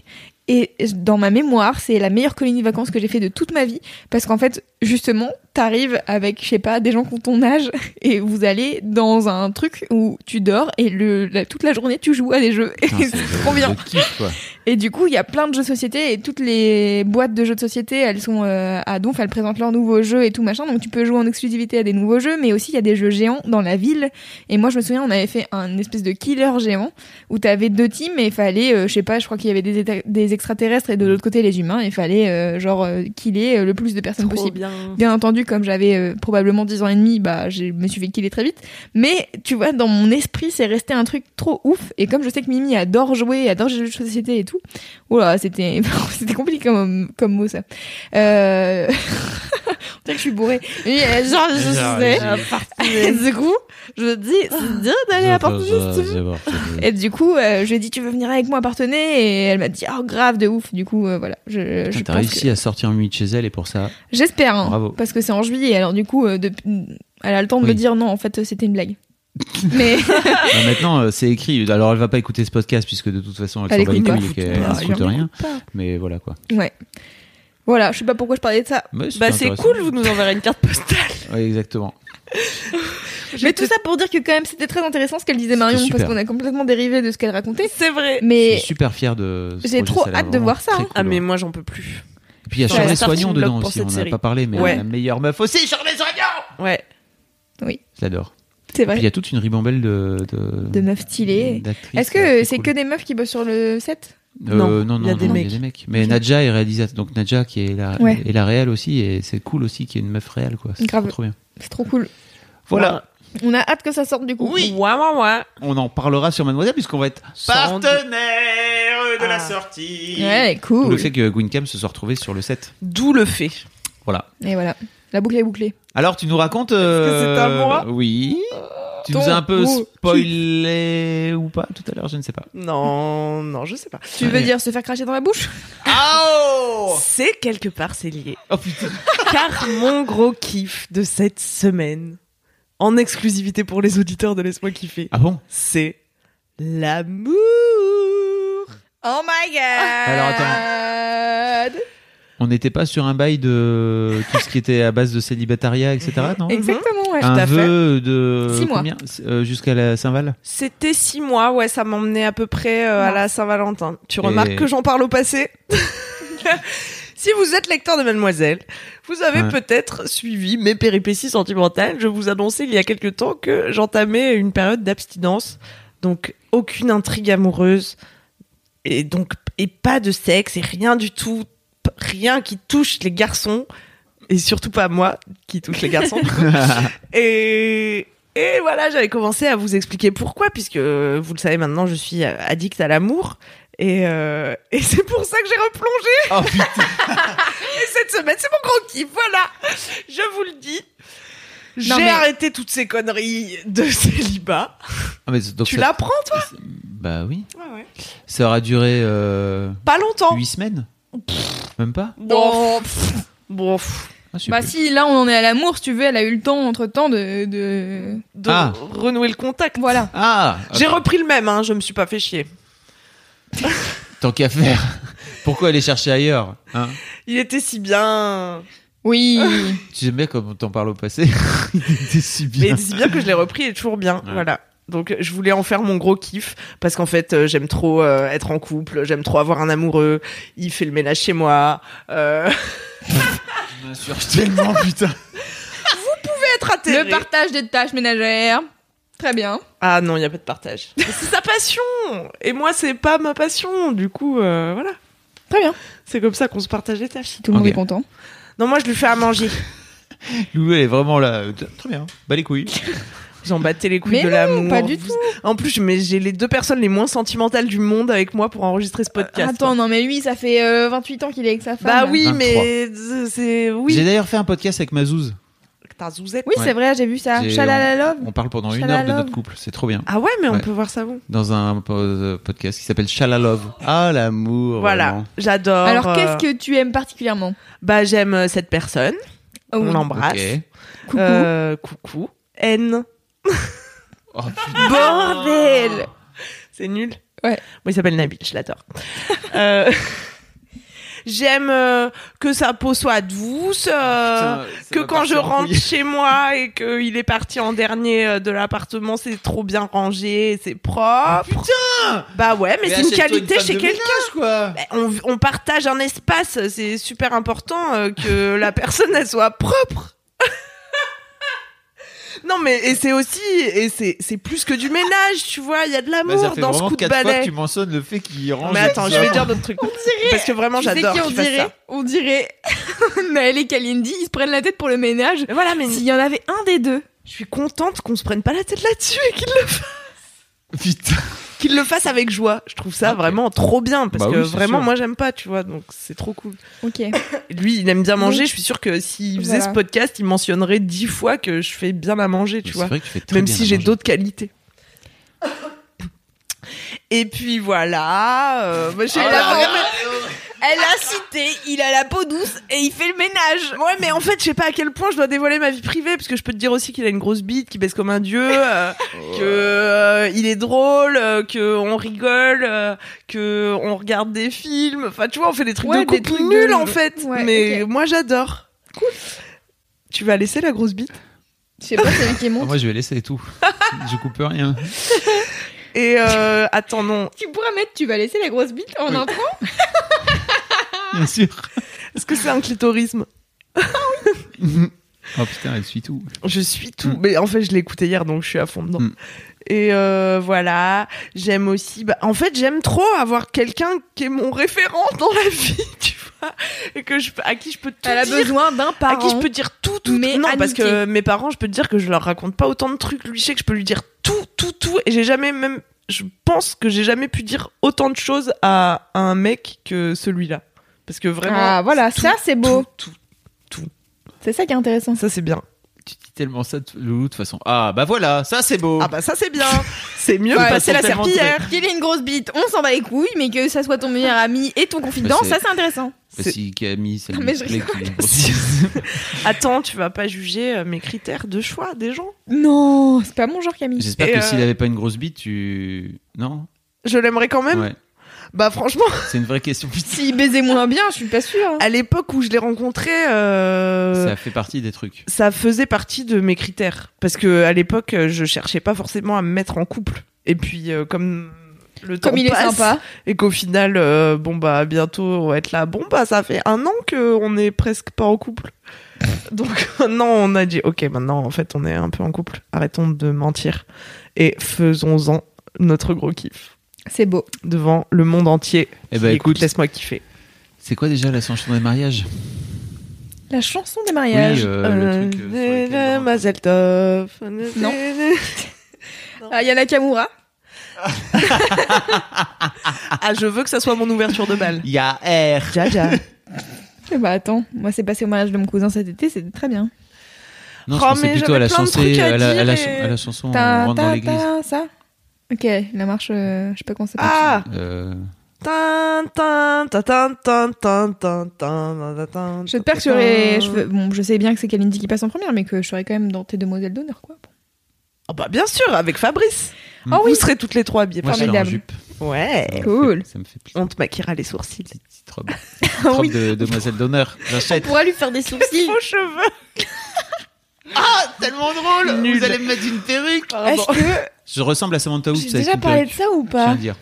S3: Et dans ma mémoire, c'est la meilleure colonie de vacances que j'ai fait de toute ma vie. Parce qu'en fait, justement, t'arrives avec, je sais pas, des gens qui ont ton âge et vous allez dans un truc où tu dors et le, la- toute la journée tu joues à des jeux. Et
S4: Putain,
S3: Ah, c'est trop bien.
S4: Je kiffe, quoi.
S3: Et du coup, il y a plein de jeux de société et toutes les boîtes de jeux de société, elles sont euh, à Donf, elles présentent leurs nouveaux jeux et tout machin. Donc tu peux jouer en exclusivité à des nouveaux jeux, mais aussi il y a des jeux géants dans la ville. Et moi, je me souviens, on avait fait un espèce de killer géant où t'avais deux teams et il fallait, euh, je sais pas, je crois qu'il y avait des, éta- des extraterrestres et de l'autre côté les humains. Et il fallait euh, genre euh, killer euh, le plus de personnes
S2: Trop
S3: possible.
S2: bien.
S3: Bien entendu, comme j'avais euh, probablement 10 ans et demi, bah, je me suis fait killer très vite. Mais tu vois, dans mon esprit, c'est resté un truc trop ouf. Et comme je sais que Mimi adore jouer, adore jouer aux jeux de société et tout, oula, c'était c'était compliqué comme, comme mot ça. Euh... On dirait que je suis bourrée. Mais, euh, genre, je sais. Et du coup, je dis, c'est bien d'aller à Porto Justo. Et du coup, euh, je lui ai dit, tu veux venir avec moi à Parthenay Et elle m'a dit, oh, grave, de ouf. Du coup, euh, voilà. Je, je
S4: Putain, T'as
S3: pense que-
S4: réussi à sortir Mimi de chez elle et pour ça.
S3: J'espère, hein,
S4: Bravo.
S3: parce que c'est en juillet, alors du coup, euh, depuis- elle a le temps de
S4: Oui.
S3: me dire non, en fait, euh, c'était une blague. Mais
S4: Bah, maintenant, euh, c'est écrit. Alors, elle va pas écouter ce podcast puisque de toute façon, elle
S3: Elle
S4: s'en bat les
S3: écoute pas.
S4: couilles et qu'elle
S2: Ah,
S4: n'écoute
S3: j'en
S4: rien.
S3: pas.
S4: Mais voilà quoi.
S3: ouais, voilà, je sais pas pourquoi je parlais de ça.
S4: Mais
S2: Bah c'est
S4: intéressant.
S2: cool, vous nous enverrez une carte postale.
S4: Ouais, exactement.
S3: Mais tout ça pour dire que quand même, c'était très intéressant ce qu'elle disait Marion, parce
S4: super.
S3: qu'on a complètement dérivé de ce qu'elle racontait.
S2: C'est vrai.
S4: Je
S3: Mais
S4: suis super fier de. ce
S3: J'ai
S4: projet,
S3: trop
S4: ça a l'air
S3: hâte de
S4: vraiment
S3: voir ça,
S4: très
S3: hein.
S4: cool,
S2: Ah mais
S4: ouais.
S2: moi j'en peux plus.
S4: Et puis il y a
S2: Ouais,
S4: Charles
S2: la
S4: Soignon
S2: starting block
S4: dedans
S2: pour
S4: aussi.
S2: cette
S4: On n'a
S2: série.
S4: pas parlé, mais
S2: Ouais.
S4: la meilleure meuf aussi.
S2: Ouais.
S4: Je l'adore.
S3: c'est
S4: Puis il
S3: vrai,
S4: y a toute une ribambelle de. de-
S3: de meuf stylée.
S4: d'actrices,
S3: Est-ce
S4: là,
S3: que
S4: très
S3: c'est
S4: cool.
S3: que des meufs qui bossent sur le set
S4: Euh,
S2: Non,
S4: non, non, non, il y a des, mecs. Mais
S3: Ok.
S4: Nadja est réalisatrice. Donc Nadja qui est la,
S3: Ouais.
S4: est la réelle aussi. Et c'est cool aussi qu'il y ait une meuf réelle. quoi. C'est
S3: Grave.
S4: trop, trop bien.
S3: C'est trop cool.
S4: Voilà.
S3: On a hâte que ça sorte du coup.
S2: Ouais ouais ouais.
S4: On en parlera sur Mademoiselle puisqu'on va être.
S2: Sans doute.
S6: Partenaire de
S2: Ah.
S6: la sortie.
S3: Ouais,
S4: D'où
S3: cool.
S4: le fait que Gwyncam se soit retrouvée sur le set.
S2: D'où le fait.
S4: Voilà.
S3: Et voilà, la boucle est bouclée.
S4: Alors tu nous racontes. euh,
S2: c'est à moi
S4: Oui. Tu
S3: Ton
S4: nous as un peu
S3: goût.
S4: spoilé ou pas tout à l'heure, je ne sais pas.
S2: Non, non, je sais pas.
S3: Tu veux dire se faire cracher dans la bouche
S2: C'est quelque part c'est lié.
S4: Oh putain.
S2: Car mon gros kiff de cette semaine, en exclusivité pour les auditeurs de Laisse-moi kiffer,
S4: Ah bon
S2: c'est l'amour.
S3: Oh my god Euh,
S4: Alors, On n'était pas sur un bail de tout ce qui était à base de célibatariat, etc.
S3: Mhm.
S4: Non
S3: Exactement, ouais.
S4: Un
S2: à fait.
S4: vœu de
S3: Six mois.
S4: combien Euh, jusqu'à la Saint-Val.
S2: C'était six mois, ouais, ça m'emmenait à peu près euh, à la Saint-Valentin. Tu
S4: Et-
S2: remarques que j'en parle au passé Si vous êtes lecteur de Mademoiselle, vous avez
S4: Ouais.
S2: peut-être suivi mes péripéties sentimentales. Je vous annonçais il y a quelque temps que j'entamais une période d'abstinence, donc aucune intrigue amoureuse et donc et pas de sexe et rien du tout, p- rien qui touche les garçons et surtout pas moi qui touche les garçons. du coup.
S4: Ah,
S2: et et voilà, j'avais commencé à vous expliquer pourquoi, puisque euh, vous le savez maintenant, je suis euh, addict à l'amour. Et, euh, et c'est pour ça que j'ai replongé
S4: Oh putain.
S2: et cette semaine, c'est mon grand kiff, voilà. Je vous le dis. J'ai
S3: mais-
S2: arrêté toutes ces conneries de célibat.
S4: Ah, mais donc
S2: tu
S4: ça-
S2: l'apprends, toi
S4: Bah oui. Ça aura duré euh,
S2: Pas longtemps.
S4: 8 semaines. Même pas.
S3: Oh.
S2: Bon, pff, bon, pff,
S4: Ah, je sais
S3: Bah
S4: plus.
S3: si, là on en est à l'amour, si tu veux, elle a eu le temps entre temps de... de-
S2: de
S4: Ah.
S2: renouer le contact.
S3: Voilà.
S4: Ah.
S2: J'ai
S4: ah,
S2: repris le même, hein, je me suis pas fait chier.
S4: Tant qu'à faire. Pourquoi aller chercher ailleurs hein
S2: Il était si bien.
S3: Oui.
S4: Tu sais bien comme on t'en parle au passé. Il était si
S2: Mais
S4: bien.
S2: il était si bien que je l'ai repris, il est toujours bien.
S4: Ouais.
S2: Voilà. Donc je voulais en faire mon gros kiff parce qu'en fait euh, j'aime trop euh, être en couple, j'aime trop avoir un amoureux, il fait le ménage chez moi, euh,
S4: Bien sûr, tellement putain.
S2: être atterré.
S3: le partage des tâches ménagères. Très bien.
S2: Ah non, il n'y a pas de partage. Mais c'est sa passion Et moi, c'est pas ma passion. Du coup, euh, voilà.
S3: Très bien.
S2: C'est comme ça qu'on se partage les tâches.
S3: Tout le monde
S4: Ok.
S3: est content.
S2: Non, moi, je lui fais à manger.
S4: Lou, elle est vraiment là. euh, Très bien. Bah les couilles.
S2: J'en battais les couilles
S3: Mais
S2: de
S3: non,
S2: l'amour.
S3: pas du
S2: Vous-
S3: tout.
S2: En plus, mais j'ai les deux personnes les moins sentimentales du monde avec moi pour enregistrer ce podcast.
S3: Attends, non mais lui, ça fait euh, 28 ans qu'il est avec sa femme.
S2: Bah oui,
S4: 23.
S2: mais c'est...
S4: J'ai
S2: Oui.
S4: d'ailleurs fait un podcast avec Mazouz.
S2: T'as zouzette.
S3: Oui,
S4: Ouais.
S3: c'est vrai, j'ai vu ça.
S4: J'ai-
S3: Chalala love.
S4: On parle pendant une
S3: Shalala
S4: heure de notre
S3: love.
S4: couple. C'est trop bien.
S2: Ah ouais, mais on
S4: Ouais.
S2: peut voir ça où
S4: dans un po- euh, podcast qui s'appelle Shalalove. Ah, l'amour.
S2: Voilà,
S4: vraiment.
S2: j'adore.
S3: Alors
S2: euh,
S3: qu'est-ce que tu aimes particulièrement
S2: Bah j'aime euh, cette personne,
S3: Oh,
S2: on
S3: oui.
S2: l'embrasse.
S4: Ok.
S3: Coucou.
S2: Euh, coucou. N.
S4: Oh, putain.
S3: Bordel
S2: C'est nul.
S3: Ouais.
S2: Moi, il s'appelle Nabil, je l'adore. Euh, J'aime euh, que sa peau soit douce, euh,
S4: Putain, ça
S2: que
S4: va
S2: quand je
S4: partir en
S2: rentre
S4: couille.
S2: chez moi et qu'il est parti en dernier euh, de l'appartement, c'est trop bien rangé, c'est propre.
S6: putain
S2: Bah ouais, mais, c'est une
S6: achète-toi
S2: qualité
S6: femme
S2: chez
S6: de
S2: quelqu'un.
S6: ménage, quoi.
S2: Bah, On, on partage un espace, c'est super important euh, que la personne elle soit propre. Non mais et c'est aussi et c'est c'est plus que du ménage tu vois il y a de
S4: Bah, ça
S2: l'amour
S4: fait
S2: dans ce
S4: vraiment
S2: coup de
S4: quatre fois que
S2: balai
S4: tu mentionnes le fait qu'il range.
S2: mais
S4: et
S2: attends
S4: tout
S2: je
S4: ça.
S2: vais dire d'autres trucs parce que vraiment
S3: Tu sais
S2: j'adore
S3: qui on
S2: qu'il fasse
S3: dirait
S2: ça.
S3: On dirait Maël et Kalindi, ils se prennent la tête pour le ménage.
S2: mais voilà mais
S3: S'il y en avait un des deux,
S2: je suis contente qu'on se prenne pas la tête là-dessus et qu'il
S4: Putain.
S2: qu'il le fasse avec joie je trouve ça
S4: Ok.
S2: vraiment trop bien parce
S4: Bah
S2: que
S4: oui, c'est
S2: vraiment
S4: sûr.
S2: moi j'aime pas tu vois donc c'est trop cool
S3: ok. Oh
S2: Lui, il aime bien manger.
S3: Oui.
S2: Je suis sûre que s'il faisait
S3: Voilà.
S2: ce podcast, il mentionnerait dix fois que je fais bien à manger, tu
S4: C'est
S2: vois.
S4: vrai que tu fais très
S2: Même
S4: bien
S2: si
S4: à
S2: j'ai
S4: manger.
S2: d'autres qualités. Et puis voilà. euh, bah, j'ai
S3: Ah,
S2: la-
S3: regarde. Elle a cité, il a la peau douce et il fait le ménage.
S2: Ouais, mais en fait, je sais pas à quel point je dois dévoiler ma vie privée, parce que je peux te dire aussi qu'il a une grosse bite, qu'il baisse comme un dieu, euh, que euh, il est drôle, euh, que on rigole, euh, que on regarde des films. Enfin, tu vois, on fait des trucs
S3: Ouais,
S2: de
S3: des
S2: couple
S3: trucs de-
S2: nuls en fait.
S3: Ouais,
S2: mais
S3: ok.
S2: moi, j'adore. Cool. Tu vas laisser la grosse bite.
S3: Je sais pas, c'est lui qui
S4: Ah,
S3: monte.
S4: moi, je vais laisser tout. je coupe rien.
S2: Et euh, attends, non.
S3: Tu pourras mettre, tu vas laisser la grosse bite en
S4: Oui.
S3: intro
S4: Bien sûr.
S2: Est-ce que c'est un clitorisme
S4: Oh putain, elle suit tout.
S2: Je suis tout.
S4: Mm.
S2: Mais en fait, je l'ai écouté hier, donc je suis à fond dedans.
S4: Mm.
S2: Et euh, voilà, j'aime aussi. bah, en fait, j'aime trop avoir quelqu'un qui est mon référent dans la vie, tu vois, et que je, à qui je peux tout
S3: Elle a
S2: dire.
S3: besoin d'un
S2: À
S3: parent.
S2: qui je peux dire tout, tout,
S3: mais
S2: tout. Non, parce
S3: amiqué.
S2: que mes parents, je peux te dire que je leur raconte pas autant de trucs. Lui, je sais que je peux lui dire tout, tout, tout. Et j'ai jamais même. Je pense que j'ai jamais pu dire autant de choses à un mec que celui-là. Parce que vraiment.
S3: Ah voilà, ça c'est beau.
S2: tout,
S3: C'est ça qui est intéressant.
S2: tout. Ça, c'est bien.
S4: Tu dis tellement ça, t- Loulou, de toute façon. Ah bah voilà, ça c'est beau.
S2: Ah bah ça c'est bien. C'est mieux
S4: Ouais,
S2: que passer
S4: elles
S2: la
S4: sont tellement
S2: serpillière.
S3: Qu'il ait une grosse bite, on s'en bat les couilles, mais que ça soit ton meilleur ami et ton confident,
S4: Bah, c'est-
S3: ça c'est intéressant.
S4: Bah,
S2: c'est- Ah,
S4: si Camille, ça
S3: Non,
S4: lui
S3: mais je
S4: plaît
S3: rigole.
S4: qu'il grossisse.
S2: Attends, tu vas pas juger euh, mes critères de choix des gens.
S3: Non, c'est pas mon genre Camille.
S4: J'espère
S2: Et
S4: que
S2: euh,
S4: s'il avait pas une grosse bite, tu. Non
S2: Je l'aimerais quand même.
S4: Ouais.
S2: Bah franchement,
S4: C'est une vraie question. Putain,
S3: S'il baisait moins bien, je suis pas sûre. hein.
S2: à l'époque où je l'ai rencontré, euh,
S4: ça fait partie des trucs.
S2: ça faisait partie de mes critères parce que à l'époque, euh, je cherchais pas forcément à me mettre en couple. Et puis euh, comme le temps
S3: Comme il est
S2: passe,
S3: sympa.
S2: et qu'au final, euh, bon bah bientôt on va être là. Bon bah ça fait un an que on est presque pas en couple. Donc maintenant on a dit ok maintenant en fait on est un peu en couple. Arrêtons de mentir et faisons-en notre gros kiff
S3: C'est beau.
S2: devant le monde entier.
S4: Eh
S2: Qui
S4: ben, écoute.
S2: laisse-moi kiffer.
S4: C'est quoi déjà la chanson des mariages
S3: La chanson des mariages.
S4: Oui, euh, le truc. euh, sur lequel on
S2: Euh,
S4: rentre.
S2: Mazel tov.
S3: Non.
S4: euh.
S3: Ah, Yana Kamura.
S2: Ah je veux que ça soit mon ouverture de balle.
S6: Il y a R.
S2: Ja, ja.
S3: Eh Bah attends, moi c'est passé au mariage de mon cousin cet été, c'était très bien.
S4: Non, je
S2: Oh,
S4: pensais
S2: mais
S4: plutôt à la
S2: j'avais plein de
S4: chanson,
S2: trucs à
S4: à la, à la
S2: dire
S4: chan-
S2: et-
S4: à la chanson
S3: Ta-
S4: On rentre dans
S3: ta-
S4: l'église.
S3: ta- ça Ok, la marche, euh, je sais pas comment ça s'appelle.
S2: Ah
S4: Euh,
S2: Tin, tin, tin, tin, tin, tin, tin, tin, tin, tin,
S3: J'espère que
S2: tin,
S3: j'aurais.
S2: tin.
S3: je veux- Bon, je sais bien que c'est Kalindi qui passe en première, mais que je serais quand même dans tes demoiselles d'honneur, quoi.
S2: Ah bah bien sûr, avec Fabrice.
S4: Mm.
S3: Oh
S2: Ah oui. Vous serez toutes les trois habillées
S4: moi, je suis en
S3: formidable.
S4: jupe.
S2: Ouais.
S4: Ça me
S3: Cool.
S4: fait- Ça me fait plaisir.
S2: On te maquillera les sourcils.
S4: Petite petite robe. Petite
S6: Ah
S4: robe
S3: Ah oui.
S4: de demoiselle d'honneur.
S3: On
S4: J'achète.
S3: pourra lui faire des sourcils.
S2: Faux cheveux.
S6: Ah, tellement drôle.
S2: Nul.
S6: Vous allez me mettre une perruque.
S3: Est-ce que
S4: Je ressemble à Samantha Hoop.
S3: j'ai déjà parlé de ça ou
S4: Je viens
S3: pas
S4: de dire.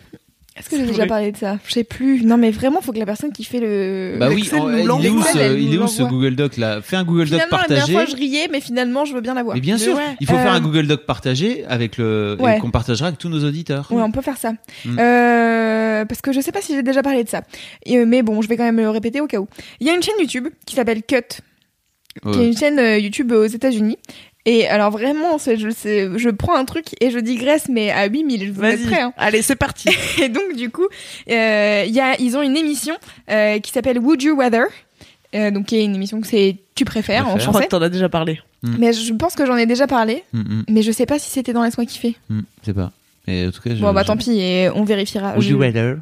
S3: Est-ce que j'ai déjà parlé de ça Je sais plus. Non, mais vraiment, faut que la personne qui fait le.
S4: Bah oui,
S2: Excel
S4: en-
S2: nous
S4: il est où
S2: l'envoie.
S4: ce,
S3: Elle
S4: il est
S3: nous
S4: où ce
S3: Euh, l'envoie.
S4: Google Doc là Fais un Google Doc
S3: Finalement, la dernière
S4: partagé.
S3: fois, je riais, mais finalement, je veux bien la voir.
S4: Mais bien sûr,
S2: ouais.
S4: il faut faire
S3: Euh,
S4: un Google Doc partagé avec le
S3: Ouais.
S4: et qu'on partagera avec tous nos auditeurs.
S3: Ouais, on peut faire ça.
S4: Mm.
S3: Euh, parce que je sais pas si j'ai déjà parlé de ça. Et, euh, mais bon, je vais quand même le répéter au cas où. Il y a une chaîne YouTube qui s'appelle Cut, qui est
S4: Ouais.
S3: une chaîne euh, YouTube aux États-Unis. Et alors vraiment, c'est- je, c'est- je prends un truc et je digresse, mais à 8000, vous êtes
S2: Vas-y.
S3: prêts. hein.
S2: Allez, c'est parti.
S3: Et donc, du coup, euh, il y a, ils ont une émission euh, qui s'appelle Would You Rather, euh, donc qui est une émission que c'est Tu préfères en
S4: Préfères.
S2: Je crois
S3: français.
S2: que t'en as déjà parlé.
S3: Mais je pense que j'en ai déjà parlé,
S4: Hum, hum,
S3: mais je sais pas si c'était dans Laisse-moi kiffer.
S4: hum, C'est pas. Mais en tout cas, je-
S3: Bon, bah
S4: je-
S3: tant pis, et on vérifiera.
S4: Would
S3: Je-
S4: you rather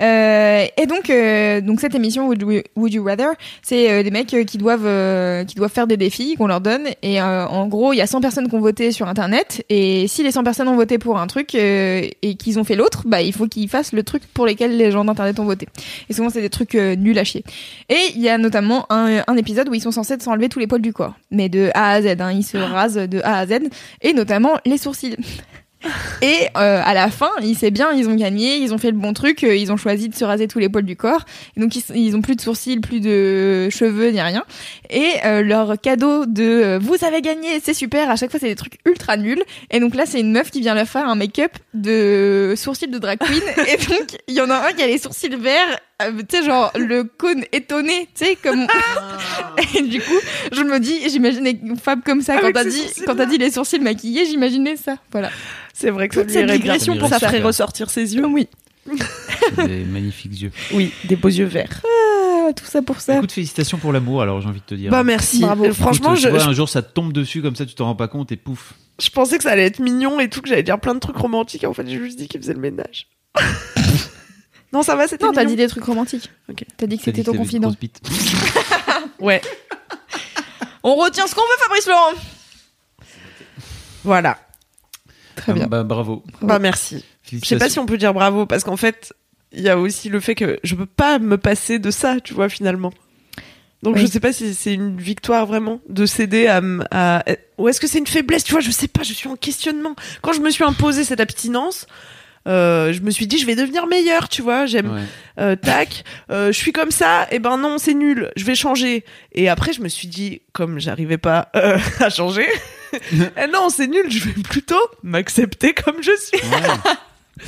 S3: Euh, et donc, euh, donc cette émission Would You, Would You Rather, c'est euh, des mecs euh, qui doivent euh, qui doivent faire des défis qu'on leur donne. Et euh, en gros, il y a 100 personnes qui ont voté sur Internet. Et si les 100 personnes ont voté pour un truc euh, et qu'ils ont fait l'autre, bah il faut qu'ils fassent le truc pour lequel les gens d'Internet ont voté. Et souvent, c'est des trucs euh, nuls à chier. Et il y a notamment un, un épisode où ils sont censés de s'enlever tous les poils du corps, mais de A à Z. hein, ils se rasent de A à Z, et notamment les sourcils. Et euh, à la fin, il sait bien, ils ont gagné, ils ont fait le bon truc, euh, ils ont choisi de se raser tous les poils du corps. Et donc ils, s- ils ont plus de sourcils, plus de cheveux, ni rien. Et euh, leur cadeau de euh, vous avez gagné, c'est super. À chaque fois, c'est des trucs ultra nuls. Et donc là, c'est une meuf qui vient leur faire un make-up de sourcils de drag queen. et donc il y en a un qui a les sourcils verts, euh, tu sais genre le cône étonné, tu sais comme.
S2: Ah.
S3: et du coup, je me dis, j'imaginais une femme comme ça quand
S2: Avec
S3: t'as
S2: ses
S3: dit
S2: sourcils
S3: quand t'as dit les sourcils maquillés, j'imaginais ça. Voilà.
S2: C'est vrai que ça
S3: Toute
S2: lui
S3: cette
S2: irait bien.
S3: digression
S4: Ça
S3: pour
S2: Ça
S3: ça.
S2: ferait ressortir ses yeux. Oui,
S4: Des magnifiques yeux.
S2: oui, des beaux yeux verts.
S3: Ah, tout ça pour ça.
S4: Écoute, félicitations pour l'amour, alors j'ai envie de te dire.
S2: Bah merci.
S3: Bravo.
S2: Euh, Franchement,
S4: Écoute,
S2: je,
S4: tu vois, un jour ça te tombe dessus comme ça, tu t'en rends pas compte et pouf.
S2: je pensais que ça allait être mignon et tout, que j'allais dire plein de trucs romantiques. Et en fait, j'ai juste dit qu'il faisait le ménage. non, ça va, c'était
S3: Non, t'as
S2: mignon.
S3: dit des trucs romantiques.
S2: Ok.
S3: T'as dit que
S4: T'as dit
S3: c'était
S4: que
S3: ton
S4: t'avais une
S3: confident.
S4: grosse bite.
S2: Ouais,
S3: On retient ce qu'on veut, Fabrice Laurent.
S2: voilà.
S3: Très bien.
S4: Bah, bravo.
S2: Bah merci. Je sais pas si on peut dire bravo parce qu'en fait, il y a aussi le fait que je peux pas me passer de ça, tu vois, finalement. Donc
S3: Oui.
S2: je sais pas si c'est une victoire vraiment de céder à, m- à- ou est-ce que c'est une faiblesse, tu vois, je sais pas, je suis en questionnement. Quand je me suis imposé cette abstinence, euh, je me suis dit je vais devenir meilleur, tu vois, j'aime
S4: Ouais.
S2: euh, tac, euh, je suis comme ça, et ben non, c'est nul, je vais changer. Et après, je me suis dit, comme j'arrivais pas euh, à changer, eh non, c'est nul, je vais plutôt m'accepter comme je suis.
S4: Ouais.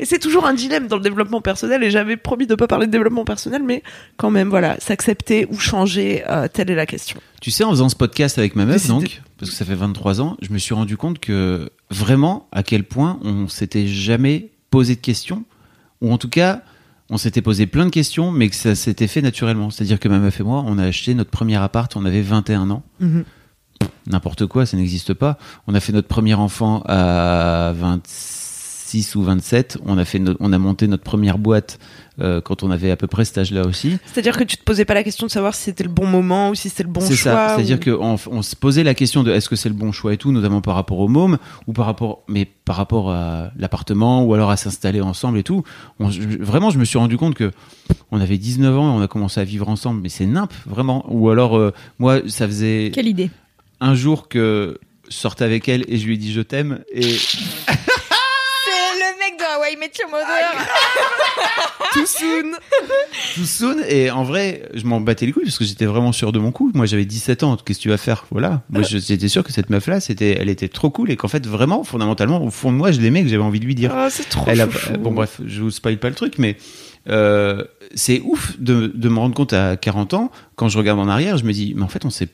S2: Et c'est toujours un dilemme dans le développement personnel, et j'avais promis de pas parler de développement personnel, mais quand même, voilà, s'accepter ou changer, euh, telle est la question.
S4: tu sais, en faisant ce podcast avec ma meuf,
S2: Décidé.
S4: donc, parce que ça fait 23 ans, je me suis rendu compte que vraiment, à quel point on s'était jamais posé de questions, ou en tout cas, on s'était posé plein de questions, mais que ça s'était fait naturellement. C'est-à-dire que ma meuf et moi, on a acheté notre premier appart, on avait 21 ans. n'importe quoi, ça n'existe pas. On a fait notre premier enfant à 26 ou 27. On a, fait no- on a monté notre première boîte euh, quand on avait à peu près cet âge-là aussi.
S2: C'est-à-dire que tu te posais pas la question de savoir si c'était le bon moment ou si c'était le bon choix.
S4: c'est ça. C'est-à-dire
S2: ou-
S4: qu'on on se posait la question de est-ce que c'est le bon choix et tout, notamment par rapport au môme, ou par rapport, mais par rapport à l'appartement, ou alors à s'installer ensemble et tout. On- je- vraiment, je me suis rendu compte que on avait 19 ans et on a commencé à vivre ensemble, mais c'est nimp, vraiment. Ou alors, euh, moi, ça faisait
S3: Quelle idée.
S4: un jour que je sortais avec elle et je lui ai dit je t'aime et
S3: C'est le mec de Hawaii Met Your Mother.
S2: Too soon.
S4: tout soon et en vrai je m'en battais les couilles parce que j'étais vraiment sûr de mon coup moi j'avais 17 ans qu'est-ce que tu vas faire voilà moi je- j'étais sûr que cette meuf là c'était elle était trop cool et qu'en fait vraiment fondamentalement au fond de moi je l'aimais que j'avais envie de lui dire
S2: Ah, c'est trop
S4: elle a-
S2: chouchou.
S4: bon bref je vous spoil pas le truc mais euh, c'est ouf de, de me rendre compte à 40 ans quand je regarde en arrière je me dis mais en fait on s'est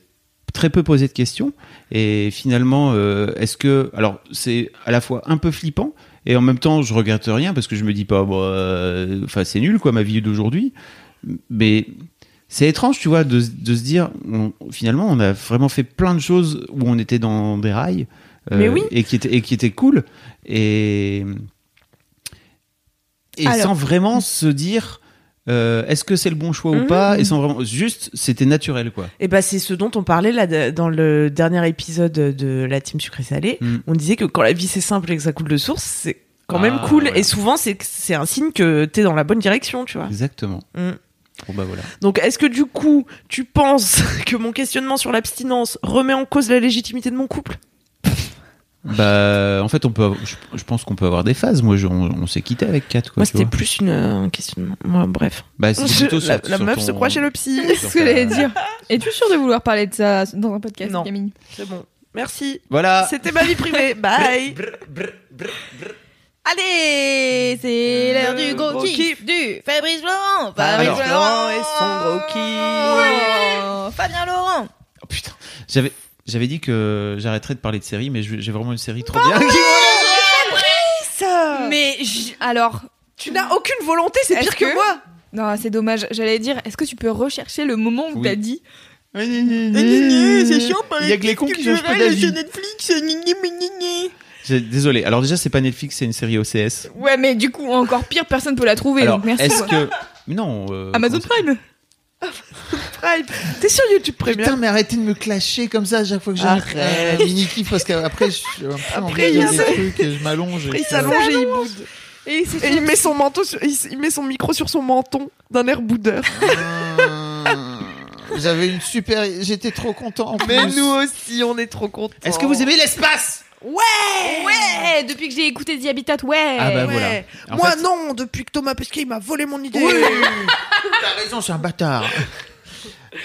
S4: très peu posé de questions et finalement euh, est-ce que alors c'est à la fois un peu flippant et en même temps je regrette rien parce que je me dis pas bah, euh, enfin c'est nul quoi ma vie d'aujourd'hui mais c'est étrange, tu vois, de, de se dire, on- finalement, on a vraiment fait plein de choses où on était dans des rails euh,
S2: Mais oui.
S4: et, qui étaient, et qui étaient cool. Et, et
S3: Alors.
S4: sans
S2: mm.
S4: vraiment se dire, euh, est-ce que c'est le bon choix
S2: Mhm.
S4: ou pas Et sans vraiment, juste, c'était naturel, quoi.
S2: Et bah c'est ce dont on parlait là de- dans le dernier épisode de la team sucré salé.
S4: Mm.
S2: On disait que quand la vie c'est simple et que ça coule de source, c'est quand
S4: Ah,
S2: même cool.
S4: voilà.
S2: Et souvent c'est c'est un signe que t'es dans la bonne direction, tu vois.
S4: Exactement.
S2: Mhm.
S4: Bon, bah voilà.
S2: Donc est-ce que du coup tu penses que mon questionnement sur l'abstinence remet en cause la légitimité de mon couple
S4: Bah, en fait, on peut avoir- je, je pense qu'on peut avoir des phases. Moi, je- on, on s'est quitté avec 4, quoi.
S2: Moi
S4: tu
S2: c'était
S4: vois.
S2: plus une, euh, un questionnement. Moi, bref.
S4: Bah, c'est
S2: Je-
S4: plutôt sur-
S2: la la
S4: sur
S2: meuf
S4: ton-
S2: se croit chez le psy.
S3: C'est ce que j'allais dire. Es-tu sûr de vouloir parler de ça dans un podcast,
S2: Non.
S3: Camille
S2: C'est bon. Merci.
S4: Voilà.
S2: C'était ma vie privée. Bye.
S3: Allez, c'est l'heure du gros
S2: gros
S3: kiff,
S2: kiff.
S3: du Fabrice Laurent. Fabrice
S4: Euh, Bah, Alors.
S3: Laurent
S2: et son gros
S3: Oh, Fabien Laurent.
S4: Oh, putain, j'avais j'avais dit que j'arrêterais de parler de séries, mais je- j'ai vraiment une série trop bien.
S3: Mais j- alors,
S2: Tu n'as aucune volonté, c'est
S3: Est-ce
S2: pire que,
S3: que-
S2: moi.
S3: non, c'est dommage. J'allais dire, est-ce que tu peux rechercher le moment où
S4: Oui.
S3: t'as dit
S4: Mmh. C'est chiant, Il y a que les cons qui changent pas d'avis.
S3: Netflix.
S4: J'ai- Désolé. Alors déjà, c'est pas Netflix, c'est une série OCS.
S3: Ouais, mais du coup, encore pire, personne peut la trouver.
S4: Alors,
S3: donc merci.
S4: est-ce
S3: quoi.
S4: que non euh,
S3: Amazon
S4: comment ça-
S3: Prime
S2: Prime. T'es sur YouTube Premium
S6: Putain, mais arrêtez de me clasher comme ça à chaque fois que j'ai
S2: Arrête.
S6: un mini kiff parce qu'après je suis un peu en train de
S2: il y a
S6: dire des
S2: ça.
S6: trucs et je m'allonge. et
S2: Il
S6: que-
S2: s'allonge et il boude.
S3: Et c'est
S2: Et
S3: sur-
S2: il met son manteau, sur- il, s- il met son micro sur son menton d'un air boudeur.
S6: Ah, J'avais une super. J'étais trop content. En plus.
S2: aussi, on est trop contents.
S6: Est-ce que vous aimez l'espace
S3: Ouais, depuis que j'ai écouté The Habitat, ouais.
S4: Ah bah
S2: Ouais.
S4: voilà. En
S2: Moi
S4: fait-
S2: non, depuis que Thomas Pesquet il m'a volé mon idée.
S6: T'as raison, je suis un bâtard.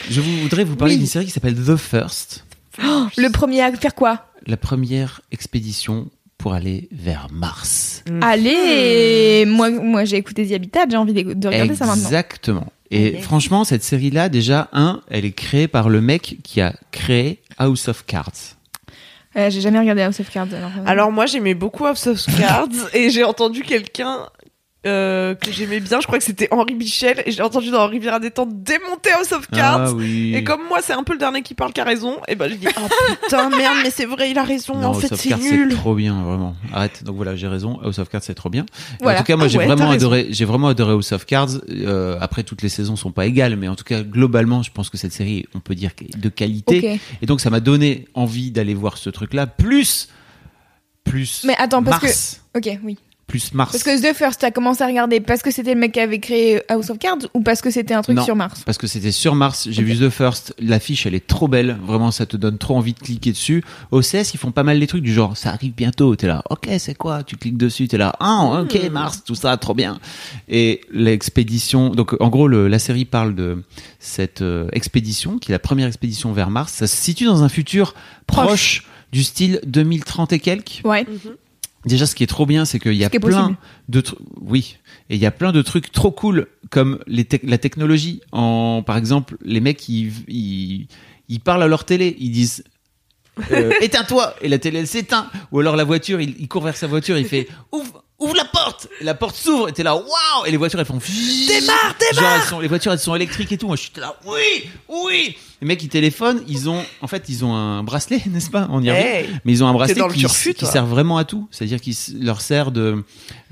S4: Je vous- voudrais vous parler
S3: Oui.
S4: d'une série qui s'appelle The First,
S3: Le premier à faire quoi
S4: la première expédition pour aller vers Mars.
S3: Allez,
S4: Mm.
S3: moi, moi j'ai écouté The Habitat, j'ai envie de, de regarder ça maintenant.
S4: Exactement. Et franchement, cette série-là, déjà, un, elle est créée par le mec qui a créé House of Cards.
S3: Euh, j'ai jamais regardé House of Cards. Alors, euh,
S2: Alors moi j'aimais beaucoup House of Cards et j'ai entendu quelqu'un euh, que j'aimais bien, je crois que c'était Henri Michel et j'ai entendu dans Rivière des Temps démonter House of Cards.
S4: Ah oui.
S2: Et comme moi, c'est un peu le dernier qui parle qui a raison, et ben je dis Oh putain, merde, mais c'est vrai, il a raison,
S4: Non,
S2: en
S4: House
S2: fait
S4: of
S2: c'est
S4: Cards, c'est
S2: nul.
S4: trop bien, vraiment. Arrête. Donc voilà, j'ai raison. House of Cards, c'est trop bien. Et
S3: Voilà.
S4: En tout cas, moi,
S2: Ah
S4: j'ai
S2: ouais,
S4: vraiment
S2: t'as raison.
S4: adoré. J'ai vraiment adoré House of Cards. Euh, après, toutes les saisons sont pas égales, mais en tout cas, globalement, je pense que cette série, on peut dire, qu'elle est de qualité.
S3: ok.
S4: Et donc, ça m'a donné envie d'aller voir ce truc-là. Plus, plus.
S3: Mais attends, parce
S4: Mars.
S3: Ok, oui.
S4: Plus Mars.
S3: Parce que The First, t'as commencé à regarder parce que c'était le mec qui avait créé euh, House of Cards ou parce que c'était un truc
S4: Non.
S3: sur Mars
S4: Parce que c'était sur Mars, j'ai vu The First, l'affiche elle est trop belle, vraiment ça te donne trop envie de cliquer dessus. OCS ils font pas mal des trucs du genre ça arrive bientôt, t'es là, ok c'est quoi, tu cliques dessus, t'es là, ah ok Mars, tout ça, trop bien. Et l'expédition, donc en gros le- la série parle de cette euh, expédition, qui est la première expédition vers Mars, ça se situe dans un futur proche,
S3: Proche.
S4: du style 2030 et quelques.
S3: Ouais.
S4: Déjà, ce qui est trop bien, c'est qu'il y a
S3: qui est
S4: plein
S3: possible.
S4: de trucs. Oui, et il y a plein de trucs trop cool comme les tec- la technologie. En, par exemple, les mecs ils, ils, ils parlent à leur télé, ils disent euh, éteins-toi et la télé elle s'éteint. Ou alors la voiture, il, il court vers sa voiture, il fait ouvre, ouvre la porte. Et la porte s'ouvre et t'es là waouh et les voitures elles font démarre démarre. Genre elles sont, les voitures elles sont électriques et tout. Moi je suis là oui oui. Les mecs ils téléphonent, ils ont en fait ils ont un bracelet n'est-ce pas On y revient.
S2: Hey.
S4: Mais ils ont un bracelet
S2: dans le
S4: qui,
S2: turfu,
S4: qui
S2: toi.
S4: sert vraiment à tout. C'est-à-dire qu'il s- leur sert de,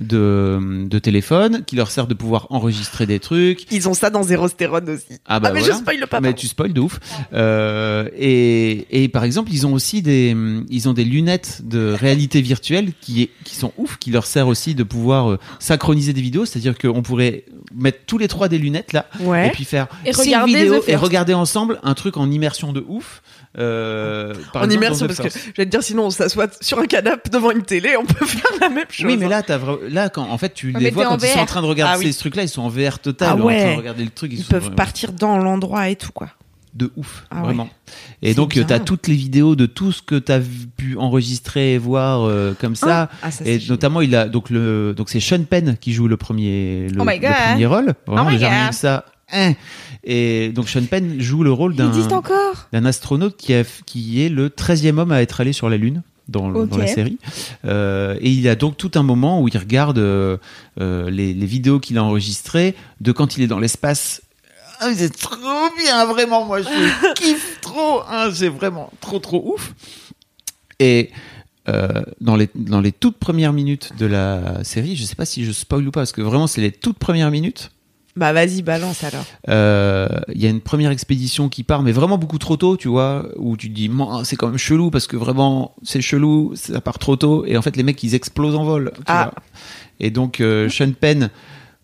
S4: de, de téléphone, qui leur sert de pouvoir enregistrer des trucs.
S2: Ils ont ça dans Zérostérone aussi.
S4: Ah bah
S2: mais
S4: voilà.
S2: je spoil pas.
S4: Mais
S2: pardon.
S4: tu spoil de ouf. Euh, et, et par exemple, ils ont aussi des, hum, ils ont des lunettes de réalité virtuelle qui, est- qui sont ouf, qui leur sert aussi de pouvoir euh, synchroniser des vidéos. C'est-à-dire qu'on pourrait mettre tous les trois des lunettes là et
S2: Ouais.
S4: puis faire
S3: Et
S4: ces
S3: regarder
S4: vidéos
S3: The First.
S4: et regarder ensemble un truc en immersion de ouf. Euh, par
S2: en
S4: exemple,
S2: immersion,
S4: dans The
S2: parce que
S4: First.
S2: je vais te dire, sinon on s'assoit sur un canapé devant une télé, on peut faire la même chose. hein.
S4: Oui, mais là, t'as vra- là quand en fait tu
S3: Ouais,
S4: les
S3: mais
S4: vois
S3: t'es en
S4: quand ils sont en
S3: VR.
S4: train de regarder
S2: Ah oui.
S4: ces trucs-là, ils sont en VR total,
S2: Ah
S4: en train
S2: ouais.
S4: de regarder le truc, ils,
S2: Ils
S4: sont
S2: peuvent
S4: vraiment
S2: partir dans l'endroit et tout, quoi.
S4: de ouf,
S2: Ah ouais.
S4: vraiment. Et
S2: C'est
S4: donc euh,
S2: bien.
S4: t'as toutes les vidéos de tout ce que t'as vu- pu enregistrer et voir euh, comme ça.
S2: Ah, ça,
S4: Et
S2: c'est
S4: notamment, il a donc le donc c'est Sean Penn qui joue le premier le,
S3: Oh my
S4: le
S3: God. Oh
S4: premier rôle. Vraiment,
S3: my
S4: déjà, rien
S3: God.
S4: que ça. hein. Et donc Sean Penn joue le rôle
S3: Il
S4: d'un
S3: existe encore
S4: d'un astronaute qui, a- qui est le 13e homme à être allé sur la Lune dans, le-
S3: Ok.
S4: dans la série. Euh, et il a donc tout un moment où il regarde euh, euh, les, les vidéos qu'il a enregistrées de quand il est dans l'espace.
S6: Ah, vous êtes trop bien, vraiment. Moi, je kiffe trop. hein, c'est vraiment trop, trop ouf.
S4: Et euh, dans, les, dans les toutes premières minutes de la série, je sais pas si je spoil ou pas, parce que vraiment c'est les toutes premières minutes.
S2: Bah vas-y, balance alors.
S4: Euh, il y a une première expédition qui part, mais vraiment beaucoup trop tôt, tu vois, où tu te dis, Man, c'est quand même chelou, parce que vraiment, c'est chelou, ça part trop tôt, et en fait, les mecs, ils explosent en vol. tu
S2: Ah.
S4: vois. Et donc, euh, Sean Penn,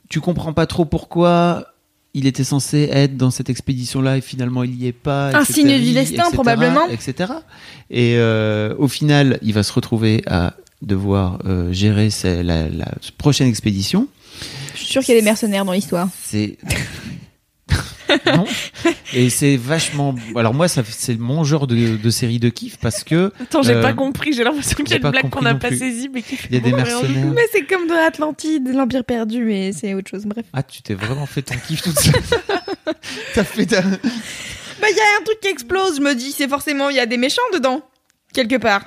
S4: tu comprends pas trop pourquoi il était censé être dans cette expédition-là, et finalement, il y est pas.
S3: Un
S4: etc.,
S3: signe du destin,
S4: etc.,
S3: probablement.
S4: Etc. Et euh, au final, il va se retrouver à devoir euh, gérer sa- la- la prochaine expédition.
S3: Je suis sûre qu'il y a des mercenaires dans l'histoire.
S4: C'est. non. Et c'est vachement. Alors, moi, ça, c'est mon genre de, de série de kiff parce que
S2: Attends, j'ai
S4: Euh,
S2: pas compris, j'ai l'impression qu'il y
S4: j'ai
S2: a une
S4: pas
S2: blague qu'on
S4: compris
S2: n'a
S4: non
S2: pas
S4: plus.
S2: saisie, mais qui fait
S4: il y a des
S2: mourir.
S4: mercenaires.
S3: Mais c'est comme dans Atlantide, l'Empire perdu, mais c'est autre chose. Bref.
S4: Ah, tu t'es vraiment fait ton kiff toute seule. T'as fait ta.
S3: Bah, il y a un truc qui explose, je me dis, c'est forcément, il y a des méchants dedans, quelque part.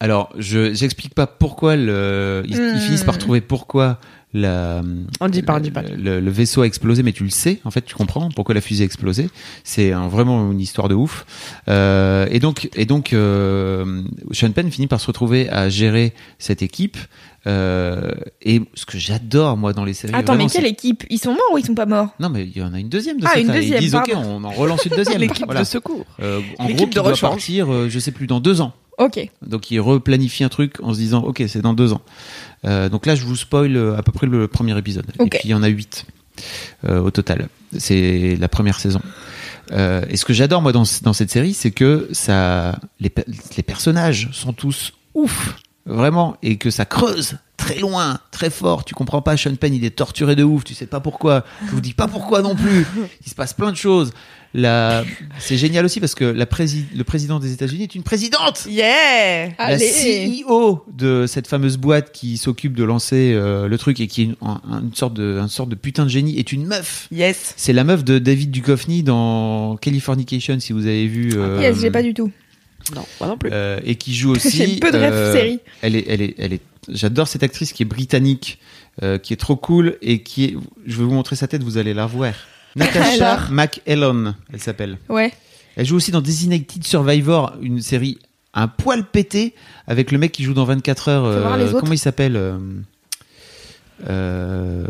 S4: Alors, je j'explique pas pourquoi le... ils, ils
S3: Hmm.
S4: finissent par trouver pourquoi la,
S2: On dit pas, on dit pas.
S4: le, le vaisseau a explosé, mais tu le sais, en fait, tu comprends pourquoi la fusée a explosé. C'est un- vraiment une histoire de ouf. Euh, et donc, et donc euh, Sean Penn finit par se retrouver à gérer cette équipe. Euh, et ce que j'adore, moi, dans les séries.
S3: Attends,
S4: vraiment,
S3: mais quelle
S4: c'est-
S3: équipe Ils sont morts ou ils sont pas morts
S4: Non, mais il y en a une deuxième de
S3: Ah,
S4: cette
S3: une
S4: année. Ils
S3: deuxième,
S4: disent, OK,
S3: pardon.
S4: on en relance une deuxième.
S2: L'équipe
S4: Voilà.
S2: de secours.
S4: Euh, en
S2: L'équipe
S4: gros,
S2: de
S4: qui doit
S2: rechange.
S4: partir, euh, je sais plus, dans deux ans.
S3: Ok.
S4: Donc il replanifie un truc en se disant ok c'est dans deux ans. Euh, donc là je vous spoil euh, à peu près le premier épisode.
S3: Ok.
S4: Et puis il y en a huit euh, au total. C'est la première saison. Euh, et ce que j'adore moi dans, ce- dans cette série c'est que ça les, pe- les personnages sont tous ouf vraiment et que ça creuse très loin très fort. Tu comprends pas Sean Penn il est torturé de ouf. Tu sais pas pourquoi. Je vous dis pas pourquoi non plus. Il se passe plein de choses. La... C'est génial aussi parce que la prési- le président des États-Unis est une présidente
S2: Yeah
S3: Ah, Allez.
S4: la CEO de cette fameuse boîte qui s'occupe de lancer euh, le truc et qui est une, un- une sorte de, une sorte de putain de génie est une meuf.
S2: Yes
S4: C'est la meuf de David Duchovny dans Californication, si vous avez vu. euh,
S3: Ah, yes, j'ai pas du tout.
S2: Non, moi non plus.
S4: euh, et qui joue aussi.
S3: J'ai peu de rêves
S4: euh,
S3: séries.
S4: Elle est, elle est, elle est. J'adore cette actrice qui est britannique, euh, qui est trop cool et qui est. Je vais vous montrer sa tête, vous allez la revoir. Natasha
S3: Alors
S4: McElhon, elle s'appelle.
S3: Ouais.
S4: Elle joue aussi dans Designated Survivor, une série un poil pété avec le mec qui joue dans 24 heures.
S3: Faut voir
S4: euh,
S3: les autres.
S4: comment il s'appelle euh, euh,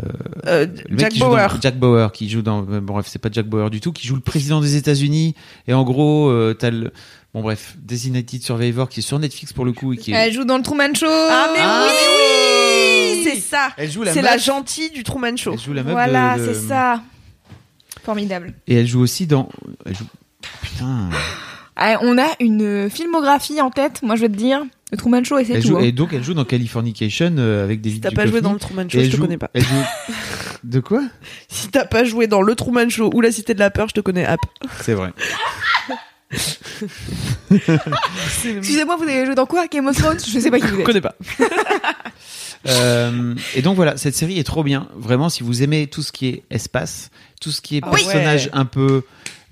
S2: Euh,
S4: le mec
S2: Jack
S4: qui joue dans-
S2: Bauer.
S4: Jack Bauer qui joue dans euh, bon, bref c'est pas Jack Bauer du tout qui joue le président des États-Unis et en gros euh, t'as le bon bref Designated Survivor qui est sur Netflix pour le coup et qui est-
S3: Elle joue dans le Truman Show.
S2: Ah, mais
S4: Ah,
S2: oui C'est ça
S4: elle joue
S2: C'est
S4: meuf-
S2: la gentille du Truman Show.
S4: elle joue la meuf
S3: Voilà,
S4: de- de-
S3: c'est ça. Formidable.
S4: et elle joue aussi dans elle joue- putain
S3: Ah, on a une filmographie en tête, moi je vais te dire. Le Truman Show et c'est
S4: elle
S3: tout.
S4: joue-
S3: hein.
S4: et donc elle joue dans Californication euh, avec David
S2: Si t'as pas joué
S4: Duchovny.
S2: dans le Truman
S4: Et
S2: Show,
S4: elle
S2: je te
S4: joue-
S2: connais pas.
S4: elle joue- de quoi
S2: Si t'as pas joué dans le Truman Show ou la Cité de la Peur, je te connais app.
S4: c'est vrai
S3: Excusez-moi, vous avez joué dans quoi Game of Thrones Je sais pas qui vous
S2: Je
S3: êtes.
S2: connais pas.
S4: Euh, et donc voilà, cette série est trop bien. Vraiment, si vous aimez tout ce qui est espace, tout ce qui est
S2: Ah oui.
S4: personnage
S2: Ouais.
S4: un peu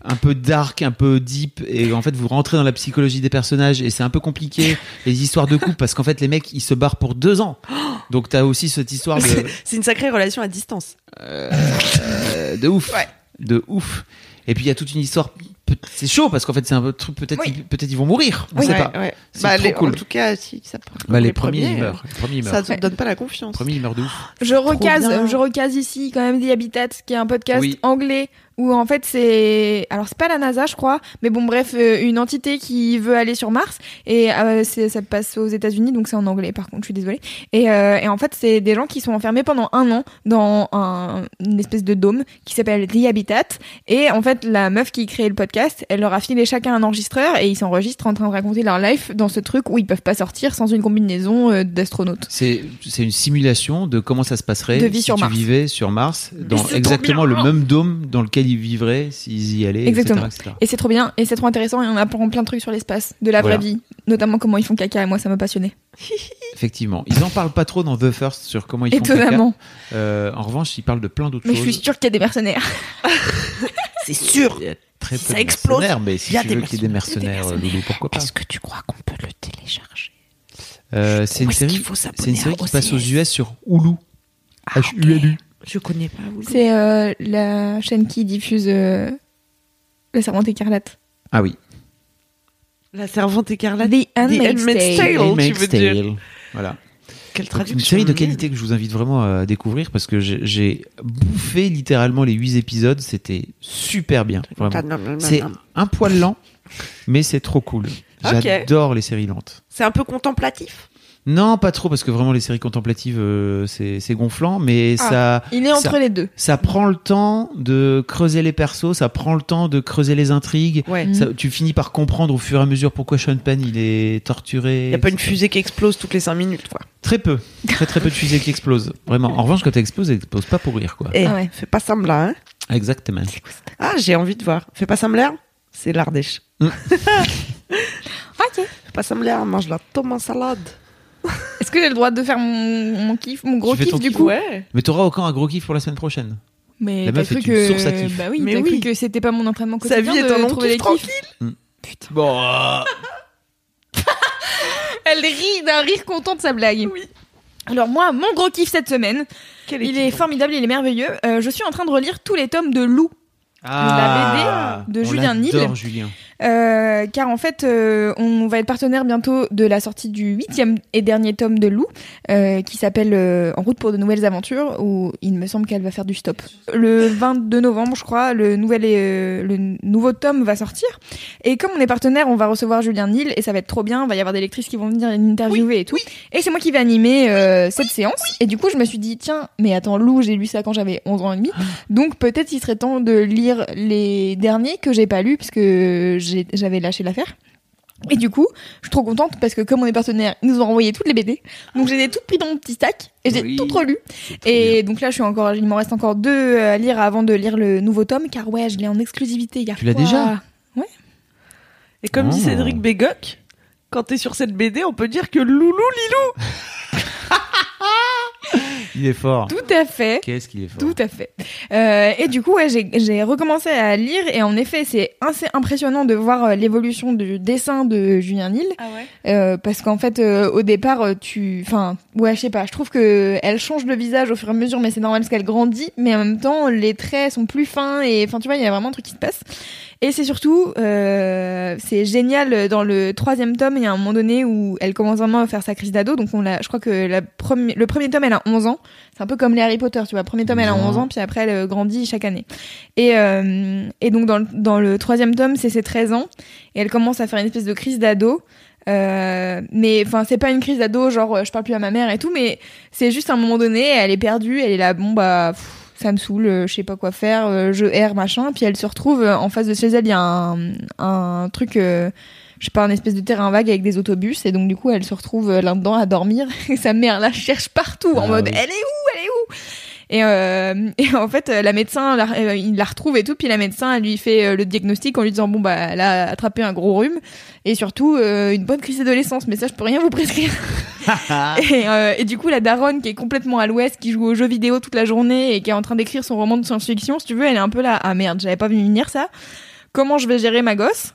S4: un peu dark, un peu deep, et en fait vous rentrez dans la psychologie des personnages et c'est un peu compliqué les histoires de couple parce qu'en fait les mecs ils se barrent pour deux ans. Donc t'as aussi cette histoire de,
S2: C'est- C'est une sacrée relation à distance.
S4: euh, de ouf, de ouf. Et puis il y a toute une histoire. peut- C'est chaud parce qu'en fait c'est un peu truc peut-être
S3: Oui.
S4: ils- peut-être ils vont mourir. On sait
S2: Ouais,
S4: pas.
S2: ouais.
S4: C'est
S2: Bah,
S4: trop
S2: les-
S4: cool.
S2: En tout cas, si ça part
S4: Bah, les,
S2: les
S4: premiers,
S2: premiers, euh,
S4: ils meurent. Les premiers ils meurent.
S2: ça te donne pas la confiance.
S4: Les premiers ils meurent de ouf.
S3: Je
S2: bien.
S3: recase, je recase ici quand même The Habitat, qui est un podcast
S4: Oui.
S3: anglais où en fait c'est, alors c'est pas la NASA je crois, mais bon bref euh, une entité qui veut aller sur Mars et euh, c'est- ça passe aux États-Unis donc c'est en anglais par contre je suis désolée et, euh, et en fait c'est des gens qui sont enfermés pendant un an dans un- une espèce de dôme qui s'appelle The Habitat et en fait la meuf qui crée le podcast elle leur a filé chacun un enregistreur et ils s'enregistrent en train de raconter leur life dans ce truc où ils peuvent pas sortir sans une combinaison euh, d'astronautes.
S4: C'est c'est une simulation de comment ça se passerait
S3: De vie
S4: si
S3: sur
S4: tu
S3: Mars.
S4: vivais sur Mars, dans
S3: c'est trop
S4: exactement le même dôme dans lequel ils vivraient s'ils y allaient,
S3: Exactement.
S4: etc. etc.
S3: Et c'est trop bien, et c'est trop intéressant, et on apprend plein de trucs sur l'espace, de la
S4: Voilà.
S3: vraie vie, notamment comment ils font caca, et moi ça m'a passionné.
S4: Effectivement. Ils en parlent pas trop dans The First sur comment ils font
S3: Étonnamment.
S4: caca. Euh, En revanche, ils parlent de plein d'autres
S3: Mais
S4: choses.
S3: je suis sûre qu'il y a des mercenaires.
S2: C'est sûr.
S4: Il y a très peu
S2: Ça
S4: de
S2: explose.
S4: mercenaires, mais
S2: Il
S4: si
S2: y a
S4: tu
S2: des
S4: veux qu'il y ait des mercenaires, euh, Loulou, pourquoi pas
S2: que tu crois qu'on peut le télécharger
S4: Euh, C'est une série, c'est une série qui se passe aux US sur Hulu.
S2: Ah,
S4: H-U-L-U.
S2: Je connais pas. vous.
S3: C'est euh, la chaîne qui diffuse euh, La Servante Écarlate.
S4: Ah oui.
S2: La servante écarlate.
S3: The Handmaid's
S2: Handmaid's Tale.
S3: Tale.
S2: Tale, tu
S4: Handmaid's
S2: veux dire.
S4: Tale. Voilà.
S2: Quelle
S4: Donc,
S2: traduction
S4: une série de
S2: nulle.
S4: qualité que je vous invite vraiment à découvrir parce que j'ai- j'ai bouffé littéralement les 8 épisodes. C'était super bien. Vraiment. C'est un poil lent, mais c'est trop cool.
S2: Ok.
S4: J'adore les séries lentes.
S2: C'est un peu contemplatif.
S4: Non, pas trop parce que vraiment les séries contemplatives, euh, c'est c'est gonflant, mais
S2: Ah.
S4: ça.
S3: Il est entre
S4: Ça-
S3: les deux.
S4: Ça prend le temps de creuser les persos, ça prend le temps de creuser les intrigues.
S2: Ouais.
S3: Mm.
S4: Ça- tu finis par comprendre au fur et à mesure pourquoi Sean Penn il est torturé.
S2: Il n'y a pas une fusée qui explose toutes les 5 minutes, quoi.
S4: Très peu, très très peu de fusées qui explosent. Vraiment. En revanche, quand elle explose, elle explose pas pour rire, quoi.
S2: Eh,
S3: Ah ouais.
S2: fais pas ça me là, hein.
S4: Exactement.
S2: Ah, j'ai envie de voir. Fais pas ça me l'air. C'est l'Ardèche.
S3: Ok.
S2: Fais pas ça me l'air, mange la tomate en salade.
S3: Est-ce que j'ai le droit de faire mon, mon kiff, mon gros
S4: Tu fais
S3: kiff
S4: ton
S3: du
S4: kiff.
S3: coup
S2: Ouais.
S4: Mais t'auras encore un gros kiff pour la semaine prochaine.
S3: Mais
S4: La
S3: t'as
S4: meuf
S3: cru
S4: est une
S3: que...
S4: source à kiff.
S3: Bah oui,
S2: Mais
S3: t'as
S2: oui.
S3: cru que c'était pas mon entraînement
S2: Sa
S3: quotidien
S2: vie est
S3: de
S2: un long
S3: trouver les
S2: kiff
S3: kiffs.
S2: tranquille.
S4: Bon.
S3: Elle rit d'un rire content de sa blague. Alors moi, mon gros kiff cette semaine,
S2: Quel
S3: il est formidable, il est merveilleux. Euh, je suis en train de relire tous les tomes de Lou,
S2: hein,
S4: Ah,
S3: BD de
S4: on
S3: Julien Nil.
S4: l'adore, Julien.
S3: Euh, car en fait, euh, on va être partenaire bientôt de la sortie du huitième et dernier tome de Lou, euh, qui s'appelle euh, En route pour de nouvelles aventures, où il me semble qu'elle va faire du stop. Le 22 novembre, je crois, le, nouvel, euh, le nouveau tome va sortir. Et comme on est partenaire, on va recevoir Julien Nil, et ça va être trop bien, il va y avoir des lectrices qui vont venir l'interviewer et tout. Et c'est moi qui vais animer euh, cette séance. Et du coup, je me suis dit, tiens, mais attends, Lou, j'ai lu ça quand j'avais 11 ans et demi. Donc peut-être il serait temps de lire les derniers que j'ai pas lus puisque j'ai- j'avais lâché l'affaire. Et du coup, je suis trop contente parce que comme on est partenaire, ils nous ont envoyé toutes les BD. Donc j'ai toutes pris dans mon petit sac et j'ai
S4: Oui.
S3: toutes relues.
S4: trop
S3: Et donc là, je suis encore, il m'en reste encore deux à lire avant de lire le nouveau tome car ouais, je l'ai en exclusivité. il y a
S4: Tu l'as
S3: quoi
S4: déjà
S2: Et comme dit
S4: Oh.
S2: Cédric Bégoc, quand t'es sur cette BD, on peut dire que Loulou
S4: Il est fort.
S3: Tout à fait.
S4: Qu'est-ce qu'il est fort.
S3: Tout à fait. Euh, et du coup, ouais, j'ai- j'ai recommencé à lire et en effet, c'est assez impressionnant de voir euh, l'évolution du dessin de Julien Nil.
S2: Ah ouais
S3: Euh, parce qu'en fait, euh, au départ, euh, tu, enfin, ouais, je sais pas. Je trouve que elle change de visage au fur et à mesure, mais c'est normal parce qu'elle grandit. Mais en même temps, les traits sont plus fins et, enfin, tu vois, il y a vraiment un truc qui se passe. Et c'est surtout, euh, c'est génial euh, dans le troisième tome. Il y a un moment donné où elle commence vraiment à faire sa crise d'ado. Donc on l'a, je crois que la premi- le premier tome, elle a 11 ans. C'est un peu comme les Harry Potter, tu vois. Premier tome, elle a 11 ans, puis après, elle euh, grandit chaque année. Et, euh, et donc dans le, dans le troisième tome, c'est ses 13 ans et elle commence à faire une espèce de crise d'ado. Euh, mais enfin c'est pas une crise d'ado genre euh, je parle plus à ma mère et tout mais c'est juste à un moment donné elle est perdue elle est là bon bah pff, ça me saoule euh, je sais pas quoi faire euh, je erre machin puis elle se retrouve euh, en face de chez elle il y a un, un truc euh, je sais pas un espèce de terrain vague avec des autobus et donc du coup elle se retrouve euh, là-dedans à dormir et sa mère la cherche partout en
S4: Ah
S3: mode
S4: oui.
S3: elle est où elle est où et, euh, et en fait euh, la médecin la- euh, il la retrouve et tout puis la médecin elle lui fait euh, le diagnostic en lui disant bon bah elle a attrapé un gros rhume et surtout euh, une bonne crise d'adolescence. Mais ça, je peux rien vous prescrire. et, euh, et du coup, la daronne qui est complètement à l'ouest, qui joue aux jeux vidéo toute la journée et qui est en train d'écrire son roman de science-fiction, si tu veux, elle est un peu là. Ah merde, j'avais pas vu venir ça. Comment je vais gérer ma gosse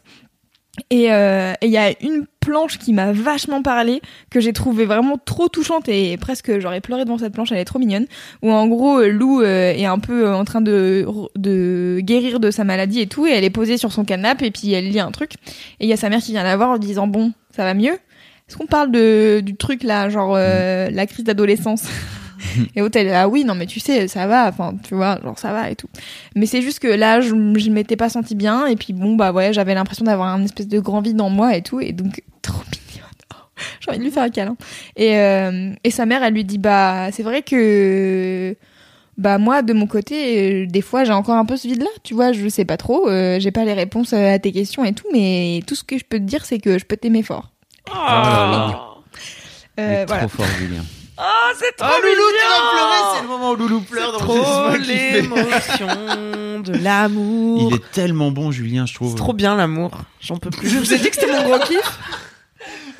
S3: Et euh, et il y a une planche qui m'a vachement parlé, que j'ai trouvé vraiment trop touchante et presque j'aurais pleuré devant cette planche, elle est trop mignonne. Où en gros, euh, Lou euh, est un peu euh, en train de, de guérir de sa maladie et tout, et elle est posée sur son canapé et puis elle lit un truc. Et il y a sa mère qui vient la voir en disant bon, ça va mieux. Est-ce qu'on parle de du truc là, genre euh, la crise d'adolescence Et l'autre elle est là oui non mais tu sais ça va, enfin tu vois genre ça va et tout. Mais c'est juste que là je, je m'étais pas senti bien et puis bon bah ouais j'avais l'impression d'avoir un espèce de grand vide en moi et tout et donc trop mignonne. Oh, J'ai envie de lui faire un câlin. Et euh, et sa mère elle lui dit bah c'est vrai que bah moi de mon côté euh, des fois j'ai encore un peu ce vide là tu vois je sais pas trop euh, j'ai pas les réponses euh, à tes questions et tout mais tout ce que je peux te dire c'est que je peux t'aimer fort
S4: Ah.
S2: Oh,
S4: Il
S3: Euh,
S4: est
S3: voilà
S4: trop fort, Julien.
S2: Oh, c'est trop
S6: Oh, Loulou, tu vas pleurer, c'est
S2: mignon
S6: le moment où Loulou pleure dans
S2: Trop
S6: le film.
S2: l'émotion de l'amour
S4: Il est tellement bon, Julien, je trouve.
S2: C'est trop bien l'amour, j'en peux plus. Je vous ai dit que c'était mon gros kiff.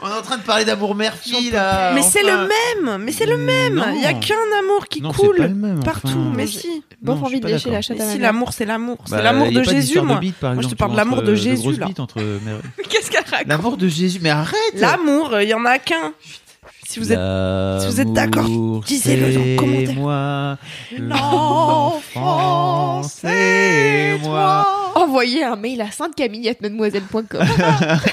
S6: On est en train de parler d'amour mère-fille,
S2: J'en
S6: là.
S2: mais
S6: Ah, enfin.
S2: c'est le même, mais c'est le même.
S4: Non.
S2: Il y a qu'un amour qui
S4: Non, c'est pas le
S2: coule
S4: même, enfin.
S2: partout. Mais si,
S3: Bon,
S4: Non, je suis
S3: envie de
S4: pas
S3: lécher la
S4: d'accord.
S3: chatte
S2: mais
S3: à ma
S2: si
S3: mère.
S2: l'amour, c'est l'amour,
S4: Bah,
S2: c'est l'amour
S4: y a
S2: de
S4: pas
S2: Jésus,
S4: d'histoire de
S2: moi.
S4: bite, par
S2: Moi, je te
S4: exemple,
S2: parle de l'amour
S4: entre,
S2: de
S4: euh,
S2: Jésus,
S4: grosses
S2: là.
S4: bites entre, mais-
S2: Qu'est-ce qu'elle raconte
S6: L'amour de Jésus, mais arrête
S2: L'amour, il y en a qu'un. Si vous êtes si vous êtes d'accord,
S4: L'amour,
S2: disez-le dans le
S4: c'est
S2: commentaire.
S4: moi,
S2: L'enfant,
S4: l'enfant, c'est moi.
S3: Envoyez un mail à sainte-camille@mademoiselle.com.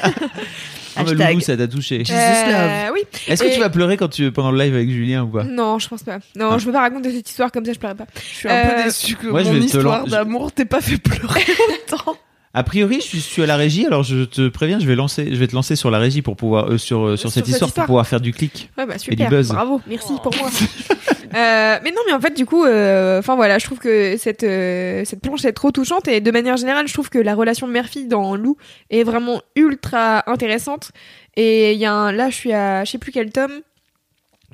S4: Ah, mais
S2: Hashtag.
S4: Loulou, ça t'a touché.
S3: Euh, oui.
S4: Est-ce que
S3: Et-
S4: tu vas pleurer quand tu pendant le live avec Julien ou pas
S3: Non, je pense pas. Non, je veux pas raconter cette histoire comme ça, je pleurais pas.
S2: Je suis un peu
S3: Euh,
S2: déçue que
S4: moi, je
S2: mon
S4: vais te
S2: histoire
S4: lan-
S2: d'amour t'ait pas fait pleurer autant.
S4: A priori, je suis, je suis à la régie, alors je te préviens, je vais lancer, je vais te lancer sur la régie pour pouvoir euh, sur, euh, sur,
S3: Sur
S4: cette
S3: cette
S4: histoire, pour
S3: histoire.
S4: pouvoir faire du clic.
S3: Ouais, bah, super.
S4: du buzz.
S3: Bravo, merci pour moi. Euh, mais non, mais en fait, du coup, euh, enfin voilà, je trouve que cette, euh, cette planche est trop touchante et de manière générale, je trouve que la relation mère-fille dans Lou est vraiment ultra intéressante. Et il y a un, là, je suis à, je sais plus quel tome,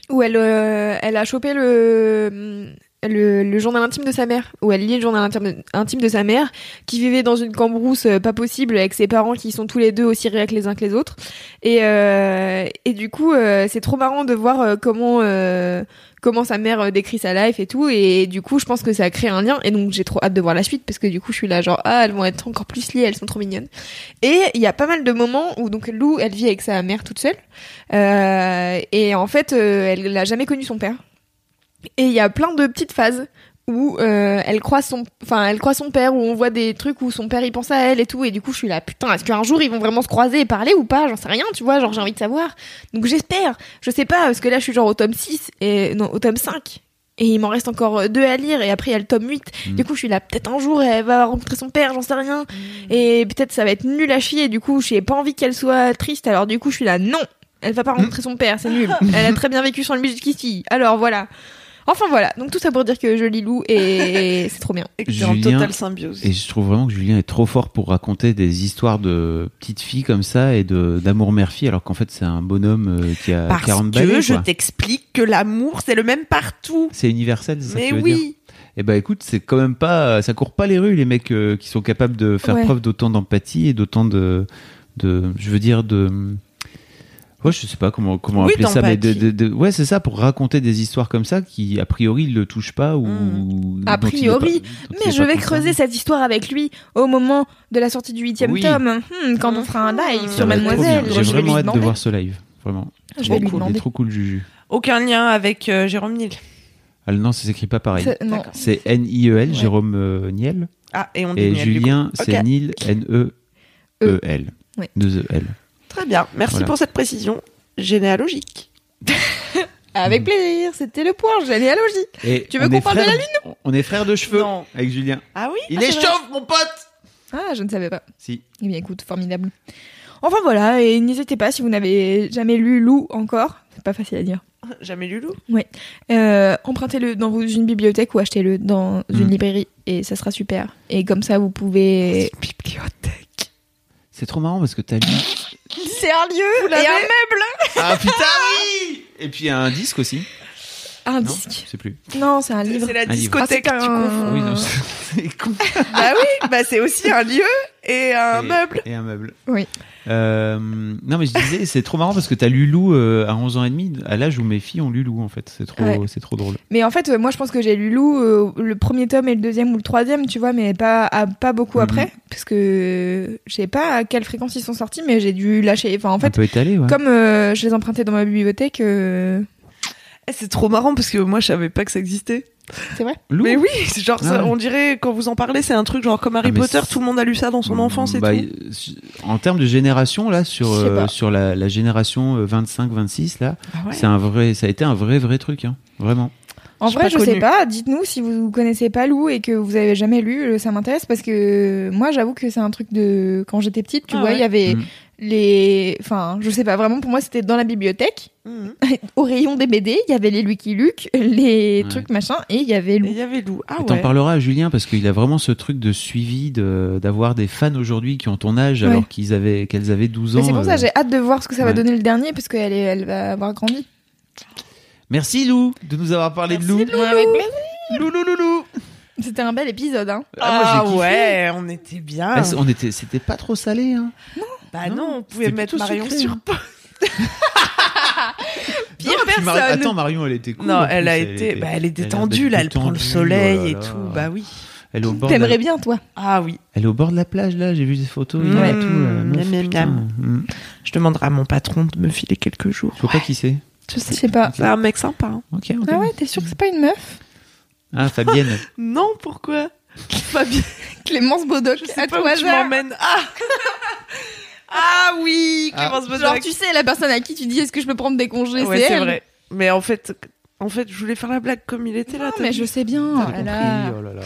S3: où elle, euh, elle a chopé le,
S7: le, le journal intime de sa mère, où elle lit le journal intime de, intime de sa mère, qui vivait dans une cambrousse euh, pas possible avec ses parents qui sont tous les deux aussi réacs les uns que les autres. Et, euh, et du coup, euh, c'est trop marrant de voir euh, comment, euh, comment sa mère euh, décrit sa life et tout. Et du coup, je pense que ça a créé un lien. Et donc, j'ai trop hâte de voir la suite parce que du coup, je suis là genre, ah, elles vont être encore plus liées, elles sont trop mignonnes. Et il y a pas mal de moments où donc Lou, elle vit avec sa mère toute seule. Euh, et en fait, euh, elle n'a jamais connu son père. Et il y a plein de petites phases où euh, elle croit son, enfin elle croit son père, où on voit des trucs où son père il pense à elle et tout, et du coup je suis là putain est-ce qu'un jour ils vont vraiment se croiser et parler ou pas, j'en sais rien, tu vois, genre j'ai envie de savoir. Donc j'espère, je sais pas parce que là je suis genre au tome 6 et non au tome 5 et il m'en reste encore euh, deux à lire et après il y a le tome 8.
S4: Mm.
S7: Du coup je suis là peut-être un jour elle va rencontrer son père, j'en sais rien et peut-être ça va être nul à chier. Du coup j'ai pas envie qu'elle soit triste, alors du coup je suis là non, elle va pas rencontrer son père, c'est nul. Elle a très bien vécu sans le budget Kitty. Alors voilà. Enfin voilà, donc tout ça pour dire que je lis Lou et c'est trop bien.
S2: Et que t'es en
S4: Julien
S2: totale symbiose.
S4: Et je trouve vraiment que Julien est trop fort pour raconter des histoires de petites filles comme ça et de d'amour mère-fille, alors qu'en fait c'est un bonhomme euh, qui a
S2: Parce
S4: 40
S2: que
S4: balais.
S2: je
S4: quoi.
S2: t'explique que l'amour, c'est le même partout.
S4: C'est universel, c'est ça que
S2: Mais
S4: tu veux dire
S2: oui.
S4: Eh ben écoute, c'est quand même pas, ça court pas les rues les mecs euh, qui sont capables de faire
S7: Ouais.
S4: preuve d'autant d'empathie et d'autant de, de, je veux dire de, ouais, je sais pas comment comment
S2: Oui,
S4: appeler ça, mais de,
S2: d'empathie.
S4: de- de- ouais, c'est ça pour raconter des histoires comme ça qui a priori le touchent pas ou
S7: Hmm. A
S4: dont il est
S7: priori.
S4: pas- dont il
S7: Mais
S4: est
S7: je
S4: pas
S7: vais
S4: concerné.
S7: creuser cette histoire avec lui au moment de la sortie du huitième
S4: Oui. Ah.
S7: tome, Hmm, quand on fera un live
S2: Ça
S7: sur
S4: va être trop
S7: Mademoiselle. Je
S4: bien. J'ai
S7: vais
S4: vraiment
S7: lui
S4: hâte de
S7: demander.
S4: voir ce live, vraiment.
S3: Je
S4: Trop
S3: vais lui
S4: cool, il est
S3: demander.
S4: Trop cool, Juju.
S2: Aucun lien avec euh, Jérôme Niel.
S4: Ah non, ça s'écrit pas pareil.
S3: C'est- Non.
S2: D'accord.
S4: C'est N I E L,
S2: Ouais.
S4: Jérôme euh, Niel,
S2: Ah, et on dit
S4: et
S2: Niel, du
S4: Julien,
S2: Ok.
S4: c'est Niel N E E L.
S3: Ouais.
S4: Deux E L.
S2: coup. Très bien. Merci
S4: Voilà.
S2: pour cette précision généalogique.
S7: Avec plaisir, c'était le point, j'allais à Logis.
S4: Et
S7: Tu veux
S4: on
S7: qu'on
S4: est
S7: parle de
S4: frères- On est frères de cheveux
S2: Non.
S4: avec Julien.
S2: Ah oui
S6: Il
S2: Ah, c'est vrai.
S6: échauffe, mon pote
S3: Ah, je ne savais pas.
S4: Si.
S3: Eh bien, écoute, formidable. Enfin voilà, et n'hésitez pas si vous n'avez jamais lu Lou encore, c'est pas facile à dire.
S2: Jamais lu Lou.
S3: Euh, empruntez-le dans vos- une bibliothèque ou achetez-le dans une
S4: Mm.
S3: librairie et ça sera super. Et comme ça, vous pouvez.
S2: Bibliothèque.
S4: C'est trop marrant parce que t'as lu.
S3: C'est un lieu et un meuble
S4: Ah putain oui Et puis un disque aussi.
S3: Un
S4: Non,
S3: disque.
S4: je sais plus.
S3: Non, c'est un livre.
S2: C'est la
S4: livre.
S2: discothèque.
S3: Ah, c'est
S2: tu
S3: un-
S2: confonds.
S4: Oui, non, c'est con.
S2: bah oui, bah c'est aussi un lieu et un
S4: Et-
S2: meuble.
S4: Et un meuble.
S3: Oui.
S4: Euh, non mais je disais, c'est trop marrant parce que t'as lu Lou euh, à 11 ans et demi, à l'âge où mes filles ont lu Lou en fait. C'est trop,
S3: Ouais.
S4: c'est trop drôle.
S3: Mais en fait, euh, moi, je pense que j'ai lu Lou euh, le premier tome et le deuxième ou le troisième, tu vois, mais pas à- pas beaucoup
S4: Mhm.
S3: après, parce que je sais pas à quelle fréquence ils sont sortis, mais j'ai dû lâcher. Enfin, en
S4: Un
S3: fait,
S4: peu étalé, Ah, ouais.
S3: comme euh, je les empruntais dans ma bibliothèque, euh,
S2: Eh, C'est trop marrant parce que moi je savais pas que ça existait.
S4: Lou
S2: Mais oui, c'est genre ça,
S4: Ah ouais.
S2: on dirait quand vous en parlez, c'est un truc genre comme Harry
S4: Ah, mais
S2: Potter,
S4: c'est-
S2: tout le monde a lu ça dans son enfance et
S4: Bah,
S2: tout.
S4: euh, En termes de génération là, sur
S3: Je sais
S4: euh,
S3: pas.
S4: sur la, la génération 25-26 là,
S2: Ah ouais.
S4: c'est un vrai, ça a été un vrai vrai truc, hein. vraiment.
S3: en
S2: J'ai
S3: vrai,
S2: pas
S3: je
S2: connu.
S3: sais pas. Dites-nous si vous connaissez pas Lou et que vous avez jamais lu, euh, ça m'intéresse parce que moi, j'avoue que c'est un truc de quand j'étais petite, tu
S2: Ah
S3: vois, il
S2: ouais.
S3: y avait
S4: Mhm.
S3: les, enfin, je sais pas vraiment. Pour moi, c'était dans la bibliothèque,
S2: Mhm.
S3: au rayon des BD, il y avait les Lucky Luke, les
S4: Ouais.
S3: trucs machin, et il y avait
S2: Et
S3: Lou.
S2: il y avait Lou. Ah
S4: Et T'en
S2: ouais.
S4: parleras à Julien parce qu'il a vraiment ce truc de suivi de- d'avoir des fans aujourd'hui qui ont ton âge alors
S3: Ouais.
S4: qu'ils avaient qu'elles avaient 12 ans.
S3: Mais c'est pour ça,
S4: euh.
S3: j'ai hâte de voir ce que ça va
S4: ouais.
S3: donner le dernier, parce qu'elle est- elle va avoir grandi.
S4: Merci Lou de nous avoir parlé de Lou. Lou Lou Lou Lou.
S3: C'était un bel épisode, hein.
S4: Ah,
S2: Ah,
S4: moi, j'ai kiffé.
S2: ouais, Ah. on était bien.
S4: Bah, c'est- on était c'était pas trop salé hein.
S2: bah
S4: non,
S2: non, on pouvait
S4: c'était
S2: mettre
S4: plutôt
S2: Marion
S4: sucré.
S2: sur pause.
S3: Pire
S4: Non, et puis Mar-
S3: personne.
S4: Attends Marion elle était cool.
S2: Non,
S4: en plus,
S2: elle a été, bah, elle est détendue là, elle prend le
S4: détendue,
S2: soleil
S4: oh là
S2: et
S4: là.
S2: tout. Bah oui.
S4: Elle est au bord. de la-
S3: T'aimerais bien, toi.
S2: Ah oui.
S4: Elle est au bord de la plage là, j'ai vu des photos. hier et
S2: Ouais.
S4: tout, euh,
S2: Miam,
S4: meuf,
S2: miam,
S4: putain.
S2: miam.
S4: Mm.
S2: Je demanderai à mon patron de me filer quelques jours.
S4: Je vois pas qui c'est.
S2: Je sais.
S3: Je sais pas.
S2: C'est un mec sympa. hein.
S4: Ok. ok.
S3: Ah ouais, t'es sûr que c'est pas une meuf
S4: Ah Fabienne.
S2: Non, pourquoi Fabien,
S3: Clémence Bodoc,
S2: je sais
S3: à
S2: pas
S3: tout
S2: où tu
S3: hasard.
S2: m'emmènes. Ah Ah oui, Clémence
S3: Genre,
S2: Bodoc.
S3: tu sais, la personne à qui tu dis est-ce que je peux prendre des congés,
S2: Ouais,
S3: c'est
S2: c'est
S3: elle.
S2: vrai. Mais en fait, en fait, je voulais faire la blague comme il était là.
S3: Non,
S2: t'as
S3: mais
S2: vu
S3: je sais bien.
S4: T'as
S3: oh là
S4: compris,
S3: là.
S4: oh là là.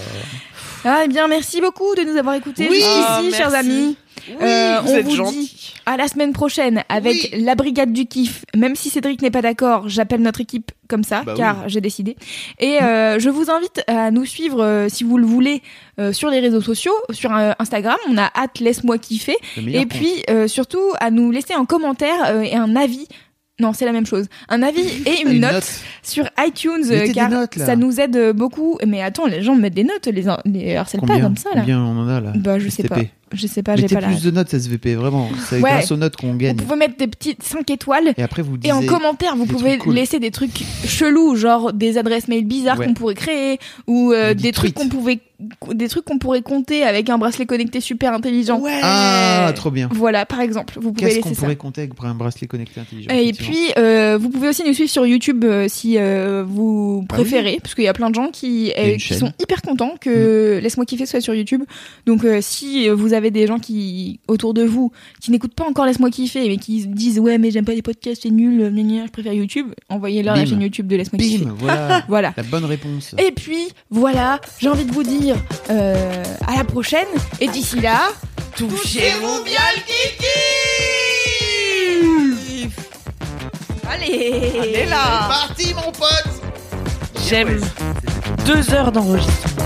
S3: Ah, eh bien, merci beaucoup de nous avoir écoutés
S2: Oui. Ah,
S3: jusqu'ici,
S2: merci.
S3: chers amis.
S2: Oui,
S3: Euh,
S2: vous
S3: on
S2: êtes
S3: vous
S2: gentil.
S3: À la semaine prochaine avec la brigade du kiff. Même si Cédric n'est pas d'accord, j'appelle notre équipe comme ça,
S4: Bah
S3: car j'ai décidé. Et euh, je vous invite à nous suivre, euh, si vous le voulez, euh, sur les réseaux sociaux, sur euh, Instagram. On a hâte, laisse-moi kiffer.
S4: Le meilleur
S3: Et puis, euh, surtout, à nous laisser un commentaire euh, et un avis Non, c'est la même chose. Un avis et une, note, sur iTunes, euh,
S6: Mettez des
S3: car
S6: notes, là.
S3: ça nous aide euh, beaucoup. Mais attends, les gens mettent des notes, les, in- les harcèlent pas
S4: Combien,
S3: comme ça, là.
S4: combien on en a là
S3: Bah, je sais
S4: STP.
S3: pas. Je sais pas, j'ai
S4: Mettez
S3: pas la.
S4: plus de notes SVP, vraiment. C'est
S3: Ouais.
S4: grâce aux notes qu'on
S3: Vous
S4: gagne.
S3: pouvez mettre des petites 5 étoiles.
S4: Et après, vous disiez.
S3: Et en commentaire, vous
S4: des
S3: pouvez
S4: trucs cool.
S3: laisser des trucs chelous, genre des adresses mail bizarres
S4: Ouais.
S3: qu'on pourrait créer ou euh,
S4: Des
S3: des trucs qu'on
S4: tweets.
S3: pouvait, des trucs qu'on pourrait compter avec un bracelet connecté super intelligent.
S2: Ouais.
S4: Ah, trop bien.
S3: Voilà, par exemple, vous pouvez
S4: Qu'est-ce qu'on
S3: laisser ça.
S4: pourrait compter avec un bracelet connecté intelligent
S3: Et
S4: effectivement.
S3: puis, euh, vous pouvez aussi nous suivre sur YouTube euh, si euh, vous préférez, parce qu'il y a plein de gens qui,
S4: Bah y a
S3: euh,
S4: une
S3: qui
S4: chaîne. Mm.
S3: sont hyper contents que Laisse-moi kiffer soit sur YouTube. Donc, euh, si vous avez des gens qui autour de vous qui n'écoutent pas encore Laisse-moi kiffer, mais qui se disent ouais mais j'aime pas les podcasts, c'est nul, euh, gna gna, je préfère YouTube, envoyez-leur la
S4: Bim.
S3: chaîne YouTube de Laisse-moi kiffer.
S4: Bim, voilà.
S3: Voilà.
S4: La bonne réponse.
S3: Et puis voilà, j'ai envie de vous dire euh, à la prochaine et d'ici là.
S2: Touchez-vous bien le kiki
S3: Allez,
S2: Et là
S6: Parti, mon pote
S2: J'aime deux heures d'enregistrement.